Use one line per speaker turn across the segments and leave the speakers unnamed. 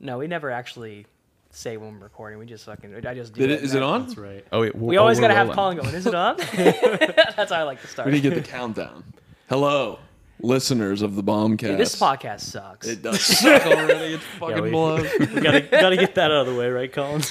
No, we never actually say when we're recording. We just fucking. I just do.
Did it, is it on?
That's right.
Oh wait,
We always gotta have Colin going. Is it on? That's how I like to start.
We need to get the countdown. Hello, listeners of the Bombcast.
Dude, this podcast sucks.
It does suck already. It's fucking
we-
blows.
We gotta gotta get that out of the way, right, Colin?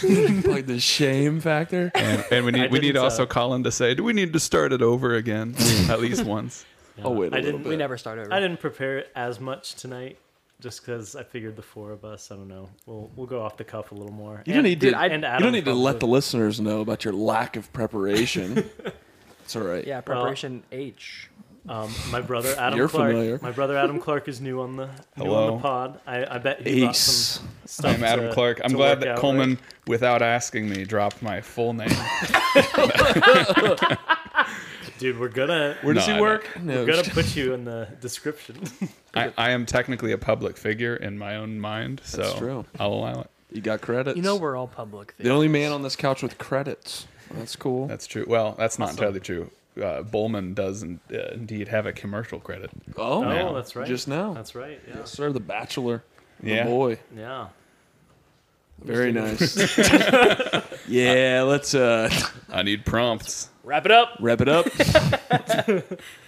like the shame factor.
And, and we need we
didn't
need
say
also
it.
Colin to say, do we need to start it over again at least once?
Oh wait, a
I
little
didn't-
bit.
we never start over.
I didn't prepare as much tonight, just because I figured the four of us. I don't know. We'll we'll go off the cuff a little more.
You don't need
dude,
to.
I-
and
you
Adam
don't need to let the
probably.
listeners know about your lack of preparation. it's all right.
Yeah, preparation H.
Um, my brother Adam
You're
Clark.
familiar.
My brother Adam Clark is new on the new on
Hello.
the pod. I, I bet he brought
Ace.
some stuff.
I'm Adam
to-
Clark. I'm
to
glad
work
that
out
Coleman,
with.
without asking me, dropped my full name.
dude, we're gonna
Where does he
No, I know.
work? No.
we're gonna put you in the description.
I, I am technically a public figure in my own mind, so
That's true.
I'll allow it.
you got credits.
You know we're all public.
the only man on this couch with credits. That's cool.
That's true. Well, that's not entirely true. Uh, Bowman does in, uh, indeed have a commercial credit.
oh,
oh,
Yeah.
that's right.
Just now.
That's right. Yeah.
sir, The Bachelor.
Yeah.
The boy.
Yeah.
Very nice. yeah, let's uh,
I need prompts.
Wrap it up.
wrap it up.
Yeah,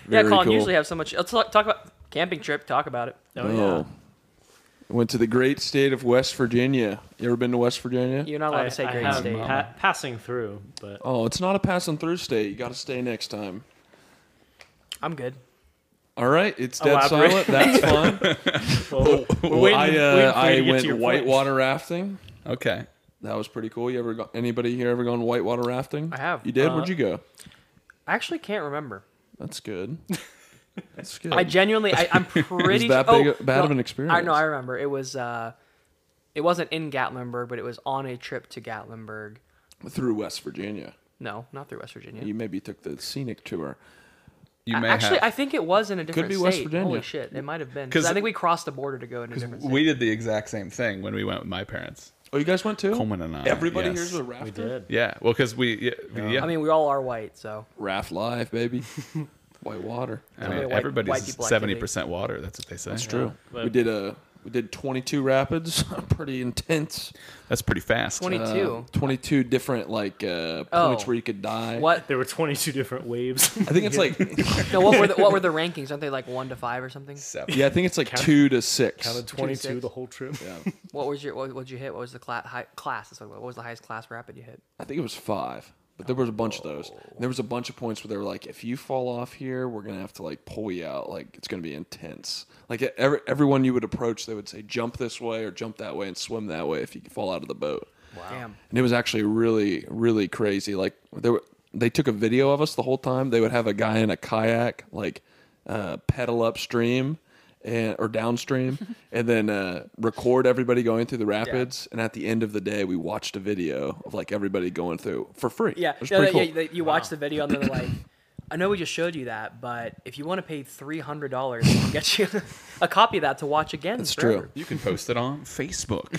Very
Colin.
cool.
Usually have so much. Let's talk, talk about camping trip. Talk about it.
Oh,
Oh. Went to the great state of West Virginia. You ever been to West Virginia?
You're not
yeah.
allowed
I,
to say
I
great
have
state.
pa- passing through, but
Oh, it's not a passing through state. You got to stay next time.
I'm good.
All right, it's dead
Elaborate.
silent. That's fine.
well, we're
Oh, I,
waiting, waiting
uh,
for you
I
to get to
went
your
whitewater rafting.
Okay.
That was pretty cool. You ever go, anybody here ever gone whitewater rafting?
I have.
You did?
Uh,
Uh-huh.
Where'd you go?
I actually can't remember.
That's good. That's good.
I genuinely, I, I'm pretty.
that
sure- oh,
big a- bad of an
I
experience?
know. I remember. It was. uh It wasn't in Gatlinburg, but it was on a trip to Gatlinburg.
Through West Virginia.
No, not through West Virginia.
You maybe took the scenic tour.
You
Uh,
A-
may
Actually, I
have.
think it was in a different
be
state.
West Virginia.
Holy shit, it might have been.
'Cause-
Because I think we crossed the border to go in a different state.
we did the exact same thing when we went with my parents.
Oh, you guys went too?
Coleman and I,
Everybody
yes.
here's a
We
rafter?
did.
Yeah. Well, because we. Yeah. yeah.
I mean, we all are white, so
Raft live, baby. Whitewater.
I mean,
Yeah, white- white
everybody's
people
seventy percent water. That's what they say.
That's true.
but-
we did a we did 22 rapids, pretty intense.
That's pretty fast.
22.
Uh, 22 different like uh,
Oh.
points where you could die.
what?
There were 22 different waves.
I think it's like
No, what were the, what were the rankings? Aren't they like one to five or something?
Seven.
yeah, I think it's like two to six.
Counted 22
six.
the whole trip.
Yeah.
What was your what would you hit? What was the cla- high, class? That's what- What was the highest class rapid you hit?
I think it was five, but there was a bunch of those. And there was a bunch of points where they were like, if you fall off here, we're gonna have to like pull you out. Like it's gonna be intense. Like every everyone you would approach, they would say jump this way or jump that way and swim that way if you fall out of the boat.
Damn.
And it was actually really really crazy. Like they were they took a video of us the whole time. They would have a guy in a kayak like uh, pedal upstream. And, or downstream, and then uh, record everybody going through the rapids. And at the end of the day, we watched a video of like everybody going through for free.
Yeah,
it was
yeah,
pretty
yeah,
cool.
yeah, you watch the video and they're like, I know we just showed you that, but if you want to pay three hundred dollars, we can get you a copy of that to watch again.
It's
forever.
true.
You can post it on Facebook.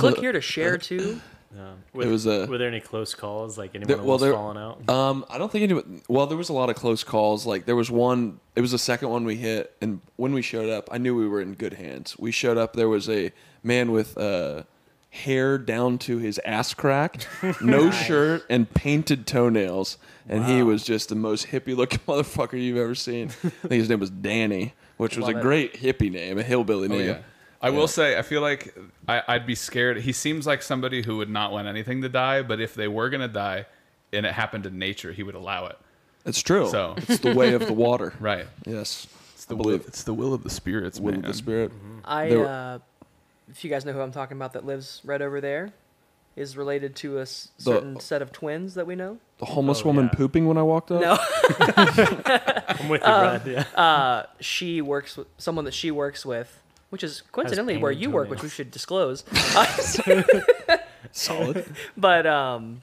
Click here to share to.
Um, were,
It was, uh,
were there any close calls? Like anyone
There- well,
almost
there-
falling out?
Um, I don't think anyone. Well, there was a lot of close calls. Like there was one. It was the second one we hit, and when we showed up, I knew we were in good hands. We showed up. There was a man with uh, hair down to his ass crack, no shirt, and painted toenails, and he was just the most hippie looking motherfucker you've ever seen. I think his name was Danny, which was
Love
a
it.
great hippie name, a hillbilly name.
Oh, Yeah. I will say, I feel like I, I'd be scared. He seems like somebody who would not want anything to die, but if they were going to die and it happened to nature, he would allow it.
It's true.
So-
it's the way of the water.
Right.
Yes.
It's the
I
will.
believe
It's the will of the spirits,
will
man.
of the spirit.
I,
There were-
uh, if you guys know who I'm talking about, that lives right over there, is related to a s-
The-
certain set of twins that we know.
The homeless
Oh,
woman
yeah.
pooping when I walked up.
No,
I'm with you, Brad. Yeah.
she works with someone that she works with, which is coincidentally
painted
where you work, which we
toenails.
should disclose.
Solid.
but um,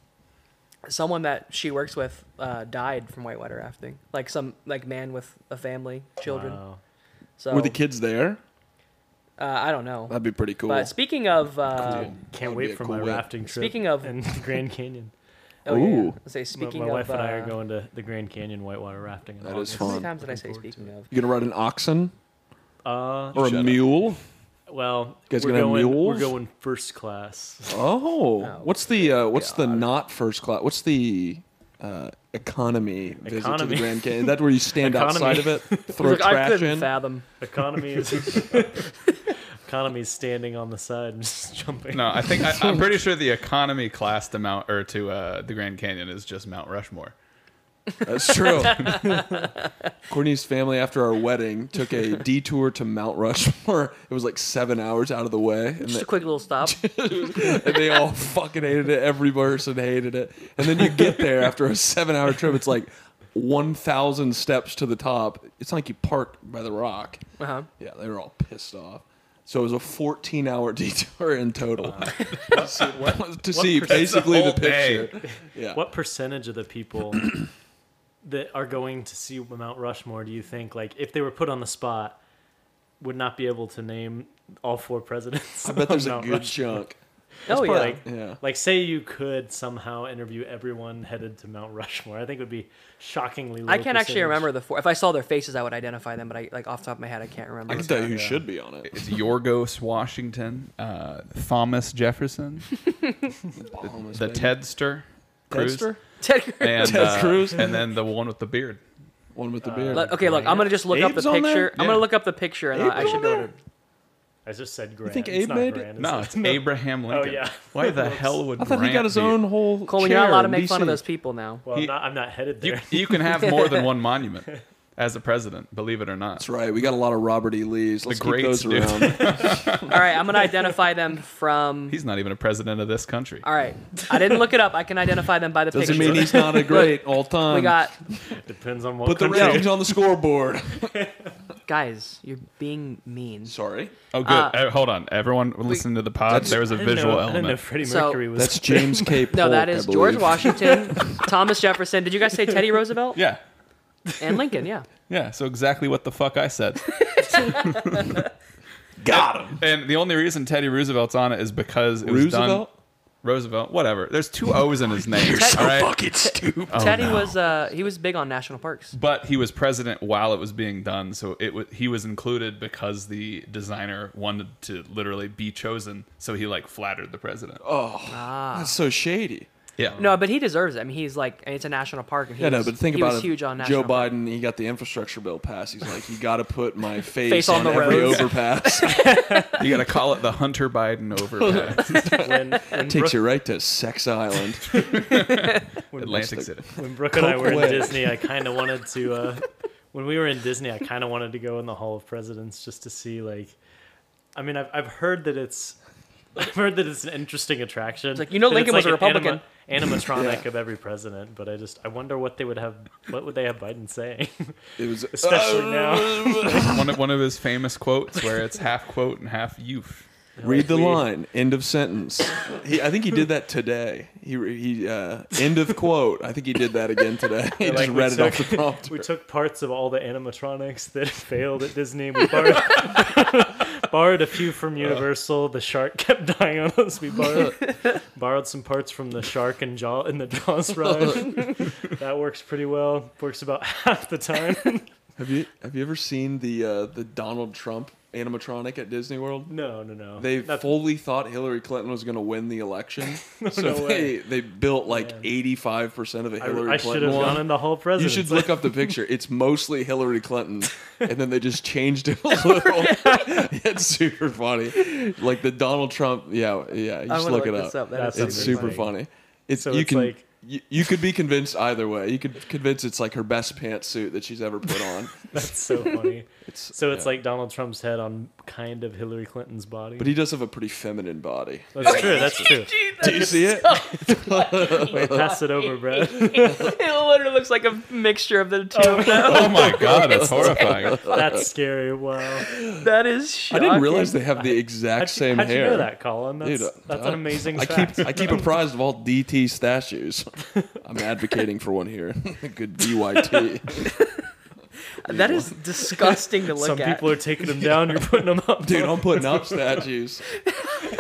someone that she works with uh, died from whitewater rafting, like some like man with a family, children.
Wow.
So
Were the kids there?
uh, I don't know.
That'd be pretty cool.
But speaking of, uh,
That'd
Can't
be a
wait for
cool
my
way.
rafting trip.
Speaking of-
in the Grand Canyon.
oh, yeah, yeah.
Ooh.
Let's say
My,
speaking
my
of,
wife and I are
uh,
going to the Grand Canyon whitewater rafting. In
That is
August.
How
fun.
many times did I
Looking
say
forward
speaking of?
you gonna ride an oxen
Uh,
or a mule?
Well,
guys
we're
gonna have
going. We're
mules?
going first class.
Oh,
Oh,
what's the uh, what's the not first class? What's the uh, economy, visit to the
Economy.
Grand Canyon? Is that where you stand
Economy.
outside of it,
He's
throw
like, I
trash
couldn't
in?
fathom.
Economy is economy is standing on the side and just jumping.
No, I think I, I'm pretty sure the economy class to Mount or to uh, the Grand Canyon is just Mount Rushmore.
That's true. Courtney's family, after our wedding, took a detour to Mount Rushmore. It was like seven hours out of the way, and
Just
they,
a quick little stop.
and they all fucking hated it. Every person hated it. And then you get there after a seven-hour trip. It's like one thousand steps to the top. It's like you park by the rock.
Uh-huh.
Yeah, they were all pissed off. So it was a 14 hour detour in total to see, to see
percent-
basically the
That's a whole
picture. Yeah.
What percentage of the people that are going to see Mount Rushmore do you think, like, if they were put on the spot, would not be able to name all four presidents?
I bet there's a
Mount
good
Rushmore?
chunk.
Oh yeah.
Like,
Yeah.
like, say you could somehow interview everyone headed to Mount Rushmore. I think it would be shockingly. Low
I can't actually
percentage.
remember the four. If I saw their faces, I would identify them, but I like off the top of my head, I can't remember.
I can tell you who should be on it.
It's Yorgos Washington, uh, Thomas Jefferson,
Bahamas,
the
baby.
Tedster, Cruz,
Tedster?
Ted Cruz.
and
Ted
uh,
Cruz?
and then the one with the beard.
One with the beard.
Look- okay, look, I'm gonna just look up
Abe's
the
on there?
picture. I'm
Yeah.
gonna look up the picture, and I
Abe's
should
on
be able
there?
to.
I just said Grant.
think Abe
it's not
made it?
Grant,
No,
it?
it's Abraham Lincoln.
yeah.
Why the hell would
Oh, I thought
Grant
he got his
be-
own whole.
Cole, you're
chair
not allowed to
in
make fun of
DC.
those people now.
Well,
He-
I'm, not, I'm not headed
You,
there.
you can have more than one monument as a president, believe it or not.
That's right. We got a lot of Robert E. Lee's. Let's keep those
greats, dude.
around.
All right, I'm gonna identify them from.
He's not even a president of this country.
Uh,
All right, I didn't look it up. I can identify them by the
Doesn't
picture.
mean um, he's not a great all time.
we got
Depends on what.
Put the
country.
ratings on the scoreboard.
guys. You're being mean.
Sorry.
Oh, good.
Uh,
Uh, hold on, everyone listening to the pod.
That's-
There was a
I didn't know-
visual
I didn't know
element.
Freddie
So-
Mercury was.
That's James K.
No,
Polk,
that
I
is George
believe.
Washington, Thomas Jefferson. Did you guys say Teddy Roosevelt
Yeah,
and Lincoln? Yeah.
yeah. So exactly what the fuck I said.
Got him.
And the only reason Teddy Roosevelt's on it is because it was done.
Roosevelt.
Roosevelt, whatever. There's two O's in his name. all right?
fucking stupid.
Teddy was uh, he was big on national parks.
But he was president while it was being done, so it wa he was included because the designer wanted to literally be chosen. So he like flattered the president.
That's so shady.
yeah.
No, but Ah. he deserves it. I mean, he's like it's a national park, and he
Yeah,
was,
no, but think
he
about
was
it.
huge on national
Joe
park.
Biden, he got the infrastructure bill passed. He's like, you got to put my face,
Face
on,
on the
every
roads.
overpass.
You got to call it the Hunter Biden overpass.
when, when
Takes
Brooke,
you right to Sex Island.
when
Atlantic City.
when Brooke and I were
Copeland.
in Disney, I kind of wanted to. Uh, when we were in Disney, I kind of wanted to go in the Hall of Presidents just to see, like, I mean, I've I've heard that it's, I've heard that it's an interesting attraction.
like, you know
that it's
Lincoln was a
an
Republican.
anima- animatronic
Yeah.
of every president, but I just I wonder what they would have, what would they have Biden saying,
Uh,
It was uh,
especially now.
one, of, one of his famous quotes where it's half quote and half youth.
read the
We-
line, end of sentence. He, I think he did that today. He, re- he uh, end of quote. I think he did that again today. He
Like,
just
we
read it off
took-
the prompt.
We took parts of all the animatronics that failed at Disney. We borrowed, borrowed a few from Universal. The shark kept dying on us. We borrowed borrowed some parts from the shark and jaw in the Jaws ride. that works pretty well. Works about half the time.
Have you have you ever seen the uh, the Donald Trump animatronic at Disney World?
No, no, no.
They
Not-
fully thought Hillary Clinton was going to win the election, so
no
they
way.
they built like
Man.
eighty five percent of a
I,
Hillary
I should
Clinton
have
one.
gone in the whole
you
president.
should look up the picture. It's mostly Hillary Clinton, and then they just changed it a little. it's super funny, like the Donald Trump. Yeah, yeah. You
I
just
wanna
look, it
this
up.
up. That is
That's
It's
so
amazing.
super
funny.
funny. It's
So
you
it's
can
like-
you, you could be convinced either way. You could convince it's like her best pantsuit that she's ever put on.
That's so funny.
It's
So it's
yeah.
like Donald Trump's head on kind of Hillary Clinton's body.
But he does have a pretty feminine body.
that's true. That's true.
Do you see it?
Pass it over, Brad.
it literally looks like a mixture of the two. of them.
Oh my god, that's horrifying.
That's scary. Wow.
That is
Oh. I
shocking.
didn't realize they have the exact
How'd you,
same
how'd
hair.
you know that, Colin? That's,
Dude,
that's
I-
an amazing
I
fact.
keep I keep apprised of all DT statues. I'm advocating for one here. Good DYT.
That is disgusting to look
Some
at.
people are taking them down. You're putting them up.
Dude, I'm putting up statues.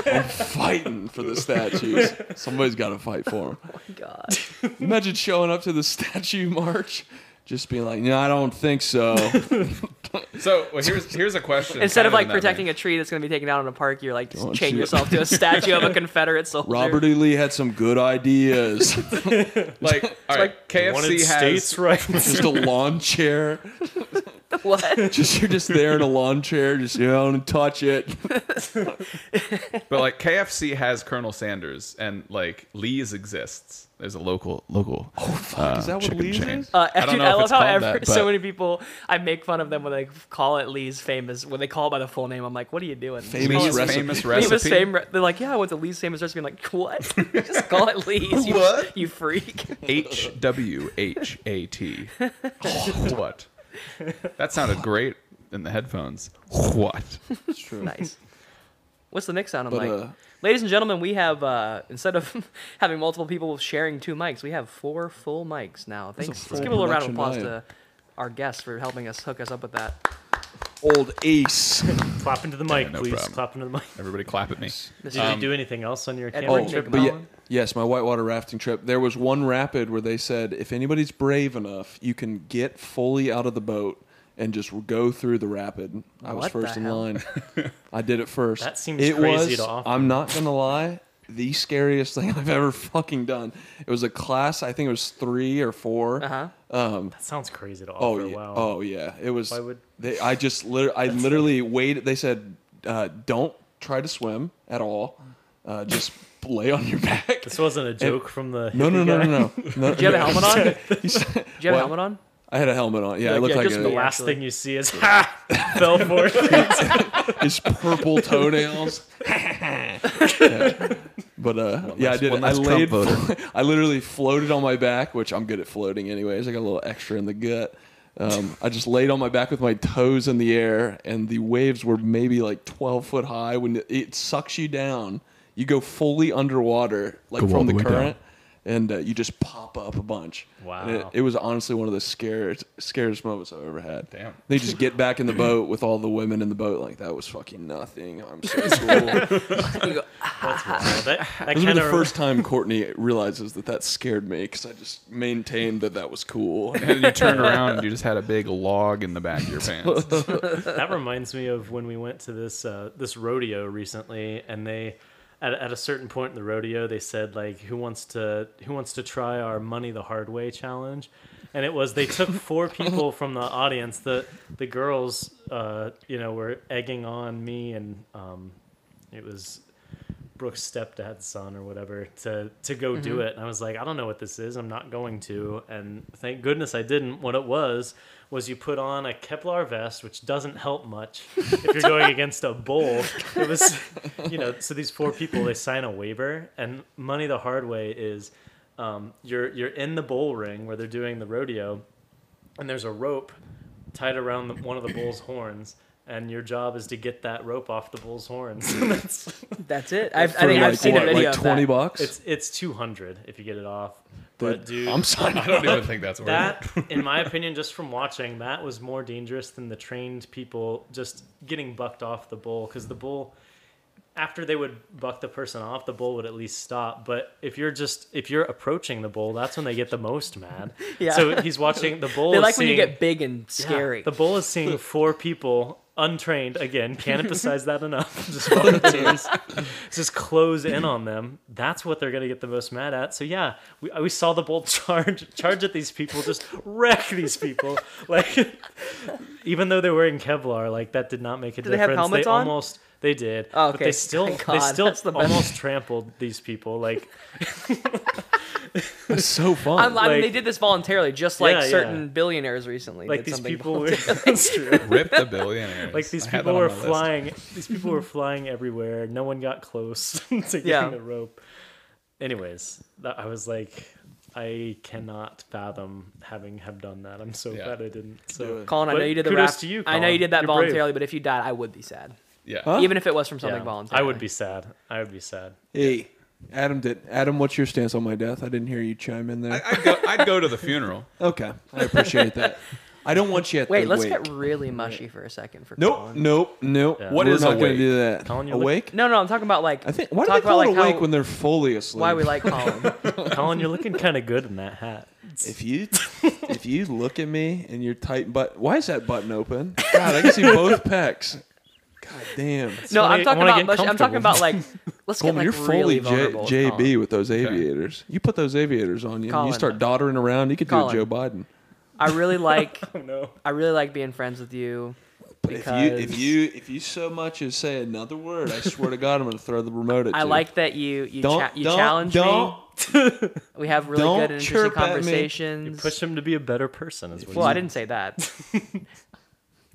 I'm fighting for the statues. Somebody's got to fight for them.
God.
Imagine showing up to the statue march, just being like, "No, I don't think so."
So well, here's here's a question.
Instead of
kinda
like
in that
protecting
vein.
a tree that's going to be taken down in a park, you're like just
Don't
chain
you-
yourself to a statue of a Confederate soldier.
Robert E. Lee had some good ideas.
like, all right, KFC
Wanted
has
states' rights.
just a lawn chair. E.
what?
Just you're just there in a lawn chair. Just you know, and touch it.
But like KFC has Colonel Sanders and like Lee's exists. There's a local local. Oh fuck,
Is that what Lee's is?
Uh,
I don't
dude,
know
I
if
love
it's
how
called
every,
that,
so
but-
many people I make fun of them when they call it Lee's famous when they call it by the full name. I'm like, what are you doing?
Famous
Call it
Lee's
Lee's recipe.
famous
Lee's
recipe.
fame- they're like, yeah, I went to Lee's famous recipe. I'm like, what? just call it Lee's. You,
What?
You freak.
H W H A T. What? That sounded great in the headphones. What?
It's true.
nice. What's the next sound on
But,
mic?
uh,
Ladies and gentlemen, we have uh, instead of having multiple people sharing two mics, we have four full mics now. Thanks. Let's
full
give a little round of applause
production
to our guests for helping us hook us up with that.
Old Ace.
Clap into the mic,
Yeah, no
please.
problem.
Clap into the mic.
Everybody clap at me.
Did
Um,
you do anything else on your
Edward
camping trip?
Jacob
But yeah,
Allen?
yes, my whitewater rafting trip. There was one rapid where they said if anybody's brave enough, you can get fully out of the boat and just go through the rapid. I was
What the
first in
hell?
line. I did it first.
That seems
it
crazy
was,
to offer.
I'm not gonna lie. The scariest thing I've ever fucking done. It was a class. I think it was three or 4
Uh-huh.
Um,
That sounds crazy to
Oh
offer.
yeah.
wow.
Oh yeah. It was.
Why would-
They, I just literally, I literally waited. They said, uh, "Don't try to swim at all. Uh, just lay on your back."
This wasn't a joke from the.
No, no,
hippie
no,
guy.
no, no, no.
Did you have a helmet on? Did
He said-
you have a
What?
helmet on?
I had a helmet on. Yeah, I
Like,
looked
yeah,
like
just
a,
The
Yeah,
last
actually.
thing you see is ha fell for it.
his purple toenails. Yeah. But uh, yeah,
less-
I did.
one
I
less Trump
laid.
voter.
I literally floated on my back, which I'm good at floating anyways. I got a little extra in the gut. Um, I just laid on my back with my toes in the air, and the waves were maybe like 12 foot high. When it, it sucks you down, you go fully underwater, like
Go all
from
the
the,
way down.
current, and uh, you just pop up a bunch.
Wow.
And It, it was honestly one of the scariest, scariest moments I've ever had.
Damn.
They just get back in the boat with all the women in the boat. Like that was fucking nothing. I'm so cool.
That,
Those
that
were
kind
the
of
first time Courtney realizes that that scared me because I just maintained that that was cool.
And then you turn around and you just had a big log in the back of your pants.
that reminds me of when we went to this uh, this rodeo recently, and they at, at a certain point in the rodeo they said like who wants to who wants to try our money the hard way challenge, and it was they took four people from the audience. The the girls uh, you know were egging on me and um, it was. Brooke's stepdad's son or whatever to to go do it, and I was like, I don't know what this is. I'm not going to. And thank goodness I didn't. What it was was you put on a Kevlar vest, which doesn't help much if you're going against a bull. It was, you know, so these four people they sign a waiver, and money the hard way is um, you're you're in the bull ring where they're doing the rodeo, and there's a rope tied around the, one of the bull's horns. And your job is to get that rope off the bull's horns. That's
That's it. I've, I
For
think
like,
I've seen
what,
a video
like
of
20
that.
bucks.
it's it's two hundred if you get it off.
Dude,
But dude,
I'm sorry.
I don't even think that's worth it.
that in my opinion, just from watching, that was more dangerous than the trained people just getting bucked off the bull because the bull. After they would buck the person off, the bull would at least stop. But if you're just if you're approaching the bull, that's when they get the most mad.
Yeah.
So he's watching the bull.
They
is
like when you
seeing-
get big and
yeah,
scary.
the bull is seeing four people untrained again. Can't emphasize that enough. Just volunteers, just close in on them. That's what they're gonna get the most mad at. So yeah, we, we saw the bull charge charge at these people, just wreck these people. Like even though they're wering Kevlar, like that did not make a
they have
difference.
helmets on?
almost they did,
Oh,
but
okay.
they still
Thank
they
God.
still
That's the best.
almost trampled these people. Like
It's so fun.
I'm, I mean,
like-
they did this voluntarily, just like
Yeah, yeah.
certain billionaires recently. did
like these
something
people were.
voluntarily.
That's true.
Rip the billionaires.
Like these
I had
people
that on
were
my list.
flying. These people were flying everywhere. No one got close to getting
Yeah.
the rope. Anyways, that, I was like, I cannot fathom having have done that. I'm so
Yeah.
glad I didn't. So
Colin, I
But
know you did the
kudos
raft-
to you,
I know you
Colin.
did that
You're brave.
voluntarily, but if you died, I would be sad.
Yeah.
Even if it was from something
yeah,
voluntarily.
I would be sad. I would be sad.
hey, Adam did. Adam, what's your stance on my death? I didn't hear you chime in there.
I'd go, I'd go to the funeral.
okay, I appreciate that. I don't want you at
Wait,
the
let's
wake.
get really mushy for a second for
Nope,
Colin.
nope, nope.
Yeah.
What
What
is
is
not going to
awake?
do that?
Colin, you
awake?
No, no, I'm talking about like
I think. Why do
talk
they call
about
it
like
awake
how,
when they're fully asleep?
why we like Colin.
Colin, you're looking kind of good in that hat.
If you if you look at me and your tight butt, why is that button open? God, I can see both pecs. God damn.
no,
wanna-
I'm talking
wanna
about
get
mushy. I'm talking
comfortable.
about like let's get
Coleman,
like
you're
really
fully J-
vulnerable. with
JB
Colin.
with those aviators. You put those aviators on you, and
Colin.
you start doddering around. You could
Colin.
do a Joe Biden.
I really like
Oh no.
I really like being friends with you.
But if you if you if you so much as say another word, I swear to God, I'm going to throw the remote at
I
you.
like that you you
Don't
cha- you
don't,
challenge
don't,
me. We have really
don't
good and interesting
chirp at me. You
conversations.
You push him to be a better person. Is what
well,
you
I didn't say that.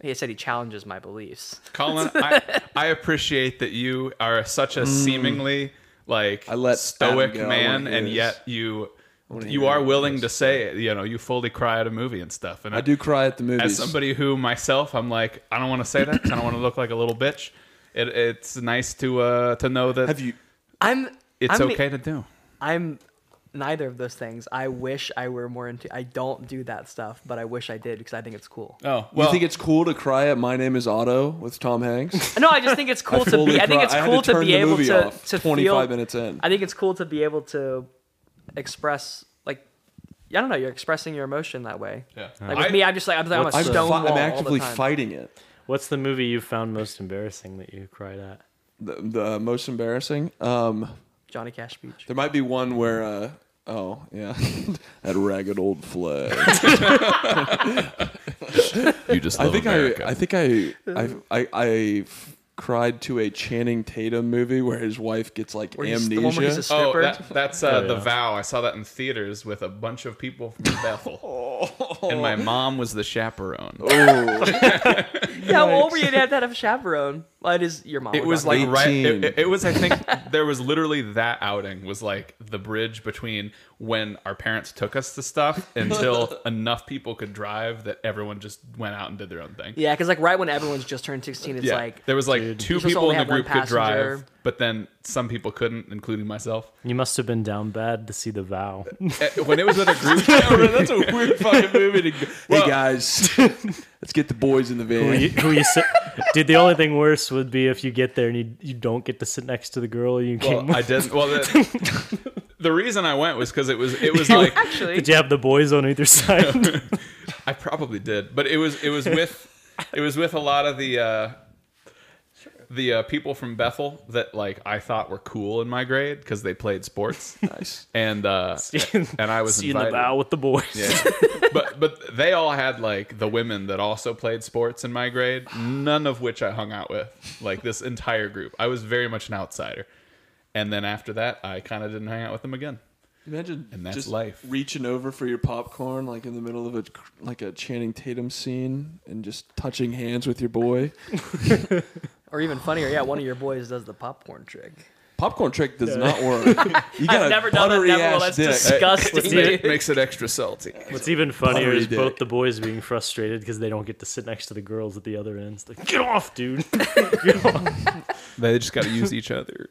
he said he challenges my beliefs.
Colin, I, I appreciate that you are such a seemingly like
Mm. I let
stoic
Adam go. I
man,
wanna hear
and
this.
yet you
wanna
you
hear
are
this.
willing to say it. You know, you fully cry at a movie and stuff. And
I do cry at the movies.
as somebody who myself, I'm like, I don't want to say that 'cause I don't want to look like a little bitch. It, it's nice to uh, to know that
Have you?
I'm
it's
I'm the-
okay to do.
I'm neither of those things. I wish I were more into. I don't do that stuff, but I wish I did because I think it's cool.
Oh,
you think it's cool to cry at "My Name Is Otto" with Tom Hanks?
No, I just think it's cool to
fully
be. I think
cry-
it's
I had
cool
to
to,
turn
be
the
able
movie
to
off
to
25
feel,
minutes in.
I think it's cool to be able to express like. I don't know. You're expressing your emotion that way.
Yeah.
Like with
I-
me, I'm just like I'm, I'm a
I'm,
stone
fi-
wall
I'm actively
all the time.
fighting it.
What's the movie you found most embarrassing that you cried at?
The, the most embarrassing. Um,
Johnny Cash speech.
there might be one where. Uh, oh yeah, that ragged old flag.
you just
I think I, I think I, I, I, I f- cried to a Channing Tatum movie where his wife gets like
Where he's- the one where
amnesia.
he's a
Oh,
stripper.
that, that's uh,
Oh,
the
yeah.
vow. I saw that in theaters with a bunch of people from Bethel, and my mom was the chaperone.
yeah, well, over you didn't have to have a chaperone. Well, it is your mom.
It
we're
was
talking
like right.
18.
It, it- it was. I think there was literally that outing was like the bridge between when our parents took us to stuff until enough people could drive that everyone just went out and did their own thing.
about. Yeah, because like right when everyone's just turned 16, it's
Yeah.
like
there was like two
You're supposed to
people
only
in the
have one
group could drive,
passenger.
but then some people couldn't, including myself.
You must have been down bad to see The Vow.
Eh, when it was with a group,
That's a weird fucking movie to. Go. hey guys, let's get the boys in the
Who
van.
you, who you sit, dude, the only thing worse would be if you get there and you, you don't get to sit next to the girl you
well,
came with.
I didn't. Well, the, the reason I went was because it was it was like
actually.
Did you have the boys on either side?
I probably did, but it was it was with it was with a lot of the uh, the uh, people from Bethel that like I thought were cool in my grade because they played sports,
Nice.
and uh, and I was
See you in
invited.
the bow with the boys.
but but they all had like the women that also played sports in my grade, none of which I hung out with. Like this entire group, I was very much an outsider. And then after that, I kind of didn't hang out with them again.
Imagine
And that's
just
life.
reaching over for your popcorn like in the middle of a like a Channing Tatum scene and just touching hands with your boy.
Or even funnier, yeah, one of your boys does the popcorn trick.
Popcorn trick does not work. You got a
never done it,
buttery
never will. That's
ass dick.
disgusting. Disgusting,
It ma-
dude.
makes it extra salty.
What's even funnier
Buttery
is
dick.
both the boys being frustrated because they don't get to sit next to the girls at the other end. It's like, get off, dude.
They just got to use each other.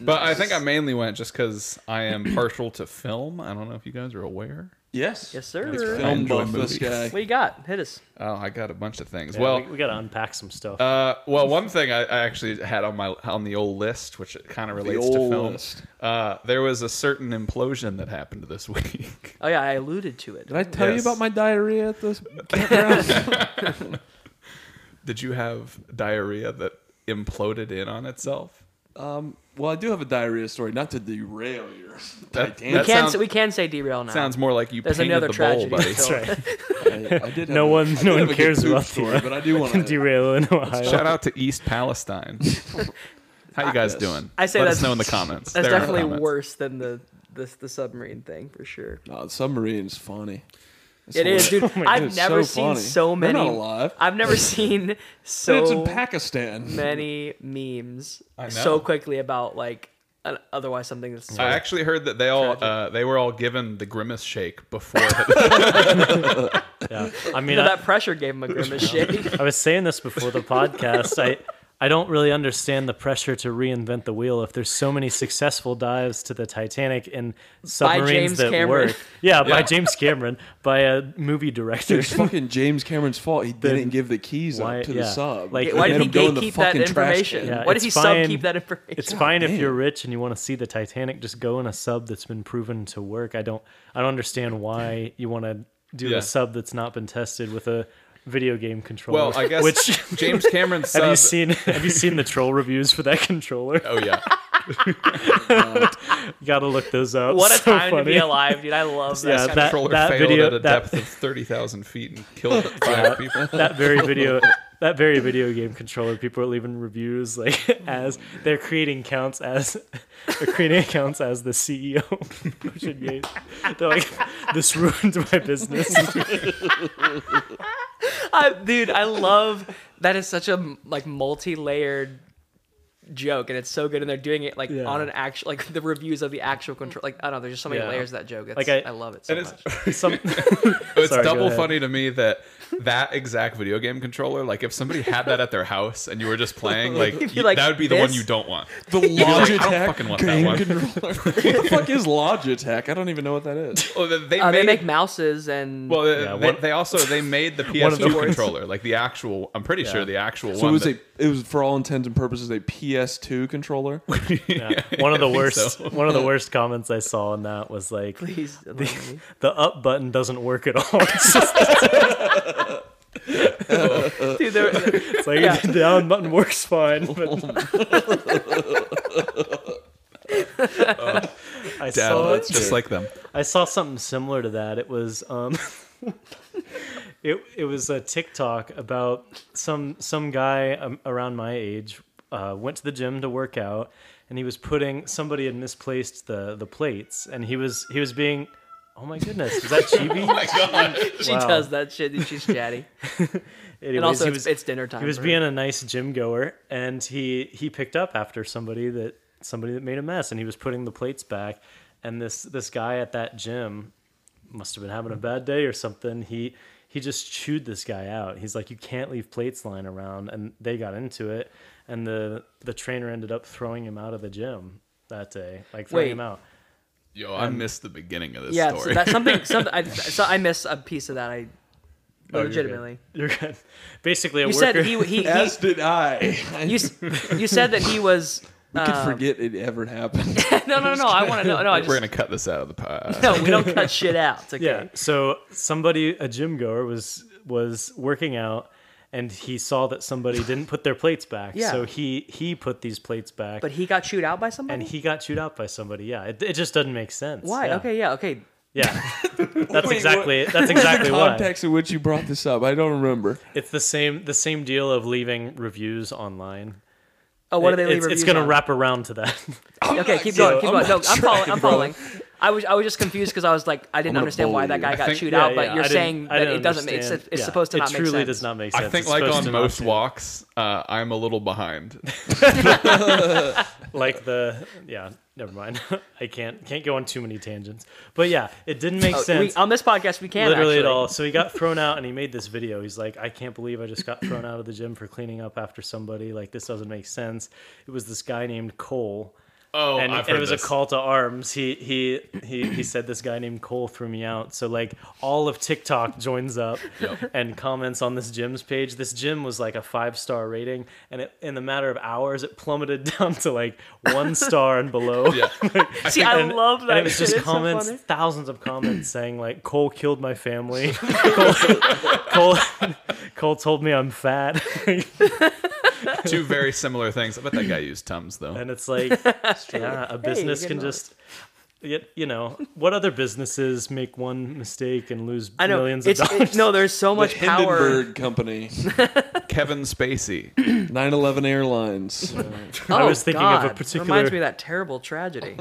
but I think I mainly went just because I am partial to film. I don't know if you guys are aware.
Yes.
Yes, sir.
That's right. I
Film
enjoy
buff this
movies.
guy.
What you got? Hit us.
Oh, I got a bunch of things.
Yeah,
well,
we, got to unpack some stuff.
uh, well, one thing I, I actually had on my on the old list, which kind of relates to
old
film.
list.
Uh, there was a certain implosion that happened this week.
Oh yeah, I alluded to it.
Did I tell
Yes.
you about my diarrhea at this campground?
Did you have diarrhea that imploded in on itself?
um, well, I do have a diarrhea story, not to derail your
That-
we can
Titanic.
sounds-
say, we can say derail now.
Sounds more like you
There's
painted
another
the
tragedy.
bowl, buddy.
That's
That's right.
I, I did
No
have a-
one-
I
no
did
one
have a good
cares
poop
about
story,
that.
but I do want to.
Derail in Ohio.
Shout out to East Palestine. How you guys
Yes.
doing?
I say
Let
that's-
us know in the comments.
That's
There are
definitely
comments.
worse than the this the submarine thing for sure.
No, the submarine's funny. It's
It is, dude.
my
God,
I've
it's
never
Oh so
seen
funny.
so
They're
many.
not alive.
I've never seen
And it's
so
in Pakistan.
many memes
I know.
so quickly about like an, otherwise something that's
I actually heard that they all uh, they were all given the grimace shake before.
Yeah. I mean,
You know,
I-
that pressure gave him a grimace shake.
I was saying this before the podcast. I I don't really understand the pressure to reinvent the wheel if there's so many successful dives to the Titanic and submarines
James
that
Cameron.
work. Yeah, by
Yeah.
James Cameron, by a movie director.
It's fucking James Cameron's fault. He didn't give the keys up
why-
to the
yeah.
sub.
Like,
Let
Why did he
him go in the
gatekeep that
fucking trash
information?
can.
Yeah,
Why did
it's
he
fine.
subkeep that information?
It's fine
Oh,
if
damn.
you're rich and you want to see the Titanic. Just go in a sub that's been proven to work. I don't. I don't understand why you want to do
Yeah.
a sub that's not been tested with a video game controller.
Well, I guess
Which
James Cameron's sub.
have you seen? Have you seen the troll reviews for that controller?
Oh yeah,
You gotta look those up.
What a
So
time to
funny.
be alive, dude. I love
Yeah,
that.
that-
controller failed
video-
at a
that-
depth of thirty thousand feet and killed five people.
That very video. That very video game controller, people are leaving reviews like as they're creating accounts as they're creating accounts as the E CEO. Richard Yates. They're like, this ruined my business.
I, dude, I love that is such a like multi-layered joke and it's so good and they're doing it like
Yeah.
on an actual like the reviews of the actual control like I don't know there's just so many
Yeah.
layers of that joke it's,
Like,
I,
I-
love it so
and
much Uh,
it's, oh,
Some,
it's
Sorry, go
double
ahead.
funny to me that that exact video game controller, like if somebody had that at their house and you were just playing, like,
You'd be
you-
like,
that would be the one
"This?"
you don't want.
The
like, I don't
Logitech
fucking want that
game
one.
controller. what the fuck is Logitech? I don't even know what that is.
Oh, they,
uh, they
made-
make mouses and
Well,
Yeah,
they,
one-
they also they made the
of the
PS2
words.
controller, like the actual. I'm pretty sure the actual
So
one.
it was
that-
a. It was for all intents and purposes a PS2 controller.
yeah, one of the
think
worst.
so.
One of the worst comments I saw on that was like,
please don't mind me.
the up button doesn't work at all. It's just
dude they're-
it's like the down button works fine. But I
Oh, Damn,
saw
that's just like them.
I saw something similar to that. It was um it it was a TikTok about some some guy um, around my age uh, went to the gym to work out and he was putting somebody had misplaced the the plates and he was he was being oh my goodness is that chibi
she
Wow.
does that shit dude, she's chatty
Anyways,
and also
he
it's,
was-
it's dinner time
he was
for her.
being a nice gym goer and he he picked up after somebody that somebody that made a mess and he was putting the plates back and this this guy at that gym must have been having a bad day or something he he just chewed this guy out he's like you can't leave plates lying around and they got into it and the the trainer ended up throwing him out of the gym that day like throwing
Wait.
him out
Yo, I missed the beginning of this
yeah so
story.
that's something something I, so I miss a piece of that I
Oh, you're good.
legitimately
you're good basically a
you
worker
said he he, he
As did I. I
you, s- you said that he was
could forget it ever happened.
no no no I want to know no I just
We're gonna cut this out of the pod.
no, we don't cut shit out. It's okay.
Yeah. So somebody, a gym goer, was was working out, and he saw that somebody didn't put their plates back.
Yeah.
So he he put these plates back,
But he got chewed out by somebody.
and he got chewed out by somebody. Yeah. It, it just doesn't make sense.
Why?
Yeah.
Okay, yeah, okay.
Yeah. That's
what-
exactly. That's exactly
the
why.
context in which you brought this up, I don't remember.
It's the same. The same deal of leaving reviews online.
Oh, what do they
It-
leave
it's,
reviews
it's gonna
on?
wrap around to that.
Okay, keep going, keep
I'm
going. No, I'm
not
following.
trying,
I'm
bro.
following. I was I was just confused because I was like I didn't
gonna
understand why that
bully you.
guy
I
got
think-
chewed
Yeah,
out, but
yeah,
you're
I didn't-
saying
I
that
didn't
it doesn't make
understand.
sense. It's
Yeah,
supposed to
it
not make
truly
sense.
does not make sense.
I think
It's
like
supposed
on
to not
most
to.
walks, uh, I'm a little behind.
like the yeah never mind i can't can't go on too many tangents but yeah it didn't make
Oh, we,
sense
on this podcast, we can
literally at
actually.
all so he got thrown out and he made this video he's like i can't believe i just got thrown out of the gym for cleaning up after somebody like this doesn't make sense it was this guy named cole
Oh,
and,
I've
and
heard
it was
this.
a call to arms. He he he he said this guy named Cole threw me out. So like all of TikTok joins up and comments on this gym's page. This gym was like a five star rating, and it, in the matter of hours, it plummeted down to like one star and below.
Yeah,
See, I
And-
love that.
And it was
shit.
just
It's so
comments,
funny.
thousands of comments saying like Cole killed my family. Cole, Cole, Cole told me I'm fat,
two very similar things. I bet that guy used tums though.
and it's like, yeah, a business
good
can
knowledge.
just. y- You know what other businesses make one mistake and lose
I know.
millions of
it's,
dollars?
it- no, there's so
The
much power.
Hindenburg Company,
Kevin Spacey.
9/11 Airlines.
Oh,
I was thinking of a
God.
particular-
Reminds me of that terrible tragedy.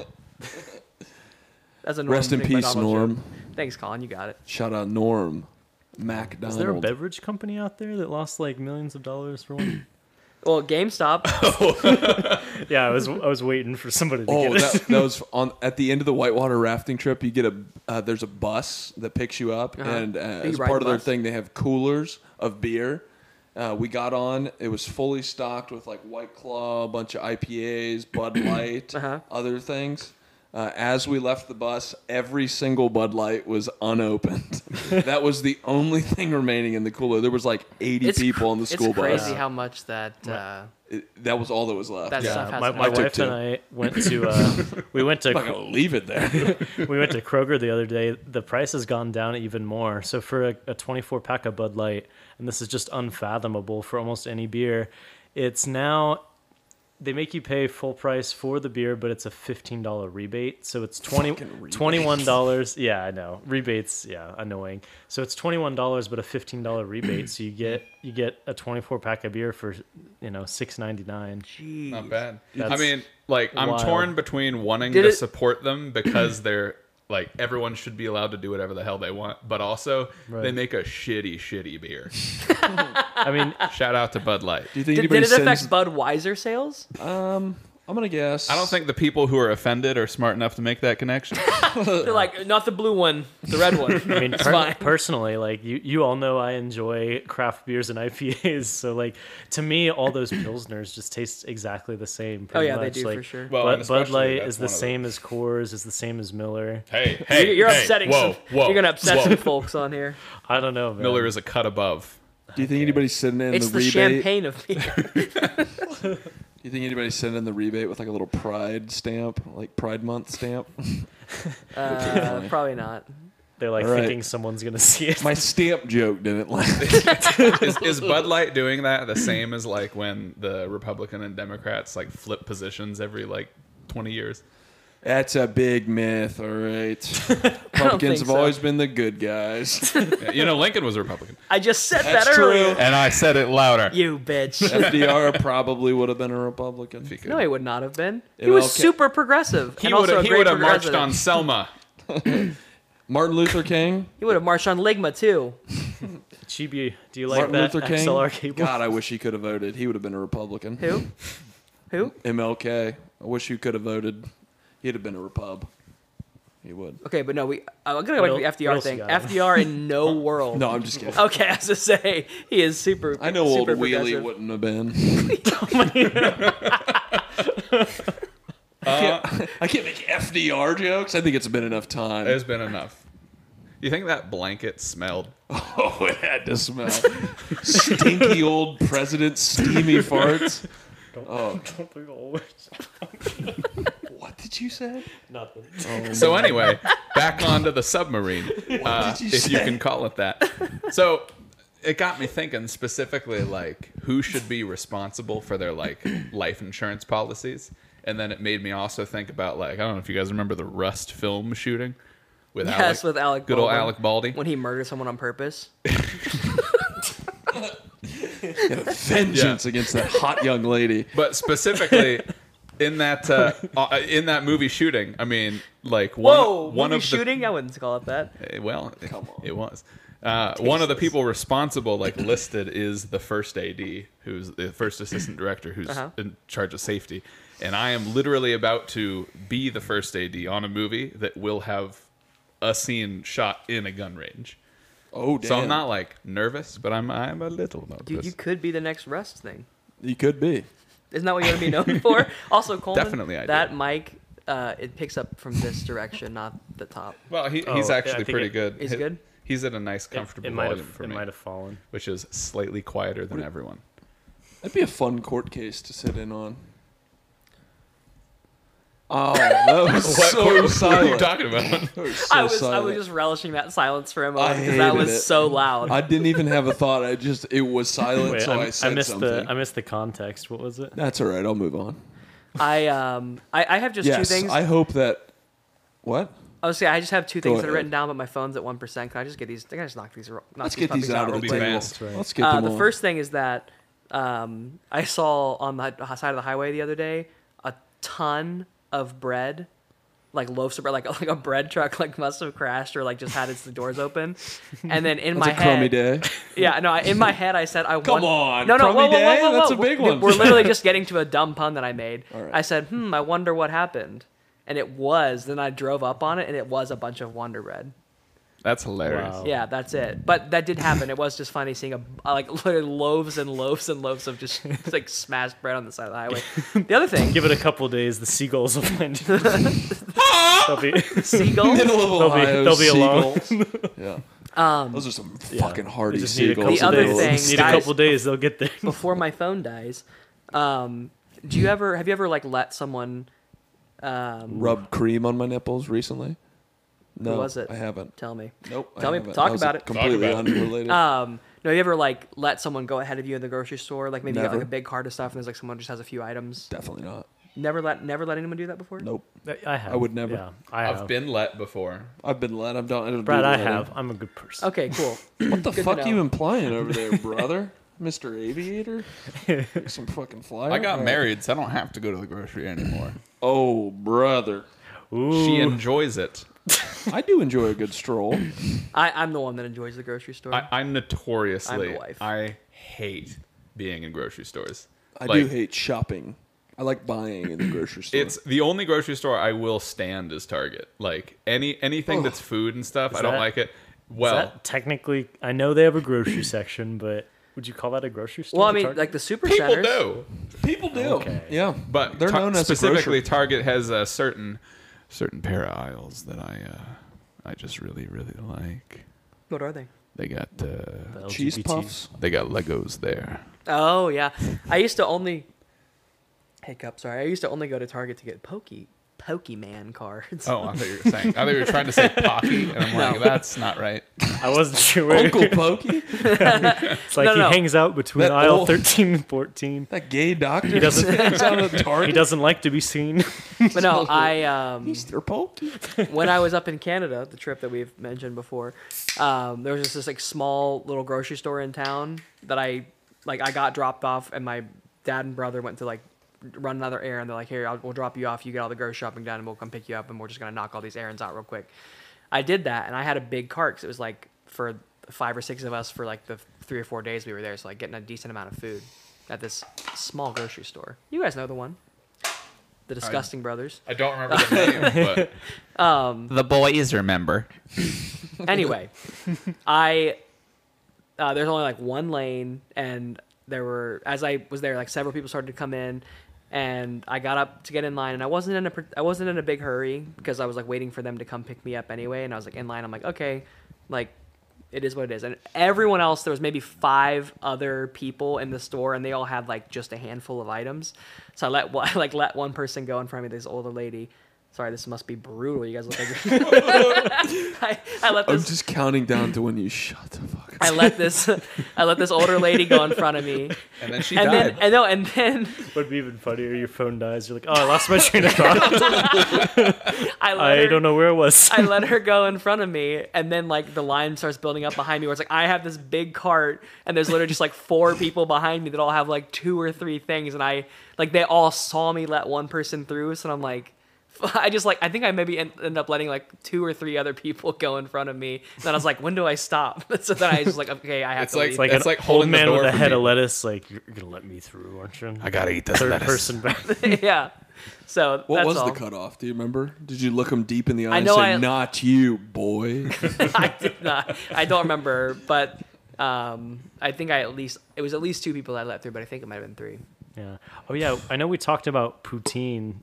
That's a Norm
Rest in
thing, but
peace,
I'm a joke.
Norm.
Thanks, Colin. You got it.
Shout out Norm MacDonald.
Is there a beverage company out there that lost like millions of dollars for one?
Well, GameStop.
yeah, I was I was waiting for somebody to
Oh,
get it.
that, that was on at the end of the whitewater rafting trip. You get a uh, there's a bus that picks you up, and uh,
Uh-huh. You
as
ride
part
the
of their
bus?
thing, they have coolers of beer. Uh, we got on. It was fully stocked with like White Claw, a bunch of IPAs, Bud Light,
Uh-huh.
other things. Uh, as we left the bus, every single Bud Light was unopened. that was the only thing remaining in the cooler. There was like 80 people on the school
it's
bus.
crazy how much that uh,
It- that was all that was left.
that
yeah.
stuff has.
my,
to
my
happen.
took
wife
two.
and I went to uh, we went to
I'm not gonna leave it there.
we went to Kroger the other day. The price has gone down even more. So for a, a 24 pack of Bud Light, and this is just unfathomable for almost any beer, it's now they make you pay full price for the beer, but it's a $15 rebate. So it's 20,
Fucking rebates.
$21. Yeah, I know. Rebates, yeah, annoying. So it's $21 but a $15 rebate. So you get you get a 24 pack of beer for, you know, 6.99.
Jeez.
Not bad. I
That's
mean, like I'm
wild.
torn between wanting
Did
to
it-
support them because they're like everyone should be allowed to do whatever the hell they want, but also they
Right.
make a shitty, shitty beer.
I mean,
Shout out to Bud Light.
Do you think
Did,
anybody
did it affect
sends?
Budweiser sales?
um, I'm gonna guess.
I don't think the people who are offended are smart enough to make that connection.
Uh,
They're like, not the blue one, the red one.
I mean,
It's
per-
fine.
personally, like you, you all know, I enjoy craft beers and IPAs. So, like to me, all those pilsners just taste exactly the same. Pretty
Oh, yeah, they
much.
do for
like,
sure.
Well, and
Bud, Bud
especially
Light
that's
is the
one of the-
same as Coors, is the same as Miller.
Hey, hey,
You're
hey,
upsetting
Whoa,
some.
whoa,
you're gonna upset
whoa.
some folks on here.
I don't know, man.
Miller is a cut above.
Do you think anybody's sending in
It's
the
the,
rebate?
champagne of beer.
Do you think anybody's sending in the rebate with like a little pride stamp, like Pride Month stamp?
Uh, probably not.
They're like
All right.
thinking someone's gonna see it.
My stamp joke didn't last.
Is, is Bud Light doing that the same as like when the Republican and Democrats like flip positions every like 20 years?
That's a big myth. All right,
think
pumpkins have
so.
always been the good guys.
Yeah, You know, Lincoln was Republican.
I just said
That's
that
true.
earlier.
And I said it louder.
You bitch.
FDR probably would have been a Republican.
If you could.
no, he would not have been. He
MLK
was super progressive.
He
and also a
would he
great
would have marched
progressive.
on Selma.
Martin Luther King.
He would have marched on Ligma too.
Chibi, do you like
Martin
that
Luther King.
XLR cable?
God, I wish he could have voted. He would have been a Republican.
Who? Who?
MLK. I wish you could have voted. He'd have been a Repub. He would.
Okay, but no, we. uh, I'm gonna go
What
back
el-
to the
what
FDR
else you
thing.
got?
FDR in no world.
No, I'm just kidding.
Okay, I was to say he is super.
I know old
super
Wheelie
progressive.
wouldn't have been. Uh, I can't make FDR jokes. I think it's been enough time.
There's been enough. You think that blanket smelled?
oh, it had to smell. Stinky old president, steamy farts.
Don't do the old-
What did you say?
Nothing.
So anyway, back onto the submarine, uh,
did you
if you
say?
can call it that. So it got me thinking specifically, like who should be responsible for their like life insurance policies, and then it made me also think about like I don't know if you guys remember the Rust film shooting with
Yes, with Alec
good old
Baldwin.
Alec Baldy.
when he murders someone on purpose.
Vengeance against that hot young lady.
but specifically in that uh, uh, in that movie shooting, I mean, like one,
Whoa,
one
movie
of the
shooting? I wouldn't call it that.
Eh, Well, it-
Come on.
it was. Uh, one of the people responsible, like listed, is the first AD, who's the first assistant director, who's
Uh-huh.
in charge of safety. And I am literally about to be the first AD on a movie that will have a scene shot in a gun range.
Oh, damn.
So I'm not like nervous, but I'm I'm a little nervous.
Dude, you could be the next Rust thing.
You could be.
Isn't that what you're gonna be known for? Also, Coleman,
Definitely I do.
that mic, uh, it picks up from this direction, not the top.
well, he,
Oh,
he's
yeah, I
actually
think
pretty
it-
good.
He's
He-
good?
He's at a nice,
It,
comfortable
it might
volume
have
for
it
me,
might have fallen.
which is slightly quieter than everyone.
That'd be a fun court case to sit in on. Oh, that was so
what are you
silent.
talking about?
That was so
I was I was
silent.
just relishing that silence for a
uh, I
moment because that
hated
was
it.
so loud.
I didn't even have a thought. I just it was silent,
Wait,
so
I,
I,
I
said
missed
something.
the I missed the context. What was it?
That's all right. I'll move on.
I um I, I have just two
Yes,
things.
I hope that. What?
Oh, see, I just have two things that are
ahead.
written down, but my phone's at one percent. Can I just get these? I can I just knock these. Knock
Let's
these
get these
puppies
out of
real
the
It'll be
quick?
table.
fast.
Let's get
Uh,
them
the
all.
first thing is that um, I saw on the hi- side of the highway the other day a ton of bread, like loaves of bread, like, like a bread truck like must have crashed or like just had its doors open. And then in
That's
my
a crummy
head,
day.
yeah, no, I- in my head I said I
Come
won-
on,
no, no, whoa,
crummy
whoa, whoa,
day?
whoa, whoa,
That's a big
We're-
one.
We're literally just getting to a dumb pun that I made.
All right.
I said, hmm, I wonder what happened, and it was. Then I drove up on it, and it was a bunch of Wonder Bread.
That's hilarious.
Wow.
Yeah, that's it. But that did happen. It was just funny seeing a like literally loaves and loaves and loaves of just like smashed bread on the side of the highway. The other thing,
Give it a couple days, the seagulls will find you. they'll be,
seagulls.
Middle of
they'll be,
Ohio
they'll be alone.
seagulls. Yeah. Those are some fucking hardy
Just need a couple
seagulls.
Um, The other
days.
thing,
Just need
guys-
a couple days, they'll get there.
before my phone dies. Um, do you ever have you ever like let someone? Um,
Rub cream on my nipples recently. No,
was it?
I haven't.
tell me.
Nope. I
Tell me-
haven't.
talk
That was
about it. Talk
Completely
about it.
unrelated.
Um, no, you ever like let someone go ahead of you in the grocery store? Like maybe you got like
Never.
a big cart of stuff, and there's like someone just has a few items.
Definitely not.
Never let never let anyone do that before.
Nope.
I have.
I would never.
Yeah, I have.
I've been let before.
I've been let. I've done. I don't do
Brad, I
letting.
have. I'm a good person.
Okay, cool.
What the
Good to
fuck
know.
you implying over there, brother? Mister Aviator. Like Some fucking flyer.
I got
Uh,
married, so I don't have to go to the grocery anymore.
Oh, brother.
Ooh,
she enjoys it.
I do enjoy a good stroll.
I, I'm the one that enjoys the grocery store.
I, I'm notoriously.
I'm the wife.
I hate being in grocery stores.
I do
Like,
hate shopping. I like buying in the grocery store.
It's the only grocery store I will stand is Target. Like any anything that's food and stuff, I don't
that-
like it.
Is
Well,
that technically, I know they have a grocery section, but would you call that a grocery store?
well, I mean,
Target?
like the super
people
centers.
do,
people do.
Okay.
Yeah,
but
they're
Tar-
known as a
specifically
grocery-
Target has a certain certain pair of aisles that I uh, I just really really like.
What are they?
They got uh,
The
cheese
LGBT.
puffs.
they got Legos there.
Oh yeah, I used to only hiccup. Sorry, I used to only go to Target to get Pokey Pokemon cards.
Oh, I thought you were saying. I thought you were trying to say Pocky, and I'm like, that's not right.
I wasn't sure where.
Uncle Pokey,
It's like
No,
he
no.
hangs out between
That
aisle
old-
13 and 14.
that gay doctor. He
doesn't-
down at
He
Target.
doesn't like to be seen.
But no, I um,
Mr. Pokey.
when I was up in Canada, the trip that we've mentioned before, um, there was just this like small little grocery store in town that I like. I got dropped off, and my dad and brother went to like run another errand. They're like, "Here, I'll, we'll drop you off. You get all the grocery shopping done, and we'll come pick you up, and we're just gonna knock all these errands out real quick." I did that, and I had a big cart 'cause it was like for five or six of us for like the three or four days we were there, so like getting a decent amount of food at this small grocery store. You guys know the one, the Disgusting Brothers.
I don't remember the name, but um, the boys remember.
anyway, I uh, there's only like one lane, and there were as I was there, like several people started to come in, and I got up to get in line, and I wasn't in a pr- I wasn't in a big hurry because I was like waiting for them to come pick me up anyway, and I was like in line. I'm like okay, like it is what it is, and everyone else there was maybe five other people in the store, and they all had like just a handful of items, so I let one- I like let one person go in front of me, this older lady. Sorry, this must be brutal. You guys look like I, I let
I'm
this
just counting down to when you shut the fuck up.
I let this I let this older lady go in front of me.
And then she
And
died.
then and no and then
Would be even funnier. Your phone dies. You're like, oh, I lost my train of thought.
I let
I
her,
don't know where it was.
I let her go in front of me and then like the line starts building up behind me where it's like I have this big cart and there's literally just like four people behind me that all have like two or three things and I like they all saw me let one person through so I'm like I just like I think I maybe en- end up letting like two or three other people go in front of me. And then I was like, when do I stop? so then I was just like, okay, I have
It's
to
like-
leave.
It's like
That's
an
like
old
holding the
man
door
with a
for
head
me.
of lettuce. Like you're gonna let me through, aren't you?
I gotta eat this
Third
lettuce.
person back.
yeah. So
What
that's
was
all.
the cutoff? Do you remember? Did you look him deep in the eye and
know
say,
I-
"Not you, boy"?
I did not. I don't remember, but um, I think I at least it was at least two people I let through, but I think it might have been three.
Yeah. Oh yeah. I know we talked about poutine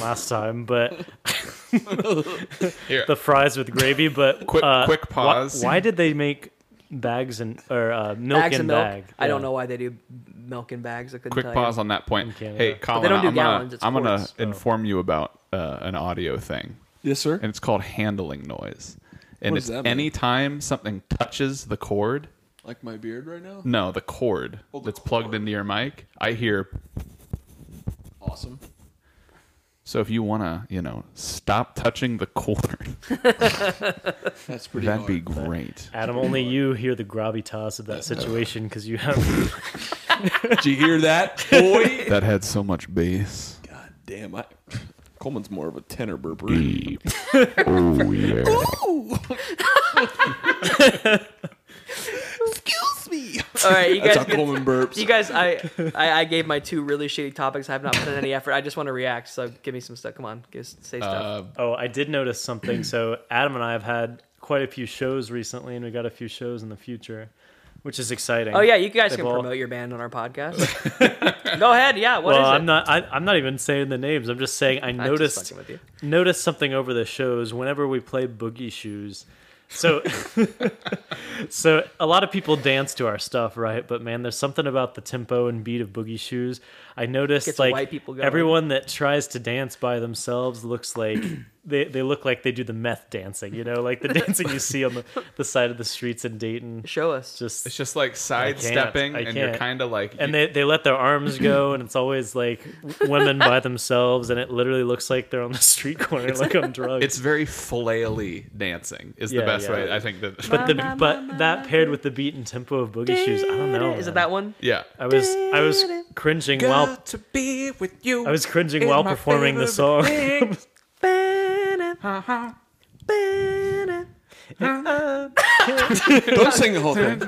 last time, but
Here,
the fries with gravy. But
Quick-
uh,
quick
wh-
pause.
Why, did they make bags and or uh, milk
Bags
in
of milk.
bag?
I don't
Yeah.
know why they do milk in bags. I couldn't
quick
tell
pause
You.
on that point.
Canada.
Hey,
But
Colin,
they don't do
I'm
gallons,
gonna,
it's
I'm gonna
quarts, so.
inform you about uh, an audio thing,
yes, sir.
and it's called handling noise. And
What does
it's
that mean?
any time something touches the cord.
like my beard right now.
No, the cord
Oh, the
that's plugged
cord.
into your mic. I hear.
Awesome.
So if you wanna, you know, stop touching the cord,
That's pretty.
that'd be
hard.
great.
Adam, only you hear the gravitas of that situation because you have.
Did you hear that, boy?
That had so much bass.
God damn! I... Coleman's more of a tenor burper.
oh yeah.
Excuse me.
All right, you
That's how
guys. get-
Coleman burps.
You guys, I, I I gave my two really shitty topics. I have not put in any effort. I just want to react. So give me some stuff. Come on, give, say stuff.
Uh,
oh, I did notice something. So Adam and I have had quite a few shows recently, and we got a few shows in the future, which is exciting.
Oh yeah, you guys
They've
can
all-
promote your band on our podcast. Go ahead. Yeah. What is
well,
it?
I'm not. I, I'm not even saying the names. I'm just saying I
I'm just
noticed
fucking with you.
noticed something over the shows whenever we play Boogie Shoes. So, so a lot of people dance to our stuff, right? But man, there's something about the tempo and beat of Boogie Shoes. I noticed
Gets
like
white people going.
everyone that tries to dance by themselves looks like they, they look like they do the meth dancing, you know, like the dancing you see on the, the side of the streets in Dayton.
Show us.
Just
It's just like sidestepping,
I
and you're
can't.
kind of like,
and they, they let their arms go and it's always like women by themselves and it literally looks like they're on the street corner like on drugs
it's very flaily dancing. Is
Yeah,
the best
yeah.
way I think that.
but the but that paired with the beat and tempo of boogie shoes i don't know
Is it
man.
that one?
yeah,
i was i was cringing while
to be with you.
i was cringing while performing the song
Don't sing the whole thing.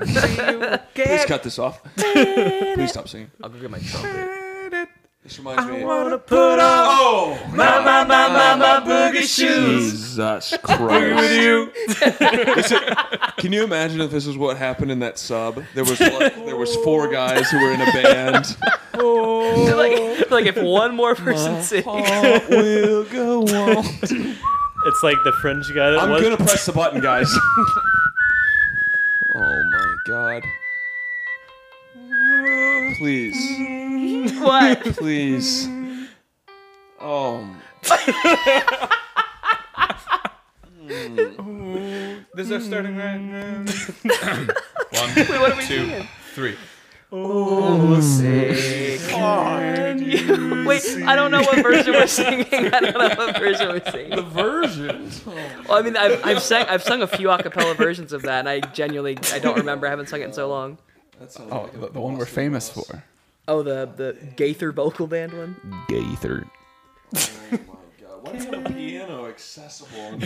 Please cut this off. Please stop singing.
I'll go get my trumpet.
This reminds me.
put on
oh,
my my my my, my boogie
Jesus Christ! Is it- can you imagine if this is what happened in that sub? There was like, there was four guys who were in a band.
like, like if one more person sings.
Heart will go on.
it's like the fringe guy that
I'm
was
gonna press the button, guys. oh my god! Please,
What?
please. Oh,
This is our starting right. One,
What are we
two,
singing?
three.
Wait, I don't know what version we're singing. I don't know what version we're singing.
versions.
Well, I mean, I've, I've sang I've sung a few acapella versions of that, and I genuinely I don't remember. I haven't sung it in so long.
Oh, the, the one we're famous for.
Oh, the the Gaither vocal band one.
Gaither.
Why is the piano accessible?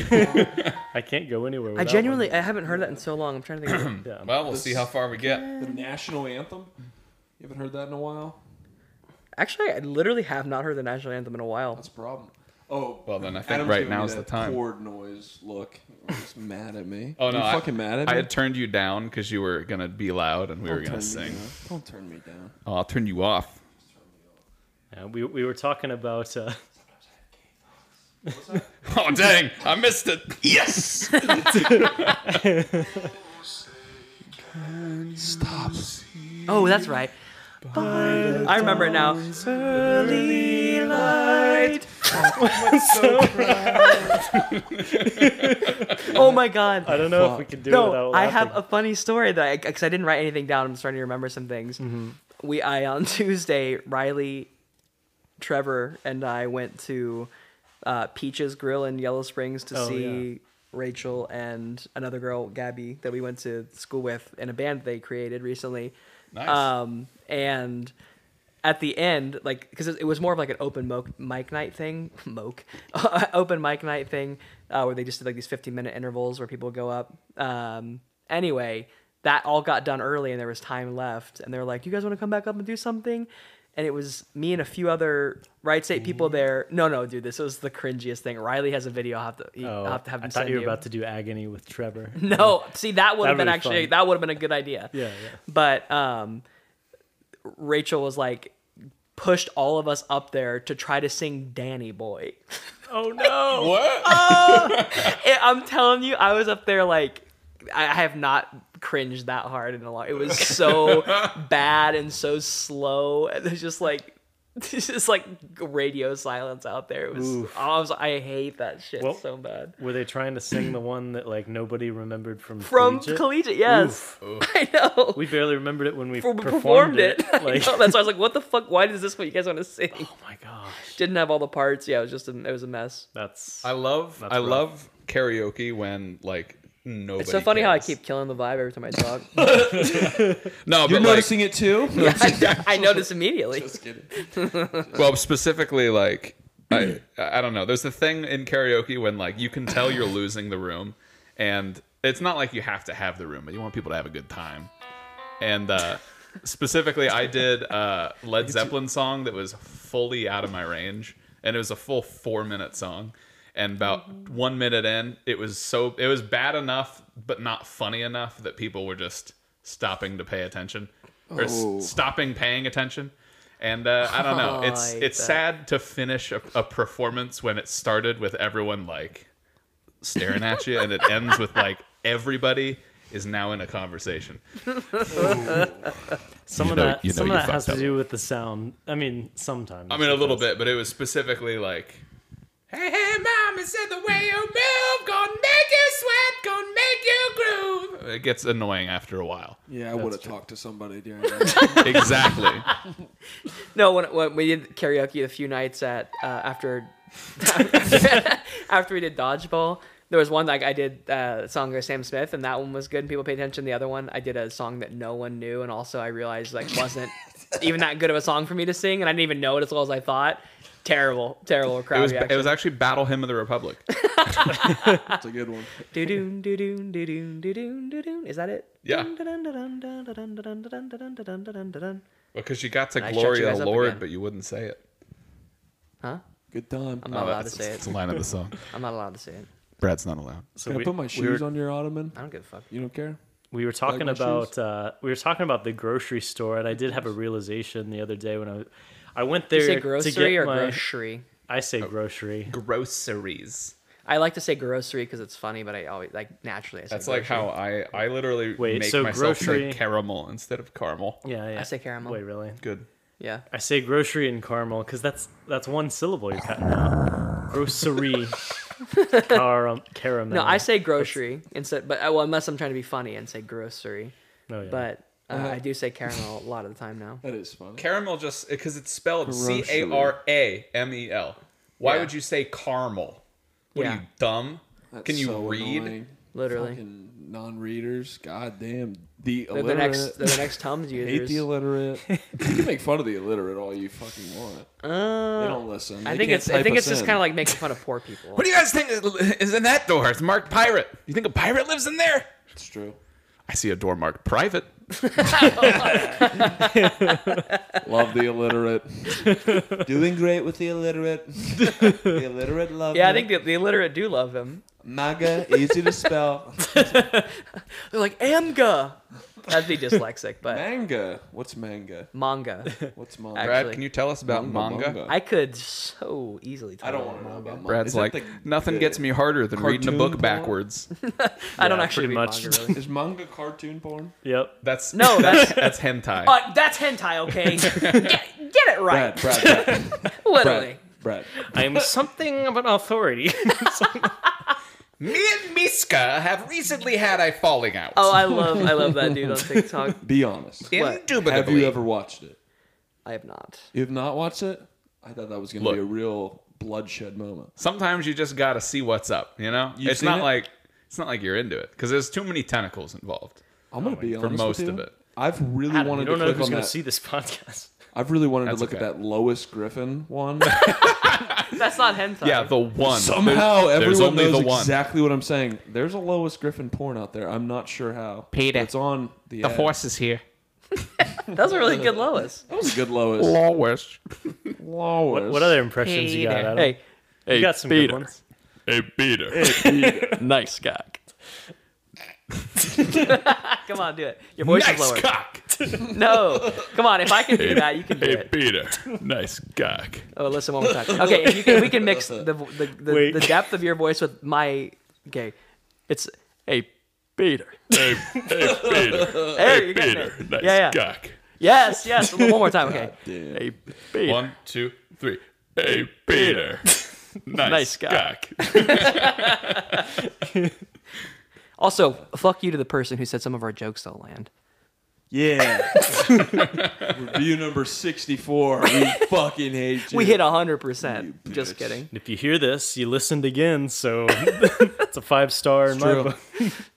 i can't go anywhere
I
without
genuinely I haven't heard that in so long. I'm trying to think. Of
one.
it.
yeah.
Well, we'll see how far we get.
The national anthem? You haven't heard that in a while?
Actually, I literally have not heard the national anthem in a while.
That's a problem. Oh,
Well, then I think
Adam's
right
giving
now
me
is
that
the time.
Chord noise. Look, he's mad at me.
Oh no!
you
I-
fucking mad at
I
me.
had turned you down because you were gonna be loud and we were
Don't
gonna
turn me
sing.
down. Don't turn me down.
Oh, I'll turn you off.
Yeah, we, we were talking about uh,
Oh dang! I missed it. Yes.
Stop.
Oh, that's right. I remember it now. oh my god.
i don't know if
Fuck.
we can do it
no,
without
I
laughing.
have a funny story that I because I didn't write anything down. I'm starting to remember some things.
Mm-hmm.
We I on Tuesday, Riley, Trevor, and I went to uh, Peaches Grill in Yellow Springs to
Oh,
see
yeah.
Rachel and another girl, Gabby, that we went to school with in a band they created recently.
Nice.
Um, and at the end, like, because it was more of like an open mo- mic night thing, moke, open mic night thing, uh, where they just did like these 15 minute intervals where people go up. Um, anyway, that all got done early and there was time left. And they were like, you guys want to come back up and do something? And it was me and a few other Right State people there. No, no, dude, this was the cringiest thing. Riley has a video. I'll have to,
Oh,
I'll have to have him
I
send
thought you were about to do agony with Trevor.
no, see that would have
That'd
been
be
actually
fun.
that would have been a good idea.
Yeah, yeah.
But um, Rachel was like pushed all of us up there to try to sing Danny Boy.
Oh no!
what?
And I'm telling you, I was up there like I I have not cringed that hard in a long. It was so bad and so slow. And there's just like. It's just like radio silence out there. It was, I, was I hate that shit
Well,
so bad.
Were they trying to sing the one that like nobody remembered from
From
collegiate?
collegiate, yes,
Oof.
I know.
We barely remembered it when we
performed,
performed,
performed it. I
Like,
know, that's why I was like, "What the fuck? Why is this what you guys want to sing?"
oh my gosh,
Didn't have all the parts. Yeah, it was just a, it was a mess.
that's
I love.
That's
I
rough.
love karaoke when like nobody.
It's so funny how I
cares.
keep killing the vibe every time I talk.
No,
You're
but like,
noticing it too? No,
I, I notice immediately.
just kidding.
well, specifically like. I, I don't know. There's a thing in karaoke when like you can tell you're losing the room, and it's not like you have to have the room, but you want people to have a good time. And uh, specifically, I did uh, a Led Zeppelin song that was fully out of my range, and it was a full four minute song. And about one minute in, it was so it was bad enough, but not funny enough that people were just stopping to pay attention or s-
Oh.
stopping paying attention. And uh, I don't know.
Oh,
It's
I
it's
bet.
sad to finish a, a performance when it started with everyone like staring at you, and it ends with like everybody is now in a conversation.
Some
know-
of that,
you know
some
you
of that
fucked
has to
up.
do with the sound. I mean, sometimes.
I mean, a little bit, but it was specifically like, "Hey, hey, mom, it said the way you move gonna make you sweat, gonna make you groove." It gets annoying after a while.
Yeah, I would have talked to somebody during that.
exactly.
No, when, when we did karaoke a few nights at uh, after after we did dodgeball, there was one like I did uh, a song with Sam Smith, and that one was good, and people paid attention. The other one, I did a song that no one knew, and also I realized like wasn't even that good of a song for me to sing, and I didn't even know it as well as I thought. Terrible, terrible crowd
It was.
reaction.
It was actually Battle Hymn of the Republic.
That's a good one.
Doo-doon, doo-doon, doo-doon, doo-doon, doo-doon. Is that it?
Yeah. Because you got to
I shut you
glory of
guys
the
up
Lord,
again.
but you wouldn't say it. Oh,
Huh?
Good time. Uh,
I'm not allowed to
that's-
say
It's
it.
the line of the song.
I'm not allowed to say it.
Brad's not allowed.
So
Can I put my
we were-
shoes on your ottoman?
I don't give a fuck.
You don't care?
We were talking
Like my shoes?
about uh, we were talking about the grocery store, and I did have a realization the other day when I was, I went there
You say
to get
grocery or
my,
grocery?
I
Oh.
say grocery.
Groceries.
I like to say grocery because it's funny, but I always like naturally. I say
That's like
grocery.
how I I literally
Wait,
make
so
myself
grocery-
say caramel instead of caramel.
Yeah, yeah.
I say caramel.
Wait, really?
Good.
yeah.
I say grocery and caramel because that's that's one syllable you're cutting out. Grocery, Caram- caramel.
No, I say grocery instead, but uh, well, unless I'm trying to be funny and say grocery,
No, Oh, yeah.
but uh,
Uh-huh.
I do say caramel a lot of the time now.
That is fun.
Caramel just because it's spelled
Grocery.
C A R A M E L. Why
Yeah.
would you say caramel? What are
Yeah.
you dumb?
That's
Can you
so
read?
annoying.
Literally.
Fucking non-readers. God damn. The
They're
illiterate.
the next, they're the next Tums
Hate
users. uh,
the illiterate. you can make fun of the illiterate all you fucking want.
Uh,
They don't listen.
I
They
think
can't
it's I
type
think
us
it's just
in.
kind of like making fun of poor people.
What do you guys think is in that door? It's marked pirate. You think a pirate lives in there?
It's true.
I see a door marked private.
Love the illiterate. Doing great with the illiterate. the illiterate love.
Yeah, I
it.
think the, the illiterate do love him.
MAGA easy to spell.
They're like amga. That'd be dyslexic, but
manga. What's manga?
manga.
What's manga?
Actually,
Brad, can you tell us about manga?
I could so easily. Talk
I don't want
about
to know
manga.
about manga.
Brad's
Is that
like,
the-
nothing
the-
gets me harder than reading a
cartoon
book
porn?"
backwards.
I don't
Yeah,
actually
pretty
read
much.
manga really.
Is manga cartoon porn?
Yep.
That's
No,
that's that's hentai.
Uh, that's hentai, okay? get, get it right.
Brad, Brad, Brad,
Literally.
Brad, Brad.
I'm something of an authority.
me and Miska have recently had a falling out.
Oh, I love I love that dude on TikTok.
Be honest.
what?
Indubitably.
Have you ever watched it?
I have not.
You have not watched it? I thought that was going to
Look.
be a real bloodshed moment.
sometimes you just gotta see what's up you know
You've
it's
seen
not
it?
like it's not like you're into it because there's too many tentacles involved
I'm going to be honest
Oh, for
with
most
you.
of it.
I've really
Adam,
wanted
you
to
don't know
click
who's
on
going
that.
to see this podcast.
I've really wanted
That's
to look
okay.
at that Lois Griffin one.
That's not hentai.
yeah the one
Somehow
There's- there's
everyone
only
knows
the one
exactly what I'm saying. There's a Lois Griffin porn out there. I'm not sure how.
Peter.
It's on the
the
ad.
horse is here
that was a really good Lois.
That was a good Lois.
Lois.
Lois.
What, what other impressions you got?
Peter.
Adam?
Hey,
you got some good ones.
hey peter
nice cock. Come on, do it. Your voice is lower.
cock
No, come on. If I can do that, you can do it.
peter nice cock
Oh, listen one more time. Okay, if you can, we can mix the the, the,
Wait.
the depth of your voice with my. Okay, it's hey Peter.
hey, hey peter
There you go. yeah, yeah.
cock
Yes, yes. One more time. Okay.
hey peter one two three hey peter nice,
cock. Also, fuck you to the person who said some of our jokes don't land.
Yeah. Review number 64. We fucking hate you.
We hit 100%. Just kidding.
If you hear this, you listened again, so it's a five star in my
True.
book.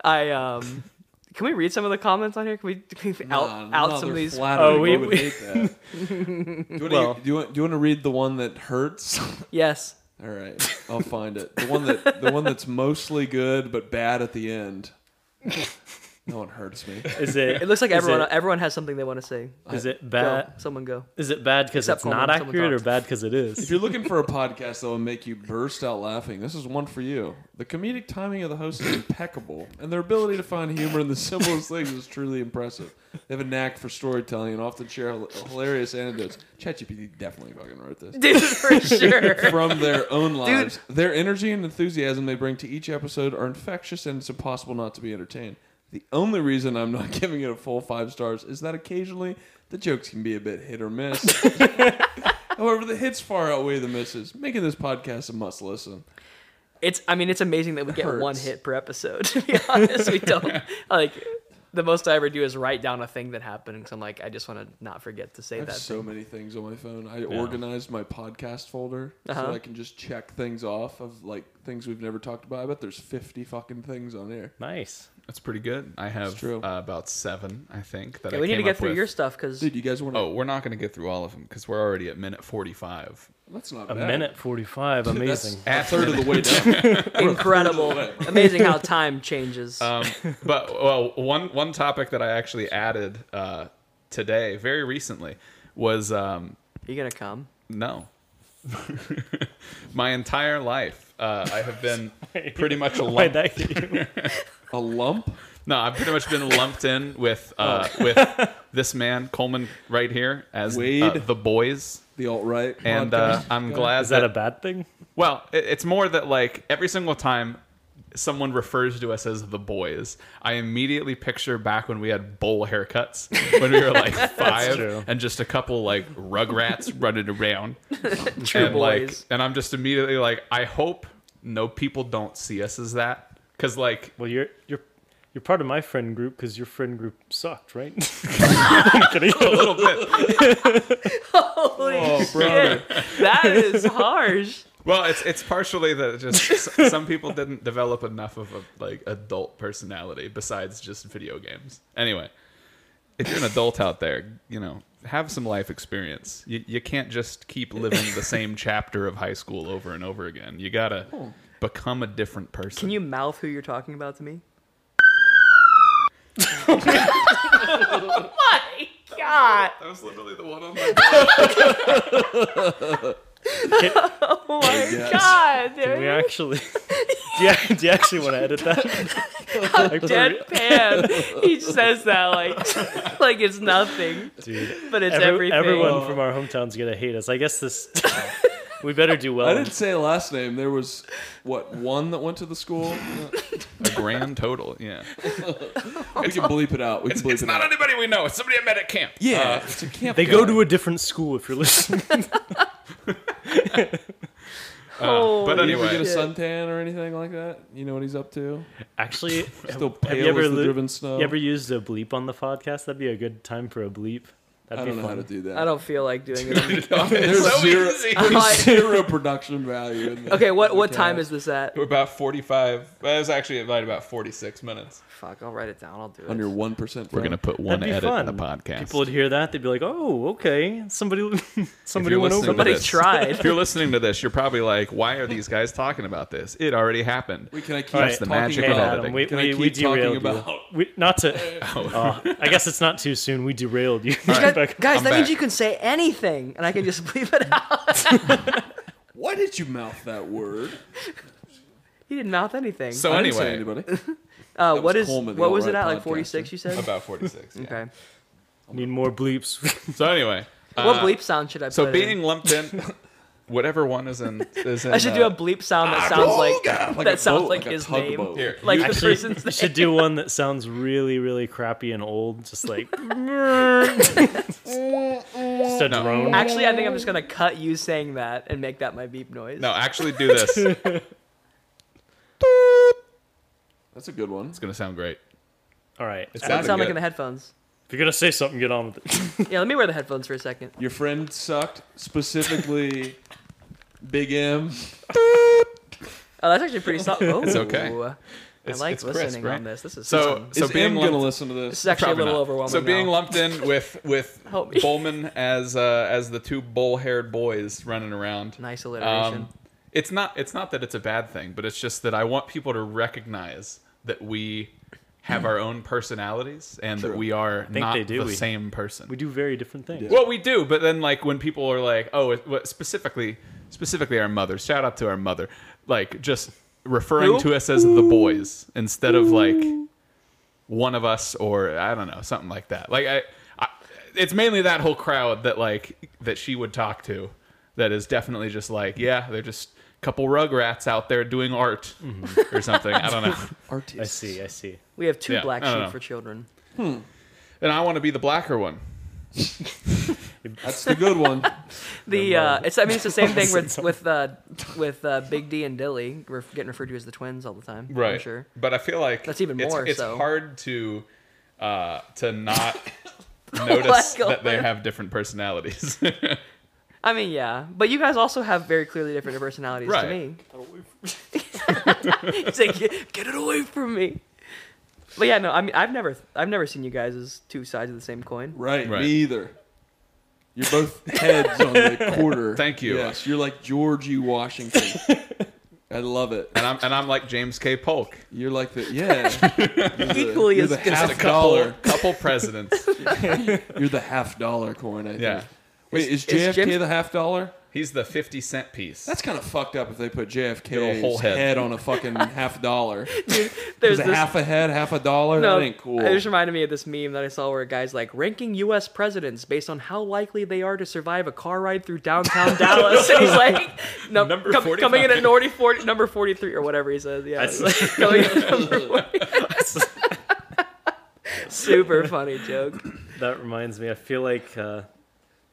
I, um, can we read some of the comments on here? Can we, can we out,
Nah,
out
no,
some
they're
of these?
flattering.
Oh, we-
I would
we-
hate that. Do you, wanna,
Well-
do, you want, do you want to read the one that hurts?
Yes.
All right, I'll find it. The one that the one that's mostly good but bad at the end. No one hurts me.
Is it?
It looks like
is
everyone
It, Uh,
everyone has something they want to say.
is it
Go,
bad?
someone go.
Is it bad because
Except
it's not
Coleman, someone
accurate, or
talked.
bad because it
If
is?
you're looking for a podcast that will make you burst out laughing, this is one for you. The comedic timing of the host is impeccable, and their ability to find humor in the simplest things is truly impressive. They have a knack for storytelling and often share hil- hilarious anecdotes. ChatGPT definitely fucking wrote this.
Dude, for sure.
From their own lives. Their energy and enthusiasm they bring to each episode are infectious, and it's impossible not to be entertained. The only reason I'm not giving it a full five stars is that occasionally the jokes can be a bit hit or miss. However, the hits far outweigh the misses, making this podcast a must listen.
It's I mean it's amazing that we get
Hurts.
one hit per episode. To be honest, we don't like the most I ever do is write down a thing that happened because I'm like I just want to not forget to say
I have
that.
so
thing.
many things on my phone. I organized my podcast folder
Uh-huh.
so I can just check things off of like things we've never talked about. I bet there's 50 fucking things on here.
Nice.
That's pretty good. I have
true.
Uh, about seven, I think. That
Yeah,
I
we need to
came
get
up
through
with.
your stuff because
Dude, you guys want to?
Oh, we're not going to get through all of them because we're already at minute forty-five.
that's not
A
bad.
minute forty-five. Amazing.
That's a third of the way down.
incredible, amazing how time changes.
Um, but well, one one topic that I actually added uh, today, very recently, was um,
Are you gonna come?
no. My entire life, uh, I have been pretty much a
Why'd
lump.
that get you?
a lump?
No, I've pretty much been lumped in with uh,
Oh.
with this man Coleman right here as uh,
Wade.
the boys,
The alt right. Oh,
and uh, I'm glad
Oh, Is that a bad thing?
Well, it, it's more that like every single time someone refers to us as the boys, I immediately picture back when we had bowl haircuts when we were like
true.
five and just a couple like rugrats running around.
True
and like
boys.
and I'm just immediately like, I hope no people don't see us as that. Cause like
Well, you're you're you're part of my friend group because your friend group sucked, right? I'm kidding.
a little bit
Holy
oh, brother.
that is harsh.
Well, it's it's partially that just s- some people didn't develop enough of a like adult personality besides just video games. Anyway, if you're an adult out there, you know, have some life experience. You you can't just keep living the same chapter of high school over and over again. You gotta become a different person.
Can you mouth who you're talking about to me? Oh My God!
That was literally the one on my.
Oh my
Yes.
God!
Can we
Dude.
actually? do, you, do you actually want to edit that? Like,
Deadpan. he says that like, like it's nothing,
Dude,
but it's
every,
everything. Oh.
everyone from our hometown's gonna hate us. I guess this. we better do well.
I didn't say last name. There was, what, one that went to the school?
A grand total, yeah.
We can bleep it out. We can
It's,
bleep
it's
it
not
out.
anybody we know. It's somebody I met at camp.
yeah. it's a camp
Uh, they go to a different school if you're listening.
Uh,
Holy
but
You ever
anyway.
get a
shit.
suntan or anything like that? You know what he's up to?
Actually,
Still
have,
pale
have you ever
as the
lu-
driven snow.
you ever used a bleep on the podcast? That'd be a good time for a bleep. That'd
I
be
don't know how
fun.
to do that.
I don't feel like doing it.
There's
so
zero,
easy.
there's
Like-
zero production value. In that.
Okay, what what
Okay.
time is this at?
We're about forty-five. Well, it was actually about about forty-six minutes.
Fuck, I'll write it down. I'll do it.
on your one percent?
We're gonna put one
That'd be
edit
fun.
in the podcast.
People would hear that. They'd be like, "Oh, okay, somebody, somebody
you're
went over."
Somebody
listening
that."
this. If
tried.
you're listening to this, you're probably like, "Why are these guys talking about this? It already happened."
Wait, can I keep
All right.
talking
The
magic
Hey
about it?
of
Adam, we,
Can I
we,
keep
we
talking
derailed you.
about-
We, not to. Oh, I guess it's not too soon. We derailed you.
Guys,
Back-
guys,
I'm
that means
back.
you can say anything, and I can just leave it out.
Why did you mouth that word?
He didn't mouth anything.
So
I didn't say
anyway,
anybody.
uh,
was
what is
Coleman, the
what was
alt-right
it at? Like
podcaster.
forty six? You said.
about 46. yeah.
Okay.
Need more bleeps.
So anyway,
What
uh,
bleep sound should I put
So
in?
being lumped in, whatever one is in, is in. uh,
I should do a bleep sound
Ah,
that sounds like
Like a
that sounds
boat,
like,
a
his
tugboat.
name. Like the
Actually,
person's
you
name.
should do one that sounds really, really crappy and old, just like just a
No.
drone.
Actually, I think I'm just gonna cut you saying that and make that my beep noise.
No, actually do this. It's
That's a good one.
gonna sound great.
All right.
It
If
that
sounded
sound like in
good.
the headphones.
you're gonna say something, get on with it.
Yeah, let me wear the headphones for a second.
Your friend sucked, specifically Big M.
Oh, that's actually pretty soft. Oh, it's
okay.
I
It's-
like
it's crisp,
listening
right?
on this. This is
So
fun.
so
Is
being
M
lumped
gonna listen to
This
this?
is actually a
Probably
little
not.
overwhelming.
So being
now.
lumped in with with
Help me.
Bowman as uh, as the two bull haired boys running around.
Nice
Um,
alliteration.
it's not it's not that it's a bad thing, but it's just that I want people to recognize that we have our own personalities and that
True.
we are
think
not
they do.
the
We-
same person.
We do very different things.
Well, we do, but then like when people are like, "Oh, it- what- specifically, specifically our mother." Shout out to our mother, like just referring
Who?
to us as the boys instead of like one of us or I don't know something like that. Like I, I, it's mainly that whole crowd that like that she would talk to, that is definitely just like, yeah, they're just a couple rugrats out there doing art or something. I don't know.
Artists.
I see. I see.
We have two
Yeah,
black
I don't
sheep
know.
for children.
And I want to be the blacker one.
That's the good one.
The uh, it's I mean it's the same thing with with uh, with uh, Big D and Dilly. We're getting referred to as the twins all the time.
right
I'm sure.
but i feel like
That's even
it's,
more
it's
so.
hard to uh to not notice
Michael.
that they have different personalities
I mean, yeah, but you guys also have very clearly different personalities
Right.
to me. It's like, get, get it away from me. But yeah, no, I mean, I've never, I've never seen you guys as two sides of the same coin.
Right,
Right.
Me either. You're both heads on the quarter.
Thank you.
Yes, you're like Georgie Washington. I love it.
and i'm and i'm like james k polk
You're like the yeah. You're the-
Equally
you're
as
the
good.
half
Just a couple
dollar.
couple presidents
You're the half dollar coin. I think.
yeah
Wait, is,
is
JFK
James-
the half dollar?
he's the 50 cent piece
That's kind of fucked up if they put
Little whole
JFK's
head.
head. on a fucking half dollar.
There's
Is it half a head, half a dollar? that ain't cool.
It just reminded me of this meme that I saw where a guy's like ranking U.S. presidents based on how likely they are to survive a car ride through downtown Dallas, and he's like, no,
Number
com- coming in at
45.
number 40, number 43 or whatever he says. Yeah,
That's-
like, coming in at number 40. Super funny joke.
That reminds me. I feel like uh,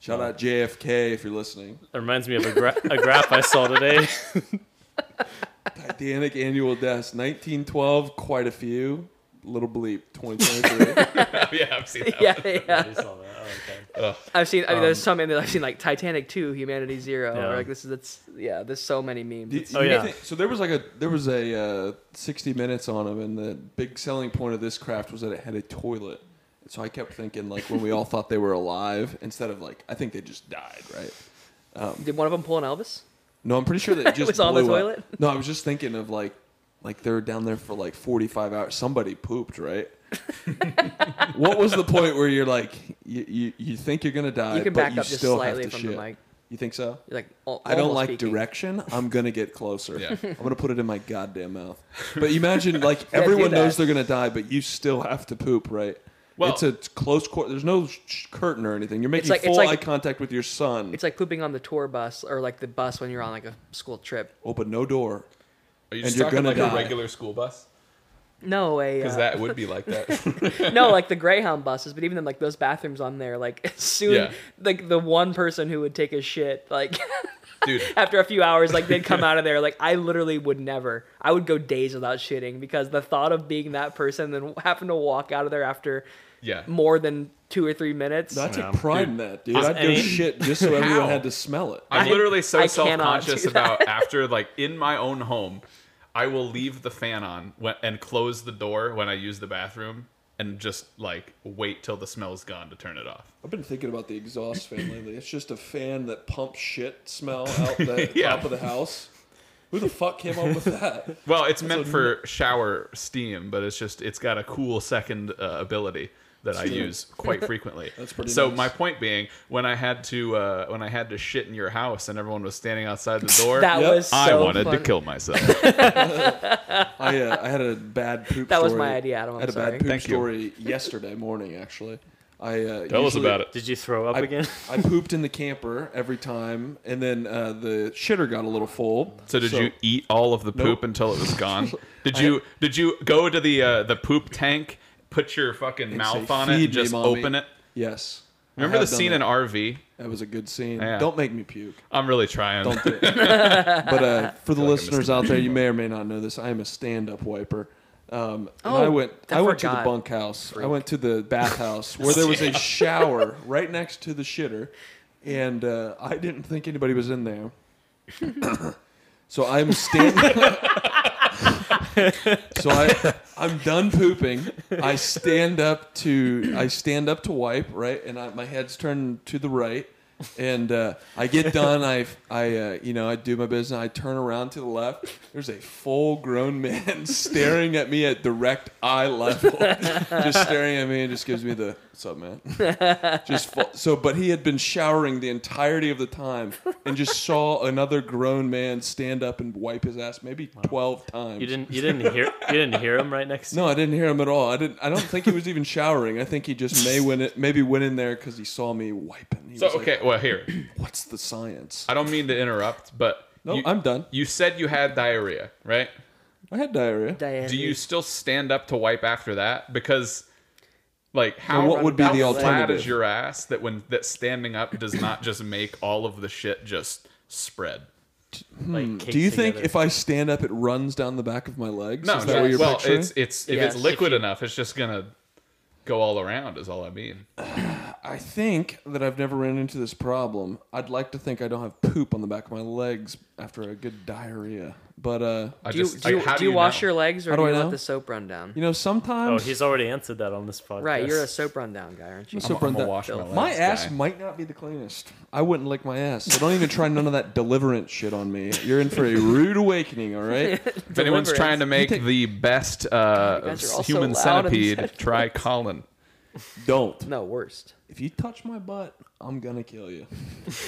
Shout out JFK if you're listening.
that reminds me of a, gra- a graph I saw today.
Titanic annual deaths, 1912, quite a few. Little bleep, 2023.
yeah i've seen that
Yeah, yeah.
I saw that. Oh, okay.
I've seen. I mean,
Um,
there's some in there. I've seen like Titanic Two, Humanity Zero.
Yeah.
or, like this is. It's, yeah, there's so many memes.
Do-
It's-
do
Oh,
you
yeah.
think- so there was like a there was a uh, 60 minutes on him, and the big selling point of this craft was that it had a toilet. And so I kept thinking like when we all thought they were alive, instead of like I think they just died, right?
Did one of them pull an Elvis?
No, I'm pretty sure that it just
was on the
blew up.
toilet?
No, I was just thinking of like like they were down there for like 45 hours. Somebody pooped, right? what was the point where you're like you you, you think you're gonna die,
You can
but
back
you
up just
still
slightly
have to
from the
shit?
mic.
You think so?
You're like, al-
I don't
almost
like
speaking.
direction. I'm gonna get closer.
Yeah.
I'm gonna put it in my goddamn mouth. But imagine like everyone
that.
knows they're gonna die, but you still have to poop, right?
Well-
it's a close court. There's no sh- curtain or anything. You're making
like- it's
full
like-
eye contact with your son.
It's like pooping on the tour bus or like the bus when you're on like a school trip.
Open no door.
are you
And
just
you're
talking
gonna
like a
die.
regular school bus
No, a
because
uh,
that would be like that
no, like the Greyhound buses. But even then, like those bathrooms on there, like soon,
Yeah.
like the one person who would take a shit, like
dude
after a few hours, like they'd come out of there. Like I literally would never. I would go days without shitting because the thought of being that person and then having to walk out of there after
yeah
more than two or three minutes.
No, I take
Yeah.
pride in that, dude. I'd go
any-
shit just so everyone
How?
had to smell it.
I'm literally so
I cannot
self conscious
do that.
about after like in my own home, I will leave the fan on when, and close the door when I use the bathroom and just like wait till the smell's gone to turn it off.
I've been thinking about the exhaust fan lately. It's just a fan that pumps shit smell out the
Yeah.
top of the house. Who the fuck came up with that?
Well, it's meant for shower steam, but it's just it's got a cool second uh, ability that I use quite frequently.
That's pretty
So
nice.
my point being, when I had to uh, when I had to shit in your house and everyone was standing outside the door,
that
Yep.
was so
I wanted
funny.
to kill myself.
I, uh, I had a bad poop.
That was
story.
my idea, Adam.
I
I'm
had a
sorry.
bad poop
Thank you.
story yesterday morning. Actually, I uh,
Tell us
usually-
about it.
Did you throw up
I,
again?
I pooped in the camper every time, and then uh, the shitter got a little full.
So did you eat all of the poop
Nope.
until it was gone? Did you did you go to the uh, the poop tank, put your fucking
say,
mouth on it,
"Feed
and
me,
just
mommy."
open it?
Yes. I
Remember the
have done
scene
that.
in RV?
That was a good scene.
Yeah.
Don't make me puke.
I'm really trying.
Don't do it. but uh, for the
like I missed
listeners out there, you may or may not know this. I am a stand-up wiper. Um, and I
Oh,
went.
I
I went to the
forgot.
bunkhouse. I went to the bathhouse where there was a shower right next to the shitter, and uh, I didn't think anybody was in there. so I'm standing. so I, I'm done pooping. I stand up to. I stand up to wipe right, and I, my head's turned to the right, And uh, I get done. I I uh, you know I do my business. I turn around to the left. There's a full grown man staring at me at direct eye level, just staring at me and just gives me the "What's up, man?" just full, so. But he had been showering the entirety of the time and just saw another grown man stand up and wipe his ass maybe twelve times.
You didn't. You didn't hear. You didn't hear him right next. to
No, I didn't hear him at all. I didn't. I don't think he was even showering. I think he just may went it, maybe went in there because he saw me wiping. He
So
was like,
okay, well here,
what's the science?
I don't mean to interrupt, but
No,
you-
I'm done.
You said you had diarrhea, right?
I had diarrhea.
Diane.
Do you still stand up to wipe after that? Because, like, how
Now, what would be
how
the
flat
alternative?
is your ass that when that standing up does not just make all of the shit just spread?
you, like, caked
Do you think
together.
if I stand up, it runs down the back of my legs?
No,
is
just-
that what you're
well,
picturing?
it's it's if
Yes.
it's liquid enough, it's just gonna go all around. Is all I mean.
I think that I've never ran into this problem. I'd like to think I don't have poop on the back of my legs after a good diarrhea, but uh,
I
do you,
just
do you,
like, how
do you wash
know?
your legs or
How
do,
do
you
I
let
know?
the soap run down?
you know,
Oh,
sometimes
he's already answered that on this podcast.
right, you're a soap run down guy, aren't you?
So
I'm a
Brenda-
wash my legs
my ass
guy.
might not be the cleanest. I wouldn't lick my ass. So don't even try none of that deliverance shit on me. You're in for a rude awakening, all right?
If anyone's
Deliverance.
trying to make the best uh,
you guys are all so
human
loud and
centipede, try Colin.
Don't.
No, worst.
If you touch my butt, I'm gonna kill you.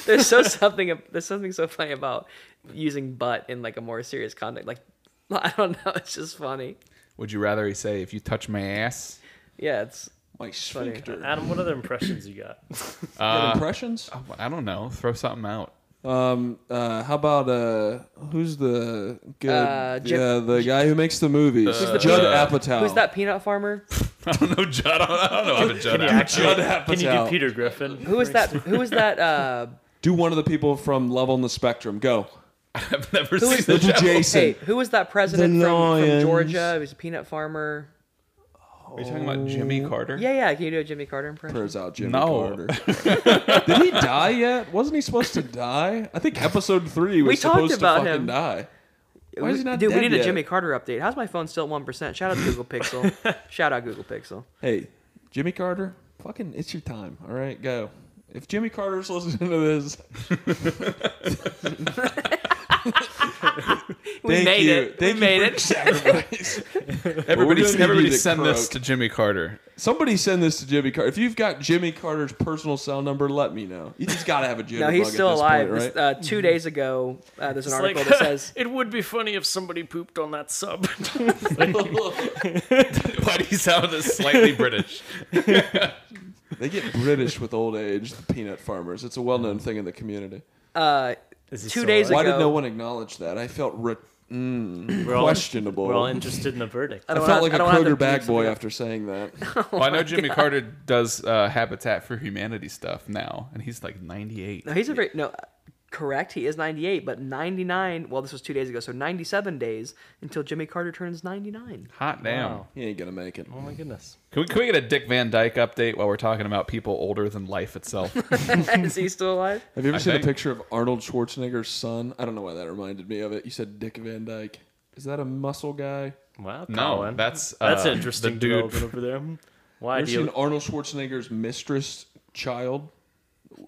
There's so something. There's something so funny about using butt in like a more serious context. Like, I don't know. It's just funny.
Would you rather he say, "If you touch my ass"?
Yeah, it's
My sphincter.
Adam, what other impressions you got?
Got impressions?
Oh, I don't know. Throw something out.
Um. Uh. How about uh? Who's the good?
Uh, Jim-
yeah, the guy who makes the movies.
Who's the
Judd
peanut-
Apatow.
who's that peanut farmer?
I don't know Judd. I don't know if it's Judd.
Can you,
Apatow.
actually,
Judd
can you
Apatow.
do Peter Griffin?
Who is that? Who is that? Uh,
Do one of the people from Love on the Spectrum. Go.
I've never
Who
seen
is
the
Little
show.
Jason.
hey, who was that president
The
from, from
Lions.
Georgia? He was a peanut farmer.
Are you talking about Jimmy Carter?
Oh. Yeah, yeah. Can you do a Jimmy Carter impression?
Turns out Jimmy
No.
Carter. Did he die yet? Wasn't he supposed to die? I think episode three he was
We talked
supposed
about
to fucking
him.
die. Why
We-
is he not
dude,
dead
we need a
yet?
Jimmy Carter update. How's my phone still at one percent? Shout out to Google Pixel. Shout out Google Pixel.
Hey, Jimmy Carter, fucking it's your time. All right, go. If Jimmy Carter's listening to this,
We
thank
made
you.
it.
Thank
we
you
made
for
it.
your sacrifice.
Everybody,
We're gonna need
everybody
you to
send this
croak.
to Jimmy Carter.
Somebody send this to Jimmy Carter. If you've got Jimmy Carter's personal cell number, let me know. He's got to have a jitterbug.
No, he's
at
still
this
alive.
point,
This,
right?
uh, two days ago, uh, there's an
It's
article
like,
that says
it would be funny if somebody pooped on that sub.
Why do you sound slightly British?
they get British with old age. The peanut farmers. It's a well-known thing in the community.
uh,
Is he
Two
still
days
alive?
Why
ago-
did no one acknowledge that? I felt re-
We're all-
questionable.
We're all interested in the verdict.
I
I
don't
felt
wanna-
like
I
a
don't wanna have to
Kroger bag
jinx
boy
it.
after saying that.
well, I know Jimmy Carter does uh, Habitat for Humanity stuff now, and he's like 98.
No, he's a very no. uh, Correct, he is 98, but 99. Well, this was two days ago, so 97 days until Jimmy Carter turns 99.
Hot damn.
Wow.
He ain't gonna make it.
Oh my goodness.
Can we, can we get a Dick Van Dyke update while we're talking about people older than life itself?
is he still alive?
Have you ever
I
seen
think-
a picture of Arnold Schwarzenegger's son? I don't know why that reminded me of it. You said Dick Van Dyke. Is that a muscle guy?
Wow,
No,
Colin.
that's,
that's
uh,
an interesting
the dude-
development over there. Why
You ever
do
seen
you?
Arnold Schwarzenegger's mistress child?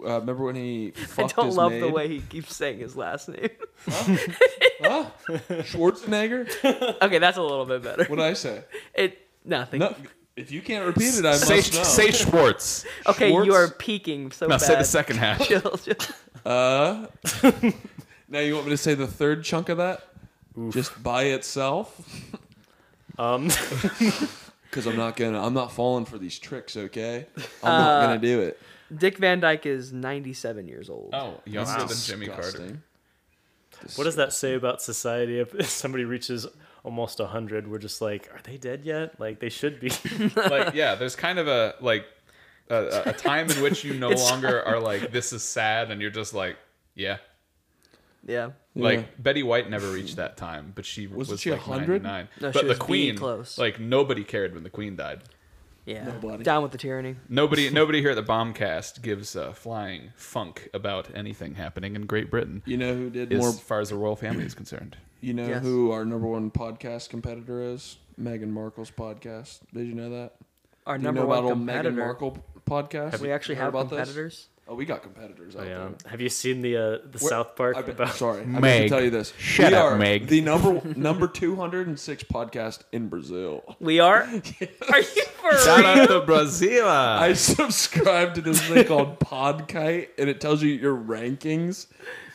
Uh, remember when he
I
fucked
don't
his
love the
maid?
way he keeps saying his last name.
Huh? Schwarzenegger?
okay, that's a little bit better.
What did I say?
It nothing.
No, if you can't repeat it, I must
say,
know.
say Schwartz.
okay, you
Schwartz?
are peaking so
Now
bad.
say the second half.
Chill, chill.
Uh, now you want me to say the third chunk of that? Just by itself?
Um,
Because I'm not gonna. I'm not falling for these tricks. Okay, I'm not
Uh,
gonna do it.
Dick Van Dyke is 97 years old.
Oh, younger than Jimmy Carter.
Disgusting.
what does that say about society? If somebody reaches almost hundred, we're just like, are they dead yet? Like they should be.
like yeah there's kind of a like a, a time in which you no longer are like this is sad and you're just like yeah
Yeah.
like
Yeah.
Betty White never reached that time, but she was,
she
like
100?
99.
No,
but
she
the
was
Queen,
being close.
like nobody cared when the Queen died.
Yeah.
Nobody.
Down with the tyranny.
Nobody, nobody here at the Bombcast gives uh, flying funk about anything happening in Great Britain,
You know who did
as
more?
far as the royal family is concerned.
You know
Yes.
who our number one podcast competitor is? Meghan Markle's podcast. Did you know that?
Our
Do
number
you know
one
about old
competitor.
Meghan Markle podcast?
We actually
Heard
have
about this?
competitors.
Oh, we got competitors out
Yeah.
there.
Have you seen the uh, the
We're-
South Park
I've been-
about?
sorry, I meant to
Meg,
tell you this.
shut
we
up,
are
Meg.
The number number two hundred and six podcast in Brazil.
We are. Are you for
Shout
real?
out to Brazil.
I subscribe to this thing called Podkite, and it tells you your rankings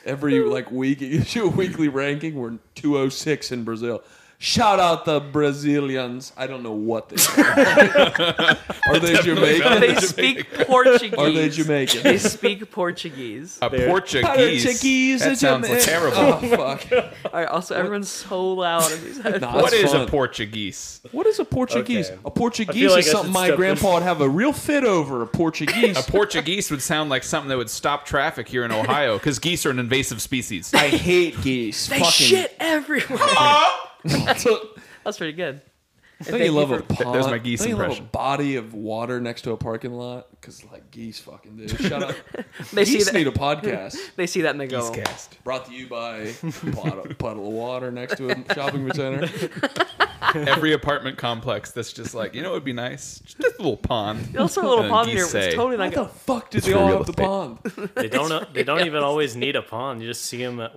every like week. It gives you a weekly ranking. We're two oh six in Brazil. Shout out the Brazilians. I don't know what they are. are they Jamaican?
They speak Portuguese.
Are
They
they Jamaican?
speak Portuguese.
a
They're-
Portuguese.
Portuguese,
That sounds
Jamaican.
terrible.
Oh fuck!
All right, also, everyone's so loud in these headphones.
Nah,
What
that's
is
fun.
a Portuguese?
What is a Portuguese?
Okay.
A
I feel
Portuguese
like
is
I
something
should
my
step in.
grandpa would have a real fit over. A Portuguese.
A Portuguese would sound like something that would stop traffic here in Ohio because geese are an invasive species.
I hate geese.
They shit everywhere. That's pretty good.
Don't you
you
love
for-
a pond?
there's my geese
Don't you love a
impression.
body of water next to a parking lot? Because like geese fucking do. Shut up.
They see
geese
that.
need a podcast.
They see that and they go.
Geesecast.
Brought to you by puddle, puddle of water next to a shopping center.
Every apartment complex that's just like, you know, it would be nice. Just a little pond.
Also, a little
Uh,
pond
geese
here. It's
say,
totally
What
like.
the fuck did they
for
all
real
have the
estate.
pond?
They don't. They don't even always need a pond. You just see them at